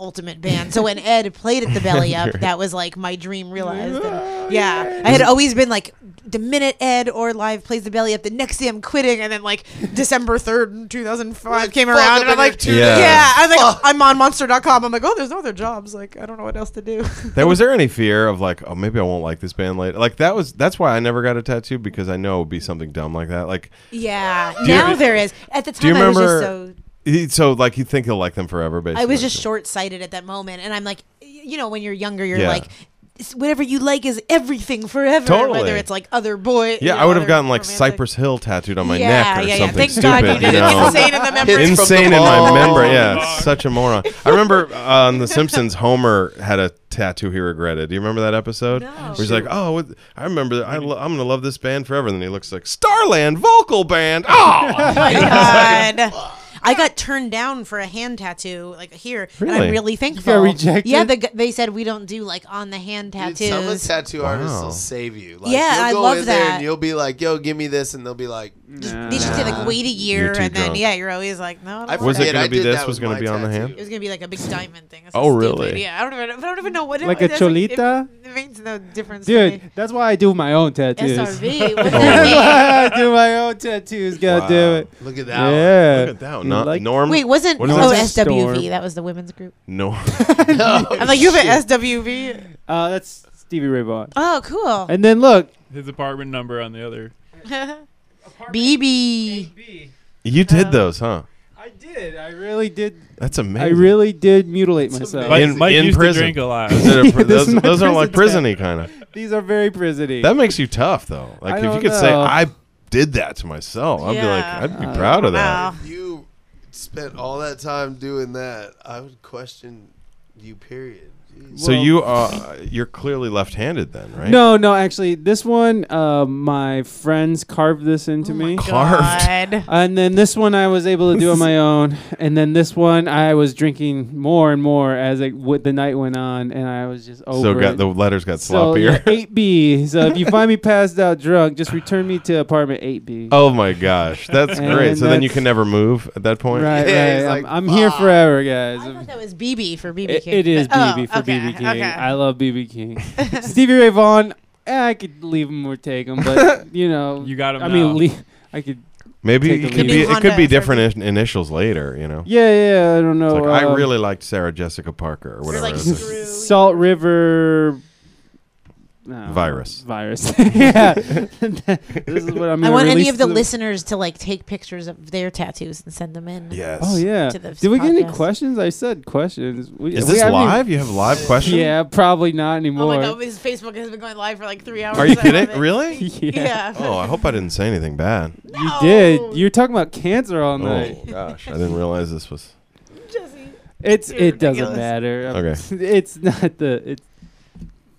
Speaker 7: ultimate band. So when Ed played at the Belly Up, that was like my dream realized. And, yeah, I had always been like, the minute Ed or Live plays the Belly Up, the next day I'm quitting. And then like December third, two thousand five came
Speaker 2: fuck
Speaker 7: around,
Speaker 2: up
Speaker 7: and I'm
Speaker 2: in your
Speaker 7: like,
Speaker 2: two
Speaker 9: Yeah.
Speaker 7: yeah.
Speaker 9: days.
Speaker 7: I'm like, I'm on Monster.com. I'm like, oh, there's no other jobs. Like, I don't know what else to do.
Speaker 9: There was there any fear of like, oh, maybe I won't like this band later? Like that was that's why I never got a tattoo because I know it would be something dumb like that. Like,
Speaker 7: yeah,
Speaker 9: you-
Speaker 7: now there is. At the time,
Speaker 9: do you
Speaker 7: I was
Speaker 9: remember?
Speaker 7: just so
Speaker 9: he- so like you think he'll like them forever, basically.
Speaker 7: I was just short sighted at that moment, and I'm like, y- you know, when you're younger, you're
Speaker 9: Yeah.
Speaker 7: like, "It's- whatever you like is everything forever.
Speaker 9: Totally.
Speaker 7: Whether it's like other boy.
Speaker 9: Yeah,
Speaker 7: you
Speaker 9: I
Speaker 7: know,
Speaker 9: would have
Speaker 7: other
Speaker 9: gotten like
Speaker 7: romantic-
Speaker 9: Cypress Hill tattooed on my
Speaker 7: Yeah,
Speaker 9: neck or
Speaker 7: yeah, yeah.
Speaker 9: something
Speaker 7: Thank
Speaker 9: stupid.
Speaker 7: God you didn't.
Speaker 9: know?
Speaker 7: Insane in the members.
Speaker 2: Hits from
Speaker 9: insane
Speaker 2: the
Speaker 9: in my
Speaker 2: ball.
Speaker 9: member. Yeah, such a moron. I remember uh, on The Simpsons, Homer had a tattoo he regretted. Do you remember that episode?
Speaker 7: No.
Speaker 9: Where he's like, "Oh, what, I remember. That. I lo- I'm gonna love this band forever." And then he looks like Starland Vocal Band. Oh,
Speaker 7: God. I got turned down for a hand tattoo, like here, and
Speaker 9: Really?
Speaker 7: I'm really thankful.
Speaker 1: rejected?
Speaker 7: Yeah, the, gu- they said we don't do like on the hand tattoos.
Speaker 2: Dude, some of the tattoo artists
Speaker 9: Wow.
Speaker 2: will save you. Like,
Speaker 7: Yeah,
Speaker 2: you'll
Speaker 7: I
Speaker 2: go
Speaker 7: love
Speaker 2: in there
Speaker 7: that.
Speaker 2: and you'll be like, "Yo, give me this," and they'll be like,
Speaker 7: they should say like wait a year,
Speaker 9: too
Speaker 7: and then
Speaker 9: drunk.
Speaker 7: yeah, you're always like, no. I don't
Speaker 2: "I
Speaker 7: want
Speaker 9: Was it
Speaker 2: forget,
Speaker 9: gonna
Speaker 2: I
Speaker 9: be
Speaker 2: did
Speaker 9: this
Speaker 2: that
Speaker 9: was
Speaker 2: with
Speaker 9: gonna
Speaker 2: my
Speaker 9: be on the
Speaker 2: tattoo."
Speaker 9: hand?
Speaker 7: It was gonna be like a big diamond thing. It's
Speaker 9: Oh,
Speaker 7: stupid.
Speaker 9: really?
Speaker 7: Yeah, I don't even. I don't even know what. It
Speaker 1: Like a
Speaker 7: it doesn't- it-
Speaker 1: cholita?
Speaker 7: It, makes no difference, to
Speaker 1: Dude,
Speaker 7: me.
Speaker 1: that's why I do my own tattoos.
Speaker 7: SRV. What does
Speaker 1: That's
Speaker 7: that
Speaker 1: why I do my own tattoos. God damn it.
Speaker 2: Look at that. one.
Speaker 1: Yeah.
Speaker 9: look at that.
Speaker 1: You
Speaker 9: Not
Speaker 1: like-
Speaker 9: Norm.
Speaker 7: mean? Wait, wasn't
Speaker 9: What is
Speaker 7: oh
Speaker 1: that?
Speaker 7: SWV?
Speaker 1: Storm.
Speaker 7: That was the women's group.
Speaker 9: Norm.
Speaker 2: Oh,
Speaker 7: I'm like, you have an SWV.
Speaker 1: Uh, that's Stevie Ray Vaughan.
Speaker 7: Oh, cool.
Speaker 1: And then look,
Speaker 3: His apartment number on the other.
Speaker 7: BB.
Speaker 9: You did those, huh?
Speaker 1: I did. I really did.
Speaker 9: That's amazing.
Speaker 1: I really did mutilate myself.
Speaker 3: Mike,
Speaker 9: In-
Speaker 3: Mike
Speaker 9: in
Speaker 3: used
Speaker 9: prison.
Speaker 3: to drink a lot.
Speaker 9: Is it a pr-
Speaker 1: Yeah, this
Speaker 9: those
Speaker 1: is my
Speaker 9: those aren't like
Speaker 1: prison
Speaker 9: prisony kind of.
Speaker 1: These are very prisony.
Speaker 9: That makes you tough though. Like
Speaker 1: I
Speaker 9: if you
Speaker 1: don't
Speaker 9: could say
Speaker 1: know. Oh,
Speaker 9: I did that to myself, I'd
Speaker 7: Yeah.
Speaker 9: be like I'd be proud of that.
Speaker 7: Wow.
Speaker 2: You spent all that time doing that. I would question you. Period. Jeez.
Speaker 9: So
Speaker 1: Well-
Speaker 9: you are you're clearly left-handed then, right?
Speaker 1: no, no, actually, this one, uh, my friends carved this
Speaker 9: Oh
Speaker 1: into me.
Speaker 9: Carved.
Speaker 7: Oh, God.
Speaker 1: And then this one I was able to do on my own. And then this one I was drinking more and more as it, w- the night went on, and I was just over
Speaker 9: So got
Speaker 1: it.
Speaker 9: the letters got
Speaker 1: So,
Speaker 9: sloppier.
Speaker 1: yeah, 8B. So if you find me passed out drunk, just return me to apartment 8B.
Speaker 9: Oh my gosh, that's
Speaker 1: And
Speaker 9: great. So then you
Speaker 1: that's-
Speaker 9: can never move at that point.
Speaker 1: Right,
Speaker 2: Yeah,
Speaker 1: right.
Speaker 2: he's
Speaker 1: I'm,
Speaker 2: like,
Speaker 1: I'm here
Speaker 2: "Fuck."
Speaker 1: forever, guys.
Speaker 7: I thought that was BB for BB
Speaker 1: It-
Speaker 7: King.
Speaker 1: it is
Speaker 7: but- oh,
Speaker 1: BB for BB King.
Speaker 7: okay,
Speaker 1: I love BB King. Stevie Ray Vaughan, eh, I could leave him or take him, but you know,
Speaker 3: You got him
Speaker 1: I
Speaker 3: now.
Speaker 1: mean, le- I could.
Speaker 9: Maybe
Speaker 1: Take a
Speaker 9: it could
Speaker 1: leave.
Speaker 9: be
Speaker 7: New
Speaker 9: it could be
Speaker 7: Honda
Speaker 9: different in- initials later. You know,
Speaker 1: Yeah, yeah. I don't know.
Speaker 9: It's like I
Speaker 1: um,
Speaker 9: really liked Sarah Jessica Parker or whatever.
Speaker 7: like
Speaker 9: it is.
Speaker 7: screw-
Speaker 1: Salt River. no,
Speaker 9: Virus.
Speaker 1: Virus. yeah. this is what I'm.
Speaker 7: I
Speaker 1: gonna
Speaker 7: want any
Speaker 1: release
Speaker 7: of the
Speaker 1: to
Speaker 7: listeners to like take pictures of their tattoos and send them in.
Speaker 9: Yes.
Speaker 1: Oh yeah.
Speaker 7: to the
Speaker 1: Did we get any
Speaker 7: podcast.
Speaker 1: questions? I said questions. We,
Speaker 9: Is
Speaker 1: we
Speaker 9: this
Speaker 1: haven't even-
Speaker 9: live? You have live questions?
Speaker 1: Yeah, probably not
Speaker 7: Oh
Speaker 1: anymore.
Speaker 7: my god, his Facebook has been going live for like three hours.
Speaker 9: Are you
Speaker 7: I love
Speaker 9: kidding?
Speaker 7: it.
Speaker 9: Really?
Speaker 1: yeah. Oh,
Speaker 7: Yeah.
Speaker 9: Oh, I hope I didn't say anything bad.
Speaker 1: You did. You were talking about cancer all night.
Speaker 9: Oh gosh, I didn't realize this was.
Speaker 7: Jesse.
Speaker 1: It's
Speaker 7: You're
Speaker 1: it doesn't
Speaker 7: ridiculous.
Speaker 1: matter. Um,
Speaker 9: Okay.
Speaker 1: It's not the it's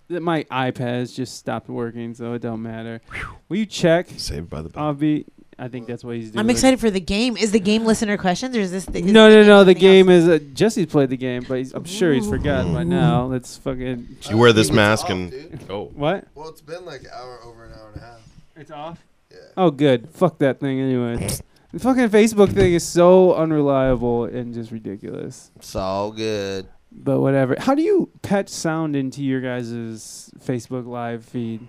Speaker 1: th- my iPad's just stopped working, so it don't matter. Will you check,
Speaker 9: Saved by the Bell.
Speaker 1: Avi? I think that's what he's doing.
Speaker 7: I'm excited for the game. Is the game listener questions or is this the, is
Speaker 1: No,
Speaker 7: the
Speaker 1: no,
Speaker 7: game
Speaker 1: no. The
Speaker 7: something
Speaker 1: game
Speaker 7: else?
Speaker 1: is uh, Jesse's played the game, but he's, I'm sure he's forgotten
Speaker 7: Mm-hmm.
Speaker 1: by now. Let's fucking
Speaker 9: you wear this
Speaker 2: It's
Speaker 9: mask
Speaker 2: off,
Speaker 9: and
Speaker 2: dude.
Speaker 9: oh,
Speaker 1: what?
Speaker 2: Well, it's been like an hour, over an hour and a half.
Speaker 1: It's off.
Speaker 2: Yeah.
Speaker 1: Oh, good. Fuck that thing anyway. The fucking Facebook thing is so unreliable and just ridiculous.
Speaker 2: It's all good.
Speaker 1: But whatever. How do you patch sound into your guys' Facebook live feed?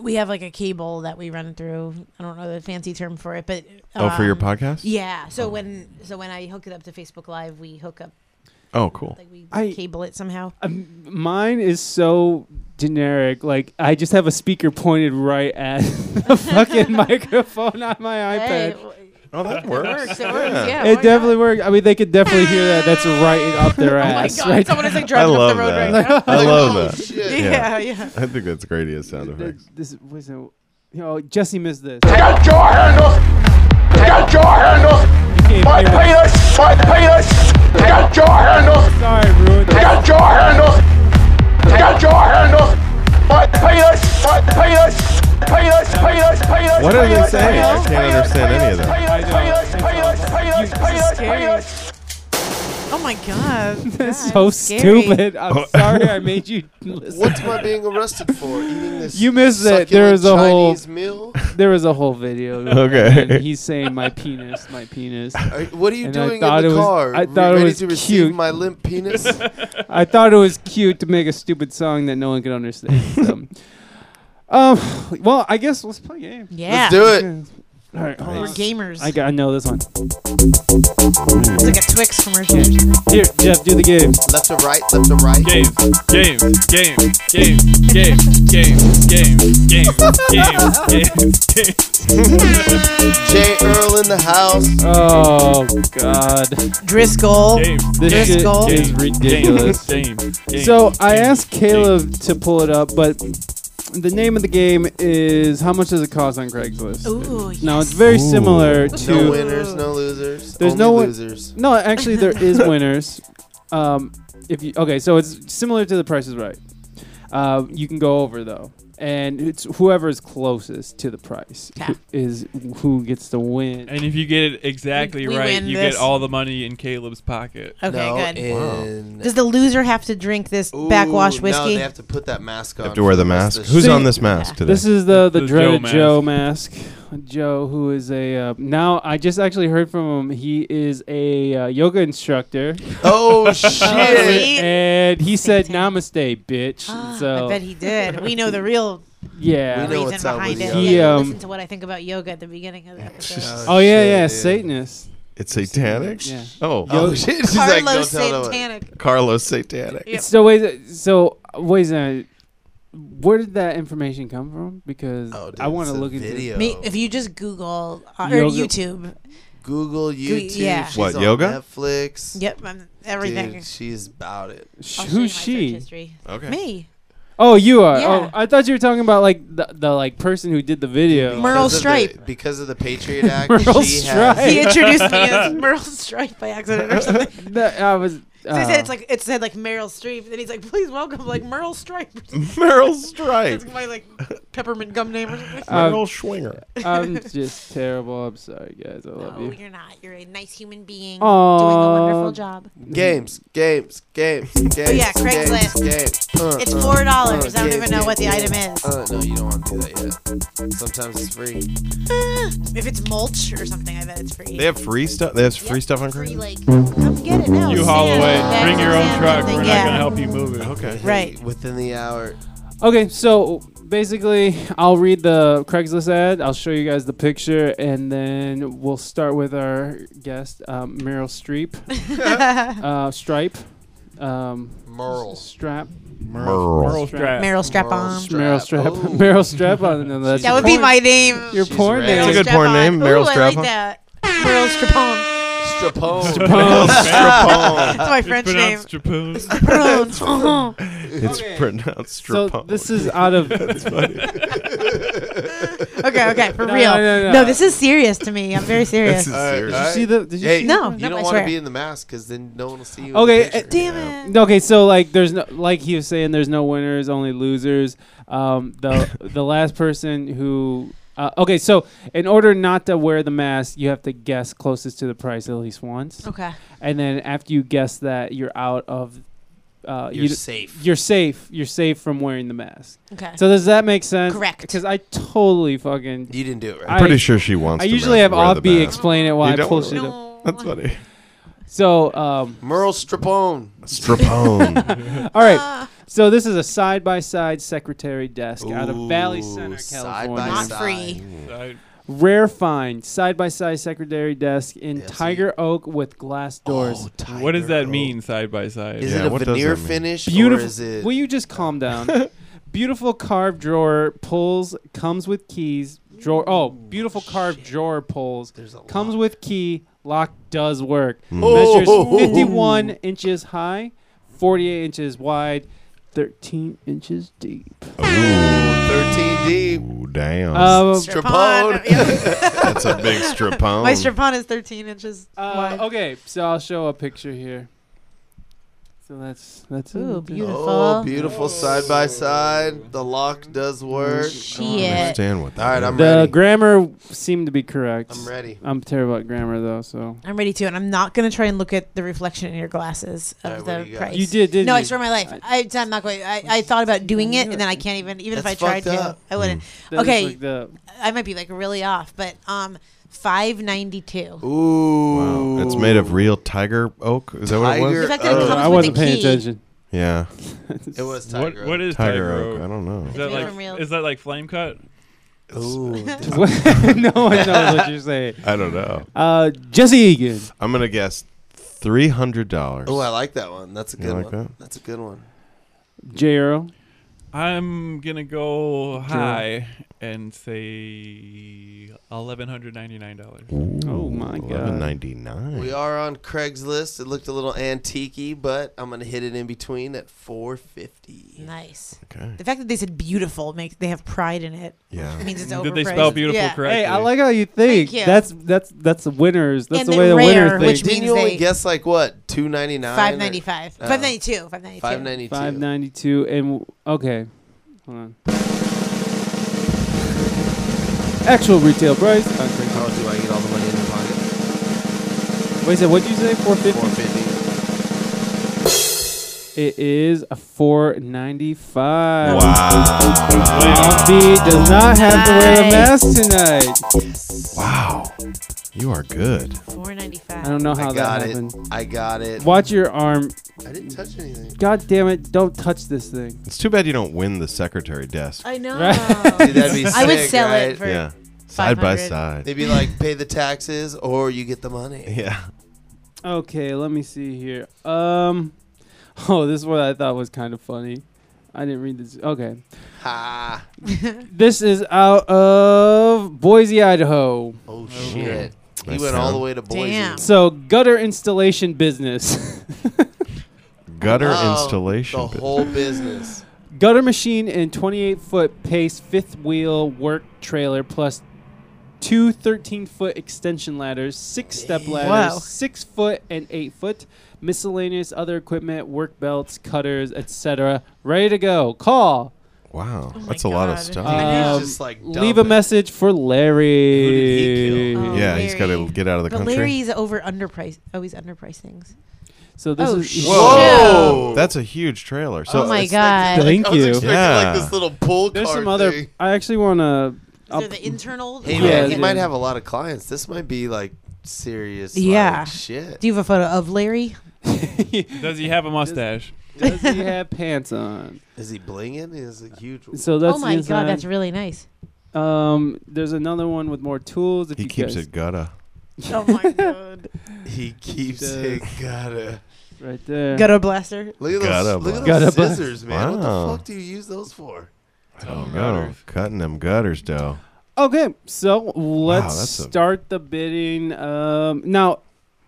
Speaker 7: We have like a cable that we run through. I don't know the fancy term for it, but
Speaker 9: oh for your
Speaker 7: um,
Speaker 9: podcast?
Speaker 7: Yeah. So when so when I hook it up to Facebook Live, we hook up
Speaker 9: Oh, cool.
Speaker 7: like we
Speaker 1: I-
Speaker 7: cable it somehow.
Speaker 1: Um, mine is so generic. Like I just have a speaker pointed right at the fucking microphone on my iPad.
Speaker 7: Hey,
Speaker 9: Oh, that
Speaker 7: it works. It works. Yeah.
Speaker 1: it
Speaker 7: why
Speaker 1: definitely
Speaker 7: not?
Speaker 1: worked. I mean, they could definitely hear that. That's right in- up their
Speaker 7: Oh my
Speaker 1: ass.
Speaker 7: god!
Speaker 1: right?
Speaker 7: Someone is like
Speaker 9: I
Speaker 7: driving up
Speaker 9: love
Speaker 7: the road right
Speaker 9: that.
Speaker 7: now.
Speaker 9: I love
Speaker 2: Oh,
Speaker 9: that.
Speaker 2: shit.
Speaker 7: Yeah,
Speaker 9: Yeah.
Speaker 7: yeah.
Speaker 9: I think that's great. He has sound effects.
Speaker 1: This, wait a second. You know, Jesse missed this.
Speaker 5: Get your hand off! Get your hand off!
Speaker 1: Can't
Speaker 5: My
Speaker 1: hear it.
Speaker 5: penis! My penis! Get your hand off!
Speaker 1: Sorry, rude.
Speaker 5: Get your hand off! Get your hand off! My penis! My penis! Penis! Penis! Penis!
Speaker 9: What are they
Speaker 5: penis,
Speaker 9: saying? I
Speaker 5: penis,
Speaker 9: can't understand any of
Speaker 5: penis,
Speaker 9: that.
Speaker 5: Penis! Penis! Penis! Penis! Penis!
Speaker 7: Oh my god.
Speaker 1: That's
Speaker 7: Yeah,
Speaker 1: so
Speaker 7: scary.
Speaker 1: stupid. I'm sorry I made you listen.
Speaker 2: What's my being arrested for? Eating this.
Speaker 1: You missed it.
Speaker 2: succulent
Speaker 1: There is a whole-
Speaker 2: Chinese meal.
Speaker 1: There was a whole video.
Speaker 9: Okay.
Speaker 1: and he's saying my penis, my penis.
Speaker 2: Are- What are you
Speaker 1: And I
Speaker 2: doing
Speaker 1: thought
Speaker 2: in
Speaker 1: it
Speaker 2: the
Speaker 1: was-
Speaker 2: car?
Speaker 1: I thought it
Speaker 2: Ready
Speaker 1: was
Speaker 2: to receive
Speaker 1: cute.
Speaker 2: my limp penis?
Speaker 1: I thought it was cute to make a stupid song that no one could understand. So. um, well, I guess let's play a game.
Speaker 7: Yeah.
Speaker 2: Let's do it.
Speaker 1: All right, hold
Speaker 8: We're
Speaker 1: on.
Speaker 8: gamers.
Speaker 1: I, got, I know this one.
Speaker 7: It's like a Twix commercial.
Speaker 1: Here, Jeff, do the game.
Speaker 2: Left to right, left to right.
Speaker 3: Game, game, game, game, game, game, game, game, game, game,
Speaker 2: J. Earl in the house.
Speaker 1: Oh God,
Speaker 7: Driscoll.
Speaker 3: game, game.
Speaker 1: this shit
Speaker 7: Driscoll.
Speaker 1: is ridiculous.
Speaker 3: Game, game,
Speaker 1: So I
Speaker 3: game,
Speaker 1: asked
Speaker 3: game.
Speaker 1: Caleb to pull it up, but the name of the game is how much does it cost on Craigslist?
Speaker 7: Ooh, yes.
Speaker 1: Now it's very similar to
Speaker 2: No winners, no losers.
Speaker 1: There's
Speaker 2: only
Speaker 1: no win-
Speaker 2: losers.
Speaker 1: No, actually there is winners. Um, if you okay, so it's similar to the Price is Right. Um, you can go over though, and it's whoever is closest to the price
Speaker 7: Yeah.
Speaker 1: is who gets to win.
Speaker 3: And if you get it exactly
Speaker 7: We
Speaker 3: right,
Speaker 7: win
Speaker 3: you
Speaker 7: this.
Speaker 3: get all the money in Caleb's pocket.
Speaker 7: Okay,
Speaker 2: no,
Speaker 7: good.
Speaker 2: in-
Speaker 8: Does the loser have to drink this
Speaker 2: Ooh,
Speaker 8: backwash
Speaker 2: No, they
Speaker 8: whiskey?
Speaker 2: have to put that mask on.
Speaker 9: have to wear
Speaker 2: for
Speaker 9: the
Speaker 2: rest
Speaker 9: mask.
Speaker 2: of
Speaker 9: Who's
Speaker 1: show.
Speaker 9: on this mask today?
Speaker 1: This is the the,
Speaker 3: The
Speaker 1: dreaded Joe
Speaker 3: Joe
Speaker 1: mask. Joe, who is a uh, now I just actually heard from him. He is a uh, yoga instructor,
Speaker 2: Oh shit!
Speaker 7: See?
Speaker 1: and he said
Speaker 8: Satan. Ah,
Speaker 1: "Namaste, bitch." so
Speaker 8: I bet he did. We know the real
Speaker 1: yeah.
Speaker 2: We know
Speaker 8: reason
Speaker 2: what's up
Speaker 8: behind
Speaker 2: with
Speaker 8: it.
Speaker 1: yoga.
Speaker 8: Yeah,
Speaker 1: He,
Speaker 8: you
Speaker 1: um,
Speaker 8: listen to what I think about yoga at the beginning of the episode.
Speaker 1: Oh yeah,
Speaker 2: shit,
Speaker 1: yeah,
Speaker 2: dude.
Speaker 1: Satanist.
Speaker 9: it's satanic.
Speaker 1: Yeah.
Speaker 9: Oh,
Speaker 2: Oh shit! She's like,
Speaker 8: Carlos
Speaker 2: "Don't tell no one."
Speaker 8: Santanic.
Speaker 9: Carlos satanic.
Speaker 1: So wait, so wait a second. Where did that information come from? Because
Speaker 2: Oh, dude,
Speaker 1: I want to
Speaker 2: it's a
Speaker 1: look into
Speaker 2: video.
Speaker 8: Me, if you just Google uh, or
Speaker 1: Yoga-
Speaker 8: YouTube,
Speaker 2: Google, YouTube,
Speaker 8: yeah.
Speaker 2: she's
Speaker 9: What,
Speaker 2: on
Speaker 9: yoga?
Speaker 2: Netflix.
Speaker 8: yep, um, everything.
Speaker 2: Dude, she's about it.
Speaker 1: Sh-
Speaker 8: I'll show you my
Speaker 1: Who's
Speaker 8: search
Speaker 1: she?
Speaker 8: history.
Speaker 9: Okay.
Speaker 8: Me.
Speaker 1: Oh, you are.
Speaker 8: Yeah.
Speaker 1: Oh, I thought you were talking about like the, the like person who did the video.
Speaker 8: Mer- Meryl
Speaker 2: Because of the-
Speaker 8: Streep.
Speaker 2: because of the Patriot Act,
Speaker 1: Meryl
Speaker 2: she
Speaker 1: Streep.
Speaker 2: has.
Speaker 8: He introduced me as Meryl Streep by accident or something.
Speaker 1: That- I was.
Speaker 8: They
Speaker 1: uh,
Speaker 8: said it's like it said like Meryl Streep, and he's like, "Please welcome like Meryl Streep."
Speaker 9: Meryl
Speaker 8: That's
Speaker 9: Streep.
Speaker 8: my like peppermint gum name. Or something.
Speaker 1: Um,
Speaker 9: Meryl Schwinger.
Speaker 1: I'm just terrible. I'm sorry, guys. I love
Speaker 8: No,
Speaker 1: you.
Speaker 8: you're not. You're a nice human being doing a
Speaker 1: Aw.
Speaker 8: wonderful job.
Speaker 2: Games, games, games, games.
Speaker 8: Oh, yeah,
Speaker 2: games,
Speaker 8: Craigslist.
Speaker 2: Games, Uh,
Speaker 9: Uh-uh.
Speaker 8: It's
Speaker 2: uh,
Speaker 8: four dollars.
Speaker 2: uh,
Speaker 8: I don't
Speaker 2: games,
Speaker 8: even know what the
Speaker 2: games,
Speaker 8: item
Speaker 2: games.
Speaker 8: is.
Speaker 2: Uh, no, you don't want to do that yet. Sometimes it's free.
Speaker 8: If it's mulch or something, I bet it's free.
Speaker 9: They have free stuff. They have
Speaker 8: Yep,
Speaker 9: free stuff on
Speaker 8: Free like,
Speaker 9: Craigslist.
Speaker 8: come get it now.
Speaker 3: You
Speaker 8: Sam,
Speaker 3: haul away.
Speaker 8: bags
Speaker 3: Bring
Speaker 8: of
Speaker 3: your own
Speaker 8: Sam
Speaker 3: truck.
Speaker 8: something.
Speaker 3: We're
Speaker 8: yeah.
Speaker 3: not gonna help you move it.
Speaker 9: Okay.
Speaker 8: Right.
Speaker 2: Within the hour.
Speaker 1: Okay, so basically, I'll read the Craigslist ad. I'll show you guys the picture, and then we'll start with our guest, um, Meryl Streep, uh, Stripe, um,
Speaker 2: Merle.
Speaker 1: Strap,
Speaker 9: Merle.
Speaker 3: Merle Strap.
Speaker 8: Meryl strap
Speaker 2: Merle
Speaker 8: on.
Speaker 2: Strap.
Speaker 1: Meryl Strap,
Speaker 2: Oh.
Speaker 1: Meryl Strap on. No, that's
Speaker 8: That
Speaker 1: your
Speaker 8: would be
Speaker 1: porn-
Speaker 8: my name.
Speaker 1: Your
Speaker 2: She's
Speaker 1: porn
Speaker 2: rad.
Speaker 1: name.
Speaker 9: That's a good
Speaker 8: Strap
Speaker 9: porn
Speaker 8: on.
Speaker 9: name, Meryl
Speaker 8: Ooh, I
Speaker 9: Strap
Speaker 8: like
Speaker 9: on.
Speaker 8: that. Meryl Strapone.
Speaker 2: Strapone.
Speaker 9: Strapone.
Speaker 8: That's my French
Speaker 3: It's
Speaker 8: name.
Speaker 3: pronounced Strapone.
Speaker 8: Strapone.
Speaker 9: It's pronounced
Speaker 1: So
Speaker 9: Strapone.
Speaker 1: this is out of
Speaker 8: okay, okay, for
Speaker 1: No,
Speaker 8: real.
Speaker 1: no, no, no.
Speaker 8: this is serious to me. I'm very serious.
Speaker 9: This is
Speaker 2: All right,
Speaker 9: serious.
Speaker 2: all right.
Speaker 1: see the. Did you
Speaker 2: Hey,
Speaker 1: see
Speaker 8: No,
Speaker 1: the-
Speaker 8: no, I
Speaker 2: you don't want
Speaker 8: swear.
Speaker 2: to be in the mask because then no one will see you.
Speaker 1: Okay,
Speaker 2: in the
Speaker 1: uh,
Speaker 2: picture,
Speaker 8: Damn
Speaker 2: you know?
Speaker 8: it.
Speaker 1: Okay, so like there's no like he was saying there's no winners, only losers. Um, the the last person who uh, okay, so in order not to wear the mask, you have to guess closest to the price at least once,
Speaker 7: Oh.
Speaker 8: Okay.
Speaker 1: and then after you guess that, you're out of. Uh,
Speaker 2: You're
Speaker 1: you,
Speaker 2: safe.
Speaker 1: you're safe. You're safe from wearing the mask.
Speaker 8: Okay.
Speaker 1: So does that make sense?
Speaker 8: Correct.
Speaker 1: Because I totally fucking.
Speaker 2: You didn't do it right.
Speaker 9: I'm
Speaker 1: I-
Speaker 9: pretty sure she wants.
Speaker 1: I
Speaker 9: to
Speaker 1: usually
Speaker 9: wear-
Speaker 1: have
Speaker 9: wear the
Speaker 1: Offbeat
Speaker 9: mask.
Speaker 1: explain it while
Speaker 9: You
Speaker 1: I
Speaker 9: don't
Speaker 1: posted
Speaker 9: really.
Speaker 1: it.
Speaker 9: That's funny.
Speaker 1: So um,
Speaker 2: Merle Strapone.
Speaker 9: Strapone.
Speaker 1: All
Speaker 7: Uh,
Speaker 1: right. So this is a side by side secretary desk out of Valley
Speaker 2: Ooh,
Speaker 1: Center,
Speaker 2: side
Speaker 1: California.
Speaker 2: by
Speaker 8: Not
Speaker 2: side.
Speaker 8: free.
Speaker 3: I-
Speaker 1: Rare find side by side secretary desk in
Speaker 2: see.
Speaker 1: Tiger Oak with glass
Speaker 2: Oh,
Speaker 1: doors.
Speaker 3: What does that
Speaker 2: Tiger.
Speaker 3: mean side by side?
Speaker 2: Is
Speaker 9: Yeah,
Speaker 2: it a
Speaker 9: what does
Speaker 2: veneer
Speaker 9: that mean?
Speaker 2: finish
Speaker 1: Beautiful.
Speaker 2: or is it
Speaker 1: Will you just calm down? beautiful carved drawer pulls comes with keys. Drawer. Oh, beautiful carved drawer pulls
Speaker 2: There's a
Speaker 1: comes
Speaker 2: lot.
Speaker 1: with key. Lock does work.
Speaker 2: Oh.
Speaker 1: Measures 51 inches high, 48 inches wide, 13 inches deep.
Speaker 2: 13 deep?
Speaker 9: Ooh, damn.
Speaker 1: Um,
Speaker 2: Strapone.
Speaker 9: That's a big
Speaker 2: Oh.
Speaker 9: Strapone.
Speaker 8: My strapon is 13 inches
Speaker 1: Uh,
Speaker 8: wide.
Speaker 1: okay, so I'll show a picture here. So that's that's
Speaker 7: Ooh,
Speaker 1: it.
Speaker 7: beautiful.
Speaker 2: Oh, beautiful side by side. The lock does work.
Speaker 7: Shit.
Speaker 9: Understand what?
Speaker 2: All right, I'm
Speaker 1: The
Speaker 2: ready.
Speaker 1: grammar seemed to be correct.
Speaker 2: I'm ready.
Speaker 1: I'm terrible at grammar though, so
Speaker 7: I'm ready to, and I'm not gonna try and look at the reflection in your glasses
Speaker 2: All right,
Speaker 7: of
Speaker 2: what do
Speaker 7: the
Speaker 2: you got?
Speaker 7: price.
Speaker 1: you did, didn't
Speaker 7: no,
Speaker 1: you?
Speaker 7: it's for my life. I, I'm not going. I, I thought about doing it, and then I can't even. Even
Speaker 2: That's
Speaker 7: if I tried
Speaker 2: fucked
Speaker 7: to,
Speaker 2: up. Hmm.
Speaker 7: I wouldn't.
Speaker 1: That is
Speaker 7: Okay,
Speaker 1: fucked up.
Speaker 7: I might be like really off, but um, five ninety two.
Speaker 2: Ooh.
Speaker 9: It's made of real tiger oak. Is that what it
Speaker 2: Tiger-
Speaker 7: The
Speaker 9: was?
Speaker 7: fact that
Speaker 2: Oh,
Speaker 7: it comes
Speaker 1: I
Speaker 7: with
Speaker 1: wasn't
Speaker 7: a
Speaker 1: paying
Speaker 7: key.
Speaker 1: attention.
Speaker 9: Yeah,
Speaker 2: It was
Speaker 3: What,
Speaker 2: tiger.
Speaker 3: what is
Speaker 9: tiger,
Speaker 3: Tiger
Speaker 9: oak.
Speaker 3: Oak?
Speaker 9: I don't
Speaker 3: Is
Speaker 9: know.
Speaker 3: that
Speaker 7: It's made from real-
Speaker 3: like is that like flame cut?
Speaker 2: Ooh.
Speaker 1: no one knows what you're saying.
Speaker 9: I don't know.
Speaker 1: Uh, Jesse Egan.
Speaker 9: I'm gonna guess three hundred dollars.
Speaker 2: Ooh, I like that one. That's a
Speaker 9: You
Speaker 2: good
Speaker 9: like
Speaker 2: one.
Speaker 9: that?
Speaker 2: That's a good one.
Speaker 1: J. Earl.
Speaker 3: I'm gonna go high and say eleven hundred ninety nine dollars.
Speaker 1: Oh my
Speaker 9: Eleven
Speaker 1: god.
Speaker 9: ninety
Speaker 2: We
Speaker 9: nine.
Speaker 2: are on Craigslist. It looked a little antique but I'm gonna hit it in between at 450.
Speaker 7: Nice.
Speaker 9: Okay.
Speaker 7: The fact that they said beautiful makes they have pride in it.
Speaker 2: Oh.
Speaker 9: Yeah.
Speaker 7: It means it's overpriced.
Speaker 3: Did they spell beautiful
Speaker 7: Yeah.
Speaker 3: correctly?
Speaker 1: Hey, I like how you think.
Speaker 7: Thank you.
Speaker 1: That's that's that's the winners. That's
Speaker 7: And
Speaker 1: the
Speaker 7: they're
Speaker 1: way the
Speaker 7: rare,
Speaker 1: winner
Speaker 7: which
Speaker 1: thinks.
Speaker 7: means-
Speaker 2: Didn't you only
Speaker 7: they-
Speaker 2: guess like what 299?
Speaker 7: Five ninety five.
Speaker 2: Oh.
Speaker 7: Five ninety two. Five ninety two.
Speaker 2: Five ninety
Speaker 1: Five
Speaker 2: two.
Speaker 1: ninety two and okay. Hold on. Actual retail price. on Craigslist.
Speaker 2: How do I get all the money in the pocket?
Speaker 1: Wait a second, what'd you say? Four fifty?
Speaker 2: 450.
Speaker 1: It is a four ninety five.
Speaker 9: Wow.
Speaker 1: Humpty does not have to wear a mask tonight.
Speaker 9: Wow. You are good.
Speaker 7: Four ninety
Speaker 1: I
Speaker 7: five.
Speaker 1: don't know how
Speaker 2: I got
Speaker 1: that
Speaker 2: it.
Speaker 1: happened.
Speaker 2: I got it.
Speaker 1: Watch your arm.
Speaker 2: I didn't touch anything.
Speaker 1: God damn it, don't touch this thing.
Speaker 9: It's too bad you don't win the secretary desk.
Speaker 7: I know.
Speaker 2: Dude, that'd be
Speaker 7: I would
Speaker 2: sick,
Speaker 7: sell
Speaker 2: right?
Speaker 7: it for
Speaker 9: yeah. Side by
Speaker 7: 500.
Speaker 9: side.
Speaker 2: They'd be like, pay the taxes or you get the money.
Speaker 9: Yeah.
Speaker 1: Okay, let me see here. Um, oh, this is what I thought was kind of funny. I didn't read this. Okay,
Speaker 2: Ha.
Speaker 1: this is out of Boise, Idaho.
Speaker 2: Oh, shit. You
Speaker 9: Nice
Speaker 2: went all
Speaker 9: sound.
Speaker 2: the way to Boise.
Speaker 7: Damn.
Speaker 1: So gutter installation business.
Speaker 9: Gutter
Speaker 2: Oh,
Speaker 9: installation.
Speaker 2: The
Speaker 9: bit.
Speaker 2: whole business.
Speaker 1: gutter machine and 28 foot pace fifth wheel work trailer plus two 13 foot extension ladders six step ladders
Speaker 7: Wow.
Speaker 1: six foot and eight foot miscellaneous other equipment work belts cutters etc ready to go call
Speaker 9: wow.
Speaker 7: my
Speaker 9: That's a lot of
Speaker 7: God.
Speaker 9: stuff.
Speaker 7: Uh,
Speaker 2: He's
Speaker 1: Um,
Speaker 2: just like
Speaker 1: leave a
Speaker 2: dumping.
Speaker 1: message for larry
Speaker 2: kill?
Speaker 7: Oh,
Speaker 9: yeah, he's got to
Speaker 7: Larry.
Speaker 9: get out of the
Speaker 7: But
Speaker 9: country.
Speaker 7: Larry's over underpriced. Oh, he's underpriced things.
Speaker 1: so this
Speaker 7: Oh,
Speaker 1: is
Speaker 7: shit.
Speaker 2: Whoa.
Speaker 9: That's a huge trailer. So
Speaker 7: oh my
Speaker 2: it's like-
Speaker 7: god.
Speaker 1: thank
Speaker 2: Oh. I was
Speaker 1: you
Speaker 2: expecting
Speaker 9: Yeah.
Speaker 2: like this little pull
Speaker 1: there's
Speaker 2: card
Speaker 1: some other
Speaker 2: thing.
Speaker 1: i actually want to
Speaker 7: They're the internal.
Speaker 2: Hey,
Speaker 1: Yeah,
Speaker 2: man,
Speaker 1: it
Speaker 2: he might
Speaker 1: is.
Speaker 2: have a lot of clients. This might be like serious.
Speaker 7: Yeah.
Speaker 2: Like, shit.
Speaker 7: Do you have a photo of Larry?
Speaker 3: Does he have a mustache?
Speaker 1: does he have pants on
Speaker 2: Is he blinging? Is a huge.
Speaker 1: so that's
Speaker 7: oh
Speaker 1: the
Speaker 7: my
Speaker 1: inside.
Speaker 7: god, that's really nice.
Speaker 1: Um, there's another one with more tools. If
Speaker 9: he
Speaker 1: you
Speaker 9: keeps
Speaker 1: guys-
Speaker 9: it gutta.
Speaker 7: Oh my god.
Speaker 2: He keeps
Speaker 1: Does.
Speaker 2: it. Gotta
Speaker 1: right there.
Speaker 7: Got a blaster.
Speaker 2: look at
Speaker 9: Gotta
Speaker 2: those. Look at
Speaker 1: blast.
Speaker 2: those
Speaker 1: Gotta blast.
Speaker 2: scissors, man.
Speaker 9: Wow.
Speaker 2: What the fuck do you use those for?
Speaker 9: I don't know. Oh, Cutting them gutters, though.
Speaker 1: Okay, so let's
Speaker 9: that's a-
Speaker 1: start the bidding. Um, now,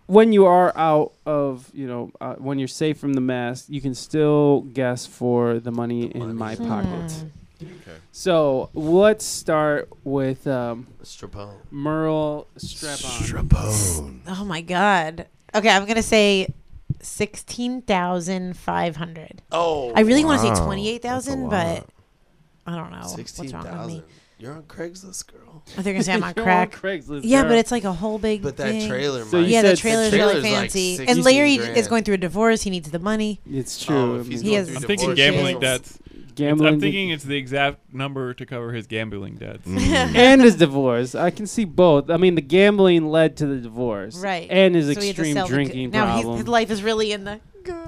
Speaker 1: when you are out of, you know, uh, when you're safe from the mask, you can still guess for the money in my
Speaker 7: Hmm.
Speaker 1: pocket. So let's start with um,
Speaker 2: Strapone.
Speaker 1: Merle Strap on.
Speaker 9: Strapone.
Speaker 7: Oh my god. Okay, I'm gonna say sixteen thousand five hundred.
Speaker 2: Oh,
Speaker 7: I really want to
Speaker 9: Wow,
Speaker 7: say twenty-eight thousand,
Speaker 9: that's
Speaker 7: but I don't know
Speaker 2: sixteen
Speaker 7: what's wrong with me.
Speaker 2: thousand. You're on Craigslist, girl.
Speaker 7: Oh, They're gonna say I'm on
Speaker 1: You're
Speaker 7: crack.
Speaker 1: Craigslist,
Speaker 7: Yeah,
Speaker 1: girl.
Speaker 7: but it's like a whole big.
Speaker 2: But that
Speaker 7: thing.
Speaker 2: trailer,
Speaker 1: So
Speaker 2: might-
Speaker 1: you
Speaker 7: Yeah, the
Speaker 1: said-
Speaker 7: trailer's,
Speaker 2: The trailer's
Speaker 7: really
Speaker 2: like
Speaker 7: fancy.
Speaker 2: 60
Speaker 7: and Larry
Speaker 2: grand.
Speaker 7: is going through a divorce. He needs the money.
Speaker 1: it's true.
Speaker 2: Oh, if he's
Speaker 7: He
Speaker 2: going
Speaker 7: has-
Speaker 2: through
Speaker 3: I'm thinking
Speaker 2: divorce, he's-
Speaker 3: gambling debts.
Speaker 1: gambling.
Speaker 3: I'm thinking it's the exact number to cover his gambling debts.
Speaker 9: Mm.
Speaker 1: and his divorce. I can see both. I mean, the gambling led to the divorce,
Speaker 7: Right.
Speaker 1: And his
Speaker 7: So he had to
Speaker 1: extreme
Speaker 7: sell the-
Speaker 1: drinking
Speaker 7: now he's-
Speaker 1: problem.
Speaker 7: his life is really in the.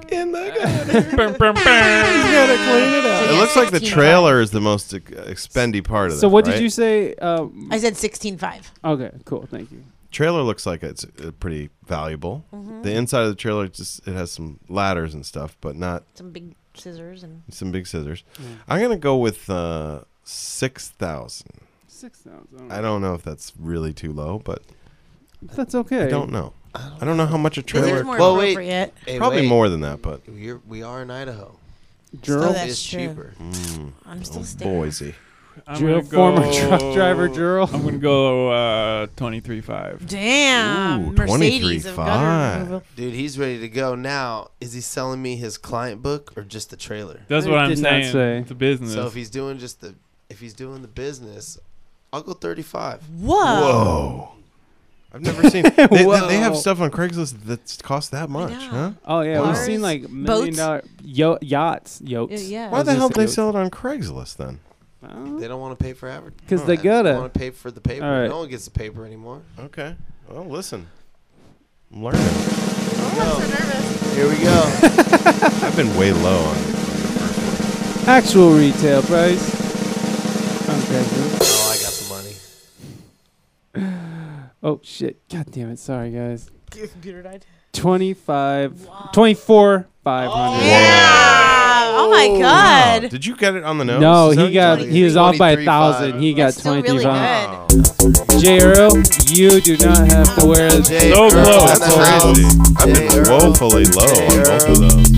Speaker 9: In the gutter.
Speaker 3: Brum, brum, brum.
Speaker 7: So
Speaker 9: It
Speaker 7: yeah,
Speaker 9: looks like the
Speaker 7: 16.5.
Speaker 9: trailer is the most uh, expendy part of
Speaker 1: so
Speaker 9: that,
Speaker 1: what
Speaker 9: right?
Speaker 1: did you say? Um,
Speaker 7: I said sixteen five.
Speaker 1: okay, cool. Thank you.
Speaker 9: Trailer looks like it's uh, pretty valuable.
Speaker 7: Mm-hmm.
Speaker 9: The inside of the trailer just it has some ladders and stuff, but not
Speaker 7: Some big scissors and
Speaker 9: some big scissors. I'm gonna go with uh, six thousand.
Speaker 1: Six thousand.
Speaker 9: I don't know if that's really too low, but
Speaker 1: That's okay.
Speaker 9: I don't know. I don't know how much a trailer.
Speaker 7: scissors more
Speaker 2: Well, wait.
Speaker 7: appropriate.
Speaker 2: Hey,
Speaker 9: Probably
Speaker 2: wait.
Speaker 9: more than that, but
Speaker 2: We're, we are in Idaho.
Speaker 1: Gerald?
Speaker 7: that-
Speaker 2: It's
Speaker 7: Oh, That's true.
Speaker 9: mm,
Speaker 2: cheaper.
Speaker 9: oh,
Speaker 7: I'm still staring.
Speaker 9: Boise.
Speaker 3: I'm
Speaker 1: Drill-
Speaker 3: gonna
Speaker 1: former
Speaker 3: go-
Speaker 1: truck driver Drill.
Speaker 3: I'm gonna go uh, twenty three five.
Speaker 8: Damn,
Speaker 9: Ooh,
Speaker 8: Mercedes of gutter
Speaker 9: 23.5.
Speaker 8: removal.
Speaker 2: Dude, he's ready to go now. Is he selling me his client book or just the trailer?
Speaker 3: That's
Speaker 1: I
Speaker 3: what I'm
Speaker 1: did not
Speaker 3: saying.
Speaker 1: say.
Speaker 3: It's a business.
Speaker 2: So if he's doing just the if he's doing the business, I'll go 35.
Speaker 1: Mm-hmm.
Speaker 8: Whoa.
Speaker 9: Whoa. I've never seen. They, they- they
Speaker 1: Whoa.
Speaker 9: have stuff on Craigslist that's cost that much,
Speaker 8: know.
Speaker 9: huh?
Speaker 1: Oh yeah, we've
Speaker 8: Cars,
Speaker 1: seen like million
Speaker 8: boats.
Speaker 1: dollar yo- yachts,
Speaker 8: Yeah,
Speaker 1: yachts.
Speaker 8: yeah.
Speaker 9: Why
Speaker 1: Those
Speaker 9: the
Speaker 1: are
Speaker 9: hell do they
Speaker 1: yachts.
Speaker 9: sell it on Craigslist then?
Speaker 2: They don't want to pay for advertising
Speaker 1: 'Cause they gotta.
Speaker 2: want to pay for the paper.
Speaker 1: All right.
Speaker 2: No one gets the paper anymore.
Speaker 9: Okay. Well, listen. I'm learning.
Speaker 2: Here we go.
Speaker 9: I've been way low on.
Speaker 1: Actual retail price. on Craigslist.
Speaker 2: oh, I got the money.
Speaker 1: Oh shit! God damn it! Sorry guys.
Speaker 7: Computer died.
Speaker 1: 25, 24, 500.
Speaker 8: Yeah. Oh my
Speaker 9: Wow.
Speaker 8: god.
Speaker 9: Did you get it on the nose?
Speaker 1: No,
Speaker 9: Is that
Speaker 1: he got
Speaker 9: what
Speaker 2: you-
Speaker 1: he was off by a
Speaker 2: 23.5.
Speaker 1: thousand. He got
Speaker 8: That's still
Speaker 1: twenty three
Speaker 8: really
Speaker 1: five.
Speaker 8: good.
Speaker 2: Oh.
Speaker 1: J Earl, you do not have to wear this.
Speaker 2: Jay
Speaker 3: So
Speaker 2: Earl
Speaker 3: close.
Speaker 2: in the
Speaker 9: That's
Speaker 2: house.
Speaker 9: crazy. I've
Speaker 2: Jay
Speaker 9: been
Speaker 2: Earl.
Speaker 9: woefully low on both of those.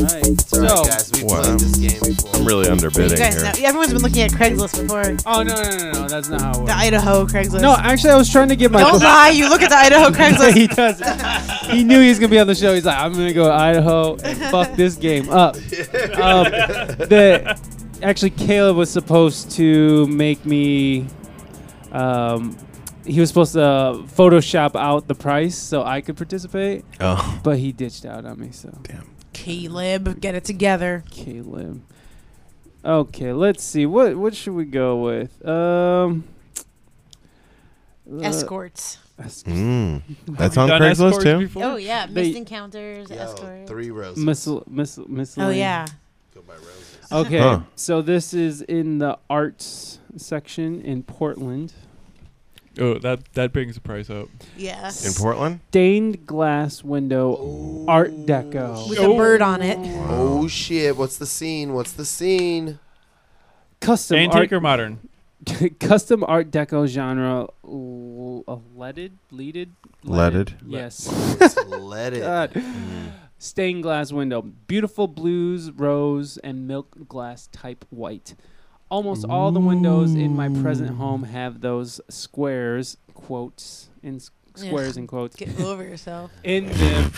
Speaker 1: Right.
Speaker 2: It's all right,
Speaker 1: So,
Speaker 2: guys, we
Speaker 9: Wow.
Speaker 2: played this game before.
Speaker 9: I'm really
Speaker 7: You
Speaker 9: underbidding
Speaker 7: guys
Speaker 9: here.
Speaker 7: know, everyone's been looking at Craigslist before.
Speaker 1: oh no, no, no, no, that's not how it
Speaker 7: The
Speaker 1: works.
Speaker 7: Idaho Craigslist.
Speaker 1: No, actually, I was trying to get my.
Speaker 7: don't lie. You look at the Idaho Craigslist.
Speaker 1: he does. it. He knew he was gonna be on the show. He's like, I'm gonna go to Idaho and fuck this game up. Um, the actually, Caleb was supposed to make me. Um, he was supposed to uh, Photoshop out the price so I could participate,
Speaker 9: Oh,
Speaker 1: but he ditched out on me. So
Speaker 7: Caleb, get it together.
Speaker 1: Caleb. Okay, let's see. What what should we go with? Um. uh,
Speaker 8: Escorts.
Speaker 1: esc-
Speaker 9: mm. that's on
Speaker 3: Done
Speaker 9: Craigslist
Speaker 3: escorts
Speaker 9: too.
Speaker 3: before?
Speaker 8: Oh yeah,
Speaker 1: They-
Speaker 8: missed encounters,
Speaker 2: Yo,
Speaker 8: escorts.
Speaker 2: three rows.
Speaker 1: Missile, missile, missile.
Speaker 7: Oh yeah.
Speaker 2: Go by rows.
Speaker 1: Okay,
Speaker 9: Huh.
Speaker 1: so this is in the arts section in Portland.
Speaker 3: Oh, that that brings the price up.
Speaker 7: Yeah.
Speaker 9: In Portland?
Speaker 1: Stained glass window, Oh, Art Deco,
Speaker 7: With a bird on it.
Speaker 2: Oh shit! What's the scene? What's the scene?
Speaker 1: custom
Speaker 3: Antique or modern?
Speaker 1: art, custom Art Deco genre, l- uh, leaded, leaded,
Speaker 9: Leaded.
Speaker 1: Yes.
Speaker 2: Let's let it.
Speaker 1: God. Stained glass window, beautiful blues, rose, and milk glass type white. Almost all the windows in my present home have those squares, quotes, in s- squares in quotes,
Speaker 7: Get over yourself.
Speaker 1: in them.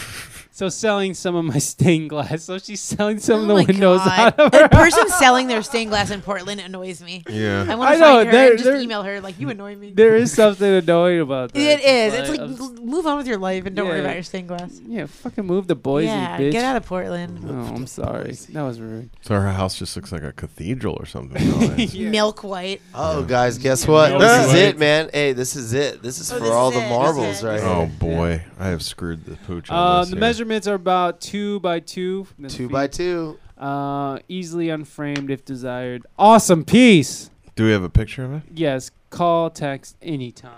Speaker 1: So selling some of my stained glass. So she's selling some
Speaker 8: Oh
Speaker 1: of the
Speaker 8: my
Speaker 1: windows
Speaker 8: God.
Speaker 1: out of
Speaker 8: The
Speaker 1: her.
Speaker 8: person selling their stained glass in Portland annoys me. I
Speaker 9: Yeah.
Speaker 8: want
Speaker 1: I
Speaker 8: to
Speaker 1: know,
Speaker 8: find her
Speaker 1: they're-
Speaker 8: and just
Speaker 1: they're-
Speaker 8: email her like you annoy me.
Speaker 1: There is something annoying about that.
Speaker 7: It is. It's like
Speaker 1: I'm just-
Speaker 7: l- move on with your life and don't worry
Speaker 1: Yeah.
Speaker 7: about your stained glass.
Speaker 1: yeah, fucking move to Boise,
Speaker 7: yeah,
Speaker 1: bitch.
Speaker 7: get out of Portland.
Speaker 1: Oh, I'm sorry. That was rude.
Speaker 9: So her house just looks like a cathedral or something. Oh, nowadays.
Speaker 8: Milk white.
Speaker 2: Oh, guys, guess what?
Speaker 3: Milk
Speaker 2: This is
Speaker 3: white.
Speaker 2: it, man. Hey, this is it. This is
Speaker 7: Oh,
Speaker 2: for
Speaker 7: this
Speaker 2: all
Speaker 7: is
Speaker 2: the
Speaker 7: it. This
Speaker 2: marbles
Speaker 7: is it.
Speaker 2: right here.
Speaker 9: Oh boy, I have screwed the pooch. on
Speaker 1: Um,
Speaker 9: this
Speaker 1: the
Speaker 9: here.
Speaker 1: measurements are about two by two. That's
Speaker 2: Two
Speaker 1: feet.
Speaker 2: by two.
Speaker 1: Uh, easily unframed if desired. Awesome piece.
Speaker 9: Do we have a picture of it?
Speaker 1: Yes. Call, text, anytime.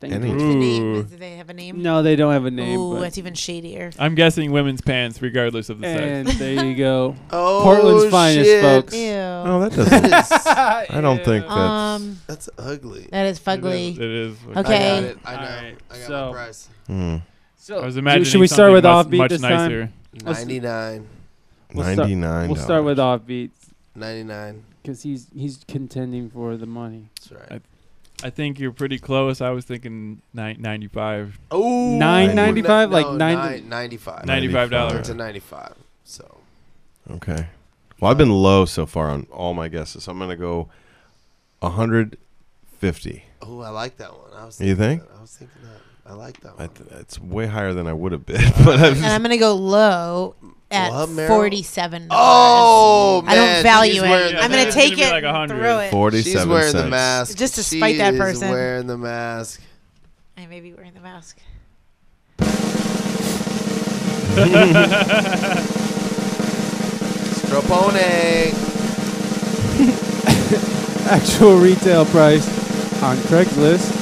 Speaker 1: Thank
Speaker 9: Any-
Speaker 1: you.
Speaker 8: The
Speaker 3: Hmm.
Speaker 8: name.
Speaker 3: Ooh.
Speaker 8: Do they have a name?
Speaker 1: No, they don't have a name.
Speaker 8: Ooh,
Speaker 1: but-
Speaker 8: that's even shadier.
Speaker 3: I'm guessing women's pants, regardless of the
Speaker 1: and
Speaker 3: sex.
Speaker 1: there you go.
Speaker 2: Oh,
Speaker 1: Portland's finest,
Speaker 2: shit.
Speaker 1: folks.
Speaker 8: Ew.
Speaker 9: Oh, that doesn't.
Speaker 2: That is-
Speaker 9: I don't think that's.
Speaker 8: um,
Speaker 2: That's ugly.
Speaker 8: that is
Speaker 3: It
Speaker 8: fugly.
Speaker 3: is. It is.
Speaker 2: I got
Speaker 8: Okay.
Speaker 2: it. I know.
Speaker 3: Alright,
Speaker 2: I got
Speaker 1: so-
Speaker 2: my price.
Speaker 9: mm,
Speaker 1: So,
Speaker 3: I was imagining
Speaker 1: should we start
Speaker 3: something
Speaker 1: with
Speaker 3: much,
Speaker 1: offbeat
Speaker 3: much
Speaker 1: this time?
Speaker 3: nicer.
Speaker 1: Let's-
Speaker 2: Ninety-nine.
Speaker 1: We'll start-
Speaker 9: Ninety-nine.
Speaker 1: We'll start with uh, offbeat
Speaker 2: Ninety-nine.
Speaker 1: because he's he's contending for the money.
Speaker 2: That's
Speaker 3: I-
Speaker 2: right.
Speaker 3: I think you're pretty close. I was thinking ni- 95
Speaker 2: Oh,
Speaker 1: Nine
Speaker 2: ninety
Speaker 1: ninety-five,
Speaker 2: five,
Speaker 1: like nine-
Speaker 2: ninety-five.
Speaker 9: Nine-
Speaker 3: $95.
Speaker 2: Went
Speaker 9: $95.
Speaker 2: to ninety-five. So
Speaker 9: Okay. Well, I've been low so far on all my guesses. I'm gonna go 150.
Speaker 2: Oh, I like that one. I was
Speaker 9: You
Speaker 2: thinking
Speaker 9: think?
Speaker 2: That. I was thinking that. I like that
Speaker 9: I
Speaker 2: one.
Speaker 9: th- it's way higher than I would have been, but I'm
Speaker 8: And I'm gonna go low at
Speaker 2: Love Merrill?
Speaker 8: forty-seven.
Speaker 2: oh man,
Speaker 8: I don't value
Speaker 2: she's
Speaker 8: it.
Speaker 2: wearing the
Speaker 7: I'm gonna
Speaker 2: mask.
Speaker 3: gonna
Speaker 7: take
Speaker 3: be
Speaker 7: it,
Speaker 3: like
Speaker 7: and
Speaker 3: 100.
Speaker 7: throw it.
Speaker 9: forty-seven.
Speaker 2: She's wearing the
Speaker 9: cents.
Speaker 2: mask.
Speaker 7: Just to
Speaker 2: She
Speaker 7: spite that
Speaker 2: is
Speaker 7: person.
Speaker 2: wearing the mask.
Speaker 8: I may be wearing the mask.
Speaker 2: Stropone.
Speaker 1: Actual retail price on Craigslist.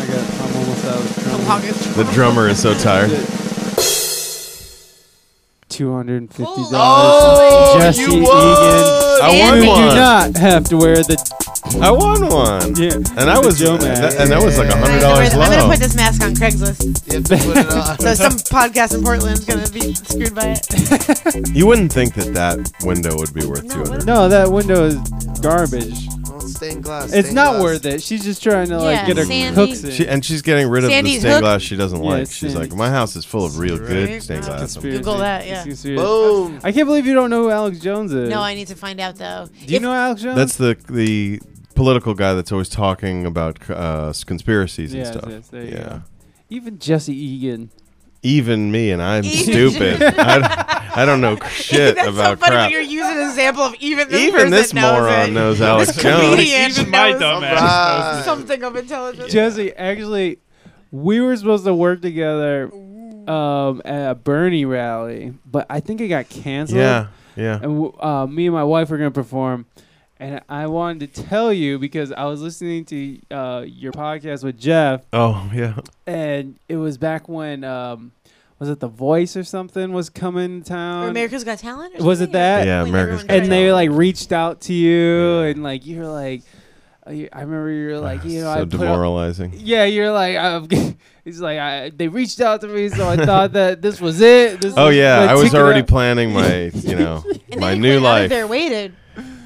Speaker 1: I got. I'm almost out of
Speaker 7: Pockets.
Speaker 9: The drummer is so tired.
Speaker 1: Shit. two hundred and fifty dollars.
Speaker 2: Oh,
Speaker 1: Jesse
Speaker 2: you
Speaker 1: Egan.
Speaker 2: won!
Speaker 9: I
Speaker 1: You
Speaker 9: won
Speaker 1: do
Speaker 9: one.
Speaker 1: not have to wear the.
Speaker 9: I won one.
Speaker 1: Yeah.
Speaker 9: And I
Speaker 1: The
Speaker 9: was
Speaker 1: Joe
Speaker 9: and
Speaker 1: Max.
Speaker 9: that, and that was like a
Speaker 7: I'm
Speaker 9: hundred
Speaker 7: gonna, wear
Speaker 9: dollars
Speaker 7: th- I'm gonna
Speaker 9: low.
Speaker 7: put this mask on Craigslist.
Speaker 2: You have to put it on.
Speaker 7: So some podcast in Portland's gonna be screwed by it.
Speaker 9: You wouldn't think that that window would be worth two hundred.
Speaker 1: No, that window is garbage.
Speaker 2: Well, stained glass.
Speaker 1: It's
Speaker 2: stained
Speaker 1: not
Speaker 2: glass.
Speaker 1: worth it. She's just trying to like
Speaker 8: Yeah,
Speaker 1: get her
Speaker 8: Sandy.
Speaker 1: hooks in.
Speaker 9: She, and she's getting rid of
Speaker 8: Sandy's
Speaker 9: the stained
Speaker 8: hook?
Speaker 9: glass she doesn't
Speaker 1: Yeah,
Speaker 9: like.
Speaker 1: it's
Speaker 9: She's
Speaker 1: Sandy's-
Speaker 9: like, my house is full of real
Speaker 7: Right.
Speaker 9: good stained glass.
Speaker 1: Conspiracy.
Speaker 7: Google that,
Speaker 1: It's
Speaker 7: yeah.
Speaker 1: conspiracy.
Speaker 2: Boom.
Speaker 1: I can't believe you don't know who Alex Jones is.
Speaker 8: No, I need to find out though.
Speaker 1: Do you know Alex Jones?
Speaker 9: That's the the political guy that's always talking about uh, conspiracies and
Speaker 1: Yes,
Speaker 9: stuff.
Speaker 1: yes, there you
Speaker 9: yeah.
Speaker 1: go. even Jesse Egan.
Speaker 9: Even me and I'm stupid. I, d- I don't know shit
Speaker 7: That's so
Speaker 9: about
Speaker 7: funny
Speaker 9: crap.
Speaker 7: when you're using an example of even this
Speaker 9: Even
Speaker 7: person
Speaker 9: this
Speaker 7: knows
Speaker 9: moron
Speaker 7: it.
Speaker 9: knows Alex
Speaker 7: This
Speaker 9: Jones.
Speaker 7: comedian
Speaker 3: Even my
Speaker 7: knows
Speaker 1: Oh,
Speaker 3: dumb
Speaker 2: Right.
Speaker 3: ass. knows
Speaker 7: Something of intelligence.
Speaker 1: Jesse, actually, we were supposed to work together um, at a Bernie rally, but I think it got canceled.
Speaker 9: Yeah, yeah.
Speaker 1: And w- uh, me and my wife were going to perform. And I wanted to tell you because I was listening to uh, your podcast with Jeff,
Speaker 9: Oh yeah.
Speaker 1: and it was back when um, was it The Voice or something was coming to town?
Speaker 8: Or America's Got Talent. Or
Speaker 1: Was it
Speaker 8: something?
Speaker 1: that?
Speaker 9: Yeah,
Speaker 8: When
Speaker 9: America's
Speaker 8: everyone
Speaker 9: Got
Speaker 8: tried-
Speaker 1: and they like reached out to you, and like you were like, uh, you- I remember you were like, you know,
Speaker 9: Ah, so
Speaker 1: I put up-
Speaker 9: demoralizing.
Speaker 1: yeah, you're like, I'm, he's like, I, they reached out to me, so I thought that this was it. This
Speaker 9: Oh
Speaker 1: was
Speaker 9: yeah,
Speaker 1: my
Speaker 9: I was
Speaker 1: ticket
Speaker 9: already
Speaker 1: out.
Speaker 9: planning my, you know,
Speaker 8: And they
Speaker 9: my
Speaker 8: went
Speaker 9: new
Speaker 8: out of
Speaker 9: life.
Speaker 8: Their way to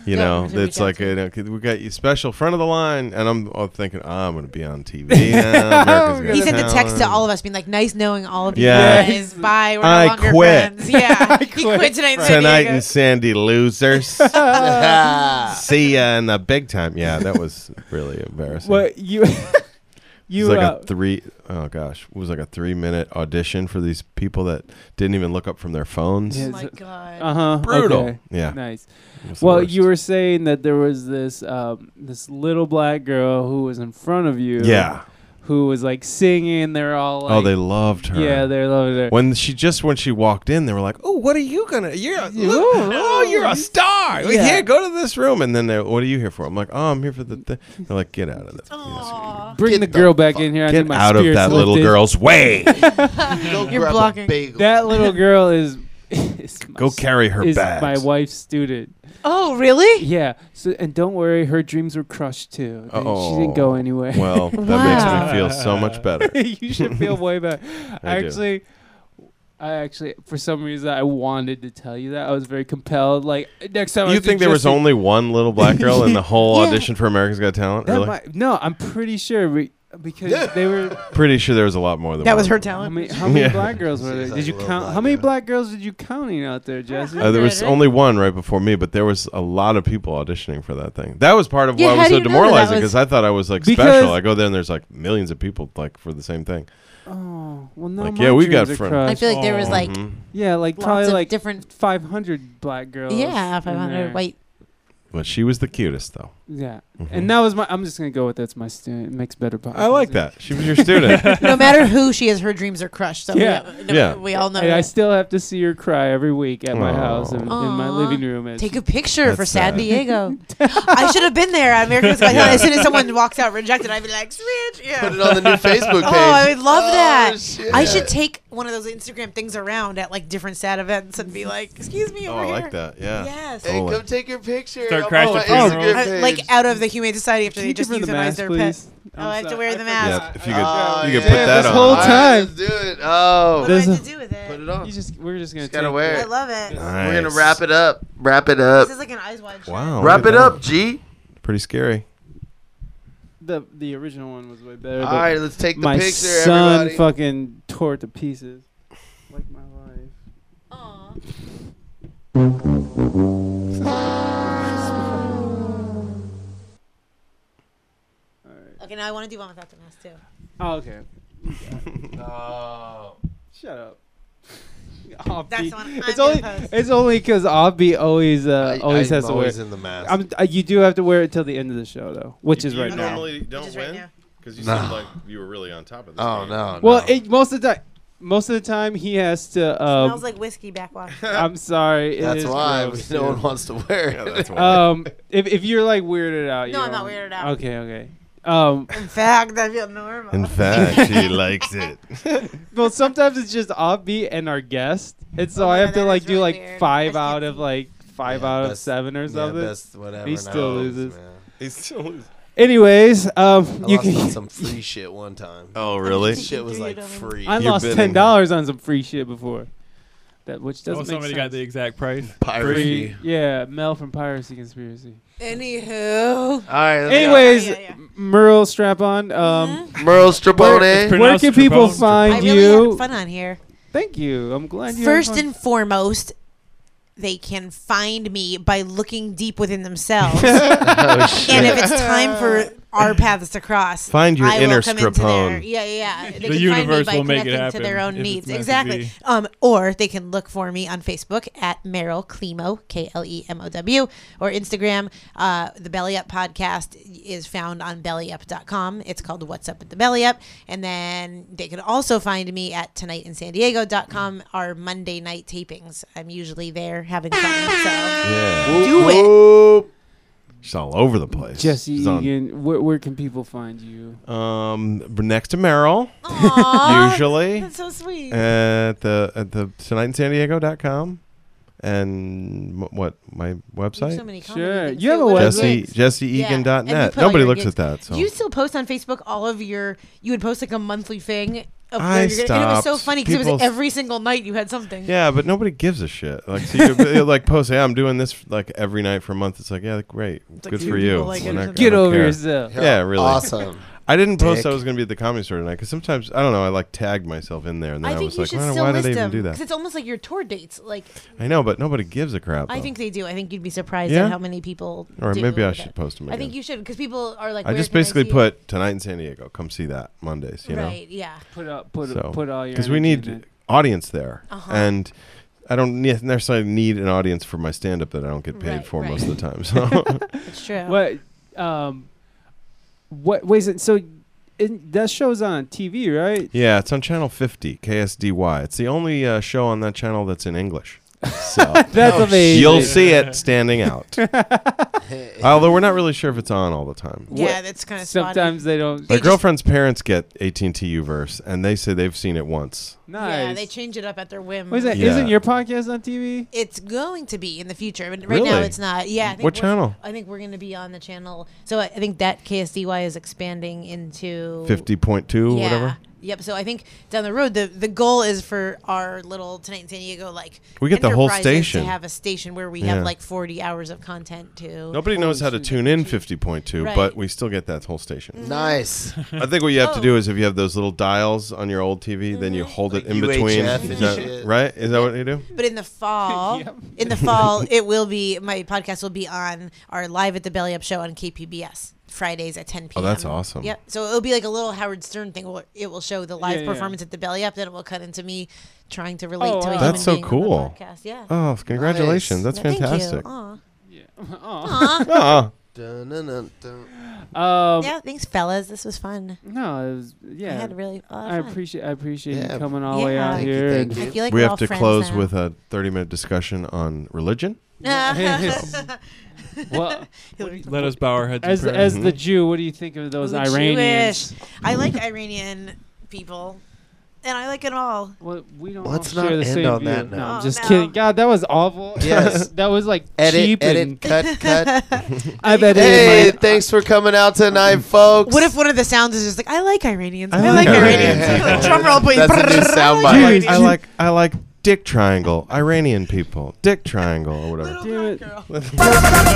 Speaker 9: You
Speaker 8: No,
Speaker 9: know,
Speaker 8: to
Speaker 9: it's
Speaker 8: reach out
Speaker 9: like
Speaker 8: to.
Speaker 9: you know, 'cause we got you special front of the line, and I'm all thinking, oh, I'm going to be on TV. now. America's Got
Speaker 8: He sent a text to
Speaker 9: Talent."
Speaker 8: all of us being like, nice knowing all of you
Speaker 9: Yeah.
Speaker 8: guys. Bye. We're no
Speaker 9: I
Speaker 8: longer
Speaker 9: quit.
Speaker 8: friends. Yeah.
Speaker 1: I
Speaker 8: he quit tonight. in San
Speaker 9: tonight
Speaker 8: Diego.
Speaker 9: and Sandy losers.
Speaker 1: Uh,
Speaker 9: See ya in the big time. Yeah, that was really embarrassing.
Speaker 1: What you, you
Speaker 9: it was like
Speaker 1: uh,
Speaker 9: a three oh gosh, it was like a three minute audition for these people that didn't even look up from their phones.
Speaker 1: Yeah.
Speaker 8: Oh my God.
Speaker 1: uh huh,
Speaker 9: Brutal. Yeah.
Speaker 1: nice.
Speaker 9: It was the
Speaker 1: Well,
Speaker 9: worst.
Speaker 1: you were saying that there was this um, this little black girl who was in front of you.
Speaker 9: yeah.
Speaker 1: who was like singing. They're all like,
Speaker 9: oh, they loved her.
Speaker 1: yeah, they're loving her.
Speaker 9: when she just when she walked in, they were like, "Oh, what are you gonna? You're a,
Speaker 1: Yeah.
Speaker 9: look-
Speaker 1: Ooh,
Speaker 9: oh, you're a star. Like,
Speaker 1: Yeah.
Speaker 9: Here, go to this room." And then they're, "What are you here for?" I'm like, "Oh, I'm here for the." Th-. They're like, "Get out of this!
Speaker 1: Bring
Speaker 2: Get
Speaker 1: the
Speaker 2: the
Speaker 1: girl back
Speaker 2: fuck-
Speaker 1: in here. I need
Speaker 9: Get
Speaker 1: my
Speaker 9: out of
Speaker 1: spirits
Speaker 9: that little
Speaker 1: lifted.
Speaker 9: girl's way!
Speaker 2: Go
Speaker 7: You're
Speaker 2: grab
Speaker 7: blocking.
Speaker 2: A bagel.
Speaker 1: That little girl is. is my
Speaker 9: go
Speaker 1: s-
Speaker 9: carry her
Speaker 1: is
Speaker 9: bags."
Speaker 1: my wife's student.
Speaker 7: Oh, really?
Speaker 1: Yeah. So and don't worry, her dreams were crushed too. They- She didn't
Speaker 9: Oh,
Speaker 1: go anywhere.
Speaker 9: Well, that
Speaker 8: Wow.
Speaker 9: makes me feel so much better.
Speaker 1: you should feel way better.
Speaker 9: I do.
Speaker 1: actually, I actually, for some reason, I wanted to tell you that. I was very compelled. Like next time, I
Speaker 9: You
Speaker 1: see
Speaker 9: think there was
Speaker 1: Justin-
Speaker 9: only one little black girl in the whole
Speaker 1: Yeah.
Speaker 9: audition for America's Got Talent?
Speaker 1: That
Speaker 9: Really?
Speaker 1: might- no, I'm pretty sure we, because they were.
Speaker 9: Pretty sure there was a lot more than
Speaker 7: That
Speaker 9: one.
Speaker 7: was her
Speaker 1: How
Speaker 7: talent.
Speaker 1: many, how many
Speaker 9: Yeah.
Speaker 1: black girls were
Speaker 2: Seems
Speaker 1: there?
Speaker 2: like
Speaker 1: Did
Speaker 2: a
Speaker 1: you
Speaker 2: little
Speaker 1: count?
Speaker 2: black
Speaker 1: How many
Speaker 2: girl.
Speaker 1: blak girls did you counting out there, Jesse?
Speaker 9: Uh, there was only one right before me, but there was a lot of people auditioning for that thing. That was part of
Speaker 8: Yeah,
Speaker 9: why it
Speaker 8: how
Speaker 9: was
Speaker 8: do
Speaker 9: so
Speaker 8: you know that
Speaker 9: demoralizing
Speaker 8: was-
Speaker 9: because I thought I was like
Speaker 1: Because-
Speaker 9: special. I go there and there's like millions of people like for the same thing.
Speaker 1: Oh, well, no.
Speaker 9: Like,
Speaker 1: my
Speaker 9: yeah, we
Speaker 1: dreams
Speaker 9: got
Speaker 1: are
Speaker 9: friends.
Speaker 8: I
Speaker 1: crushed.
Speaker 8: feel like there was like
Speaker 9: Mhm.
Speaker 1: yeah, like
Speaker 8: lots
Speaker 1: probably
Speaker 8: of
Speaker 1: like
Speaker 8: different.
Speaker 1: 500 black girls.
Speaker 8: Yeah,
Speaker 1: in
Speaker 8: 500
Speaker 1: there.
Speaker 8: white.
Speaker 9: But she was the cutest though. Mm-hmm.
Speaker 1: Yeah, and that was my. I'm just gonna go with that's my student. It makes better podcast.
Speaker 9: I like that. She was your student.
Speaker 8: No matter who she is, her dreams are crushed. So
Speaker 1: Yeah.
Speaker 8: We, no,
Speaker 9: Yeah.
Speaker 8: we all know.
Speaker 1: And I
Speaker 8: that.
Speaker 1: still have to see her cry every week at my house and in my
Speaker 8: Aw.
Speaker 1: living room. as
Speaker 8: Take
Speaker 1: she-
Speaker 8: a picture for
Speaker 9: That's
Speaker 8: San
Speaker 9: sad.
Speaker 8: Diego.
Speaker 7: I should have been there. at America's Got Talent. As soon as someone walks out rejected, I'd be like, switch.
Speaker 2: Put
Speaker 7: Yeah.
Speaker 2: it on the new Facebook page.
Speaker 7: Oh, I would love
Speaker 2: Oh,
Speaker 7: that.
Speaker 2: shit.
Speaker 7: I should take one of those Instagram things around at like different sad events and be like, "Excuse me,
Speaker 9: oh,
Speaker 7: over
Speaker 9: I
Speaker 7: here."
Speaker 9: like that. Yeah.
Speaker 7: Yes.
Speaker 2: Hey,
Speaker 9: Totally.
Speaker 2: come take your picture.
Speaker 3: Start
Speaker 2: on
Speaker 3: crashing
Speaker 2: my
Speaker 3: funerals.
Speaker 2: Instagram
Speaker 7: Uh,
Speaker 2: page.
Speaker 7: like out of the Humane Society after
Speaker 1: Can
Speaker 7: they
Speaker 1: you
Speaker 7: just
Speaker 1: give her the
Speaker 7: euthanize
Speaker 1: mask,
Speaker 7: their
Speaker 1: please?
Speaker 7: pets.
Speaker 1: I'm
Speaker 7: Oh, I have to
Speaker 1: sorry.
Speaker 7: wear
Speaker 1: I
Speaker 7: the
Speaker 1: forgot.
Speaker 9: Yeah, if you could,
Speaker 2: Oh,
Speaker 9: you could
Speaker 2: yeah.
Speaker 9: put that
Speaker 1: This
Speaker 9: on.
Speaker 1: whole
Speaker 2: All right,
Speaker 1: time.
Speaker 2: let's do it.
Speaker 7: What
Speaker 2: Oh,
Speaker 7: do I
Speaker 1: There's
Speaker 7: have
Speaker 1: a-
Speaker 7: to do with it?
Speaker 2: put it on.
Speaker 1: You
Speaker 2: You
Speaker 1: just we're just gonna
Speaker 2: just gotta
Speaker 1: take-
Speaker 2: wear
Speaker 7: I
Speaker 2: it.
Speaker 7: love it.
Speaker 2: We're gonna
Speaker 9: Nice.
Speaker 2: wrap it up. Wrap it up.
Speaker 7: This is like an eyes wide. Shut.
Speaker 9: Wow.
Speaker 2: Wrap it
Speaker 9: look at
Speaker 2: up,
Speaker 9: that.
Speaker 2: G.
Speaker 9: Pretty scary.
Speaker 1: The the original one was way better.
Speaker 2: All
Speaker 1: but
Speaker 2: right, let's take the
Speaker 1: my
Speaker 2: picture,
Speaker 1: son
Speaker 2: everybody.
Speaker 1: fucking tore it to pieces. Like my life.
Speaker 8: Okay, now I want to do one without the mask too.
Speaker 1: Oh, okay.
Speaker 2: Oh.
Speaker 1: Shut up. Offbeat.
Speaker 8: That's the one I'm
Speaker 1: it's
Speaker 8: gonna
Speaker 1: only
Speaker 8: post.
Speaker 1: it's only because Offbeat always uh,
Speaker 2: I-
Speaker 1: always
Speaker 2: I'm
Speaker 1: has to wear.
Speaker 2: always in the mask.
Speaker 1: I'm, uh, you do have to wear it till the end of the show though, which is right now.
Speaker 9: don't
Speaker 8: is right win, now.
Speaker 9: because you
Speaker 2: No.
Speaker 9: seemed like you were really on top of this.
Speaker 2: oh no.
Speaker 1: Well,
Speaker 2: no.
Speaker 1: it, most of the time, most of the time he has to. Um,
Speaker 7: Smells like whiskey backwash.
Speaker 1: I'm sorry. it
Speaker 2: that's
Speaker 1: is
Speaker 2: why
Speaker 1: gross, Oh,
Speaker 2: no one
Speaker 1: dude.
Speaker 2: wants to wear it.
Speaker 9: Yeah, that's why.
Speaker 1: Um, if if you're like weirded out, you
Speaker 8: No, I'm not
Speaker 1: don't-
Speaker 8: weirded out.
Speaker 1: Okay, okay. Um,
Speaker 7: In fact, I feel normal.
Speaker 9: In fact, she likes it.
Speaker 1: well, sometimes it's just offbeat and our guest, and so I
Speaker 7: yeah,
Speaker 1: have to
Speaker 7: Oh, that
Speaker 1: like
Speaker 7: is
Speaker 1: do
Speaker 7: really
Speaker 1: like
Speaker 7: weird.
Speaker 1: five
Speaker 7: I
Speaker 1: out
Speaker 7: can't
Speaker 1: of
Speaker 7: see.
Speaker 1: like five
Speaker 2: Yeah,
Speaker 1: out of
Speaker 2: best-
Speaker 1: seven or
Speaker 2: Yeah,
Speaker 1: something.
Speaker 2: best whatever.
Speaker 1: He still
Speaker 2: knows,
Speaker 1: loses.
Speaker 2: man.
Speaker 9: He's still.
Speaker 1: Anyways, um,
Speaker 2: I
Speaker 1: you
Speaker 2: lost
Speaker 1: can.
Speaker 2: on some free shit one time.
Speaker 9: Oh, really?
Speaker 2: Shit was like free.
Speaker 1: I
Speaker 9: You're
Speaker 1: lost
Speaker 9: bidding.
Speaker 1: ten dollars on some free shit before. That which doesn't
Speaker 3: Oh,
Speaker 1: make
Speaker 3: somebody
Speaker 1: sense.
Speaker 3: got the exact price.
Speaker 9: Piracy.
Speaker 1: Free- Yeah, Mel from Piracy Conspiracy.
Speaker 7: Anywho,
Speaker 2: All right. let's go.
Speaker 1: Anyways,
Speaker 7: Yeah, yeah. Mm-hmm.
Speaker 1: Merle Strap on. Um,
Speaker 2: Merle Strabone.
Speaker 3: Pretty-
Speaker 1: where
Speaker 3: Pronounced
Speaker 1: can people
Speaker 3: Trapone?
Speaker 1: find
Speaker 7: I really
Speaker 1: you?
Speaker 7: had fun on here.
Speaker 1: Thank you. I'm glad you. had
Speaker 7: First
Speaker 1: fun.
Speaker 7: and foremost, they can find me by looking deep within themselves.
Speaker 9: Oh,
Speaker 7: and if
Speaker 9: shit.
Speaker 7: it's time for our paths to cross,
Speaker 9: Find your
Speaker 7: I will
Speaker 9: inner
Speaker 7: come into their,
Speaker 9: Strapone.
Speaker 7: Yeah, yeah. yeah. They
Speaker 3: The
Speaker 7: can
Speaker 3: universe
Speaker 7: find me by
Speaker 3: will make it
Speaker 7: connecting
Speaker 3: happen
Speaker 7: to their own
Speaker 3: if it's
Speaker 7: needs.
Speaker 3: meant to be.
Speaker 7: Exactly. Um, or they can look for me on Facebook at Meryl Klemo, K L E M O W, or Instagram. Uh, the Belly Up podcast is found on bellyup.com. It's called What's Up at the Belly Up. And then they can also find me at tonightinsandiego.com, our Monday night tapings. I'm usually there having fun. So
Speaker 9: Yeah.
Speaker 7: do it.
Speaker 9: She's all over the place.
Speaker 1: Jesse
Speaker 9: She's on-
Speaker 1: Egan, where, where can people find you?
Speaker 9: Um, next to Meryl,
Speaker 7: Aw,
Speaker 9: usually
Speaker 7: That's so sweet.
Speaker 9: at the at the tonightinsandiego.com and m- what my website
Speaker 7: so many
Speaker 1: Sure.
Speaker 7: comments.
Speaker 1: You have a
Speaker 7: So what-
Speaker 9: Jesse
Speaker 1: gigs.
Speaker 7: Yeah, and
Speaker 9: JesseEgan.net.
Speaker 7: we put all
Speaker 9: Nobody
Speaker 7: your
Speaker 9: looks
Speaker 7: gigs-
Speaker 9: at that. So
Speaker 7: You still post on Facebook all of your. You would post like a monthly thing. Of
Speaker 9: I
Speaker 7: where you're gonna- and it was so
Speaker 9: stopped.
Speaker 7: funny because it was
Speaker 9: People-
Speaker 7: every single night you had something.
Speaker 9: yeah, but nobody gives a shit. Like so you could, like post, hey, I'm doing this like every night for a month. It's like yeah, great,
Speaker 7: like
Speaker 9: good
Speaker 7: two
Speaker 9: for you.
Speaker 7: people like
Speaker 9: We're
Speaker 7: it or
Speaker 9: not- I
Speaker 7: something.
Speaker 1: Get
Speaker 9: don't
Speaker 1: over
Speaker 9: care.
Speaker 1: yourself.
Speaker 9: Yeah, really.
Speaker 2: Awesome.
Speaker 9: I didn't post I
Speaker 2: Dick.
Speaker 9: was going to be at the comedy store tonight because sometimes I don't know. I like tagged myself in there, and then
Speaker 7: I
Speaker 9: I,
Speaker 7: think
Speaker 9: was
Speaker 7: you
Speaker 9: like,
Speaker 7: should
Speaker 9: why,
Speaker 7: still
Speaker 9: why
Speaker 7: list
Speaker 9: did I even
Speaker 7: them
Speaker 9: do
Speaker 7: because
Speaker 9: that?
Speaker 7: it's almost like your tour dates. Like
Speaker 9: I know, but nobody gives a crap.
Speaker 7: I
Speaker 9: though.
Speaker 7: think they do. I think you'd be surprised
Speaker 9: Yeah?
Speaker 7: at how many people.
Speaker 9: or
Speaker 7: do
Speaker 9: maybe I
Speaker 7: with
Speaker 9: should
Speaker 7: it.
Speaker 9: post them.
Speaker 7: I
Speaker 9: Again.
Speaker 7: think you should because people are like.
Speaker 9: I
Speaker 7: "Where
Speaker 9: just
Speaker 7: can
Speaker 9: basically
Speaker 7: see it?"
Speaker 9: put tonight in San Diego. Come see that Mondays, you know,
Speaker 7: right. Yeah.
Speaker 1: Put up, put
Speaker 9: So,
Speaker 1: put all your.
Speaker 9: because we
Speaker 1: energy in
Speaker 9: need
Speaker 1: it.
Speaker 9: audience there,
Speaker 7: Uh-huh.
Speaker 9: and I don't ne- necessarily need an audience for my stand-up that I don't get paid
Speaker 7: Right,
Speaker 9: for
Speaker 7: right.
Speaker 9: most of the time. So
Speaker 7: It's true.
Speaker 1: What? Um. What? Wait. So, so it, that show's on TV, right?
Speaker 9: yeah, it's on channel 50 KSDY. It's the only uh, show on that channel that's in English. So
Speaker 1: That's amazing.
Speaker 9: you'll see it standing out. Although we're not really sure if it's on all the time.
Speaker 7: yeah,
Speaker 1: what-
Speaker 7: that's kind of
Speaker 1: Sometimes they don't.
Speaker 9: My
Speaker 7: just-
Speaker 9: girlfriend's parents get AT&T Uverse, and they say they've seen it once.
Speaker 1: nice.
Speaker 7: Yeah, they change it up at their whim.
Speaker 1: What is that?
Speaker 9: Yeah.
Speaker 1: not your podcast on TV?
Speaker 7: It's going to be in the future, but right now
Speaker 9: Really?
Speaker 7: it's not. Yeah. I think
Speaker 9: What
Speaker 7: we're-
Speaker 9: channel?
Speaker 7: I think we're going to be on the channel. So I I think that KSDY is expanding into
Speaker 9: 50.2,
Speaker 7: yeah.
Speaker 9: whatever.
Speaker 7: Yep. So I think down the road, the the goal is for our little tonight in San Diego, like
Speaker 9: We get the whole
Speaker 7: enterprises
Speaker 9: station.
Speaker 7: to have a station where we
Speaker 9: Yeah.
Speaker 7: have like forty hours of content to.
Speaker 9: Nobody knows how to tune in 50.2,
Speaker 7: Right.
Speaker 9: but we still get that whole station.
Speaker 2: Nice.
Speaker 9: I think what you have to
Speaker 7: Oh. Mm-hmm.
Speaker 9: do is if you have those little dials on your old TV, then you hold it in between.
Speaker 2: UHF and
Speaker 9: Is that-
Speaker 2: shit.
Speaker 9: right? Is that what you do?
Speaker 7: But in the fall, in the fall, it will be my podcast will be on our live at the Belly Up show on KPBS Fridays at 10
Speaker 9: Oh,
Speaker 7: p.m.
Speaker 9: that's awesome.
Speaker 7: Yep. So it'll be like a little Howard Stern thing. Where it will show the live
Speaker 1: Yeah, yeah.
Speaker 7: performance at the Belly Up, then it will cut into me trying to relate
Speaker 1: Oh,
Speaker 7: to a
Speaker 1: wow.
Speaker 7: human
Speaker 9: That's so
Speaker 7: being on the
Speaker 9: cool.
Speaker 7: podcast. Yeah.
Speaker 9: Oh, congratulations.
Speaker 2: Nice.
Speaker 9: That's fantastic.
Speaker 7: Thank you.
Speaker 1: Um,
Speaker 7: Aw.
Speaker 9: Ah,
Speaker 2: Dun, dun, dun, dun.
Speaker 1: Oh. Um.
Speaker 7: Yeah. Thanks, fellas. This was fun.
Speaker 1: No. It was, yeah.
Speaker 7: I had really. a lot of
Speaker 1: I
Speaker 7: fun.
Speaker 1: appreciate. I appreciate you
Speaker 2: Yeah.
Speaker 1: coming all the way
Speaker 7: Yeah.
Speaker 1: out
Speaker 7: Thank
Speaker 2: you,
Speaker 1: here.
Speaker 2: thank
Speaker 1: and-
Speaker 2: you.
Speaker 7: I feel like
Speaker 9: we
Speaker 7: we're
Speaker 9: have
Speaker 7: all
Speaker 9: to
Speaker 7: friends
Speaker 9: close
Speaker 7: now.
Speaker 9: with a 30 minute discussion on religion.
Speaker 1: well,
Speaker 3: Let us bow our heads.
Speaker 1: as
Speaker 3: in prayer.
Speaker 1: as
Speaker 2: Mm-hmm.
Speaker 1: the Jew, what do you think of those
Speaker 7: Ooh,
Speaker 1: Iranians?
Speaker 7: Jewish. I like Iranian people, and I like it all.
Speaker 1: Well, we don't
Speaker 2: Let's
Speaker 1: all share
Speaker 2: not
Speaker 1: the
Speaker 2: end
Speaker 1: same
Speaker 2: on
Speaker 1: view.
Speaker 2: that
Speaker 1: no,
Speaker 2: note.
Speaker 1: I'm
Speaker 7: Oh,
Speaker 1: just
Speaker 7: no.
Speaker 1: kidding. God, that was awful.
Speaker 2: Yes.
Speaker 1: that was like
Speaker 2: Edit,
Speaker 1: cheap
Speaker 2: edit,
Speaker 1: and
Speaker 2: cut, cut.
Speaker 1: I've edited
Speaker 2: hey,
Speaker 1: my-
Speaker 2: thanks for coming out tonight, folks.
Speaker 7: What if one of the sounds is just like, I like Iranians. I,
Speaker 9: like
Speaker 7: like,
Speaker 9: Iranians."
Speaker 7: Iranians. Drum roll, please.
Speaker 2: That's a new
Speaker 9: I
Speaker 2: soundbite.
Speaker 9: like, I like I like dick triangle, Iranian people, dick triangle or whatever.
Speaker 1: Damn it.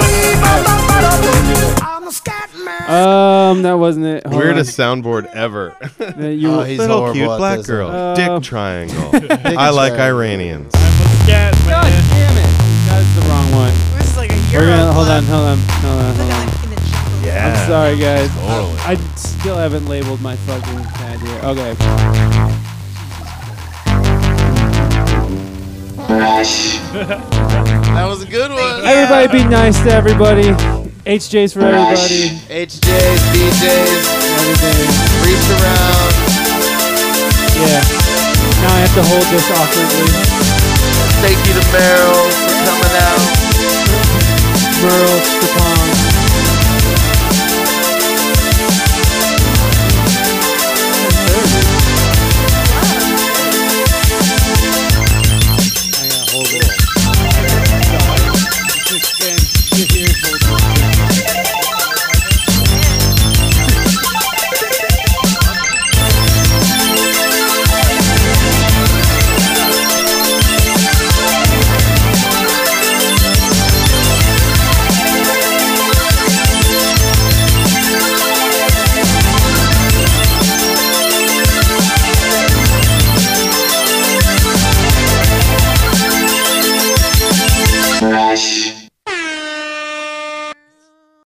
Speaker 4: I'm a scat man.
Speaker 1: Um, that wasn't it. Hold
Speaker 9: Weirdest soundboard ever.
Speaker 1: on. Uh, you-
Speaker 2: Oh, he's
Speaker 9: Little
Speaker 2: horrible
Speaker 9: cute
Speaker 2: at
Speaker 9: black
Speaker 2: this.
Speaker 9: girl,
Speaker 1: Uh,
Speaker 9: dick triangle. I like
Speaker 2: triangle.
Speaker 9: Iranians.
Speaker 3: Yes,
Speaker 1: God
Speaker 3: man.
Speaker 1: damn it. That's the wrong one.
Speaker 7: This is like a
Speaker 1: We're
Speaker 7: Euro
Speaker 1: gonna hold
Speaker 7: club.
Speaker 1: on, hold on, hold on, hold on.
Speaker 7: Like, in the jungle.
Speaker 9: Yeah.
Speaker 1: I'm sorry, guys.
Speaker 9: Totally.
Speaker 1: I still haven't labeled my fucking pad here. Okay.
Speaker 2: That was a good one.
Speaker 1: Everybody, be nice to everybody. HJ's for everybody.
Speaker 2: HJs, BJs,
Speaker 1: Everything.
Speaker 2: reach around.
Speaker 1: Yeah. Now I have to hold this awkwardly.
Speaker 2: Thank you to Meryl for coming out.
Speaker 1: Merle Stepan. shit.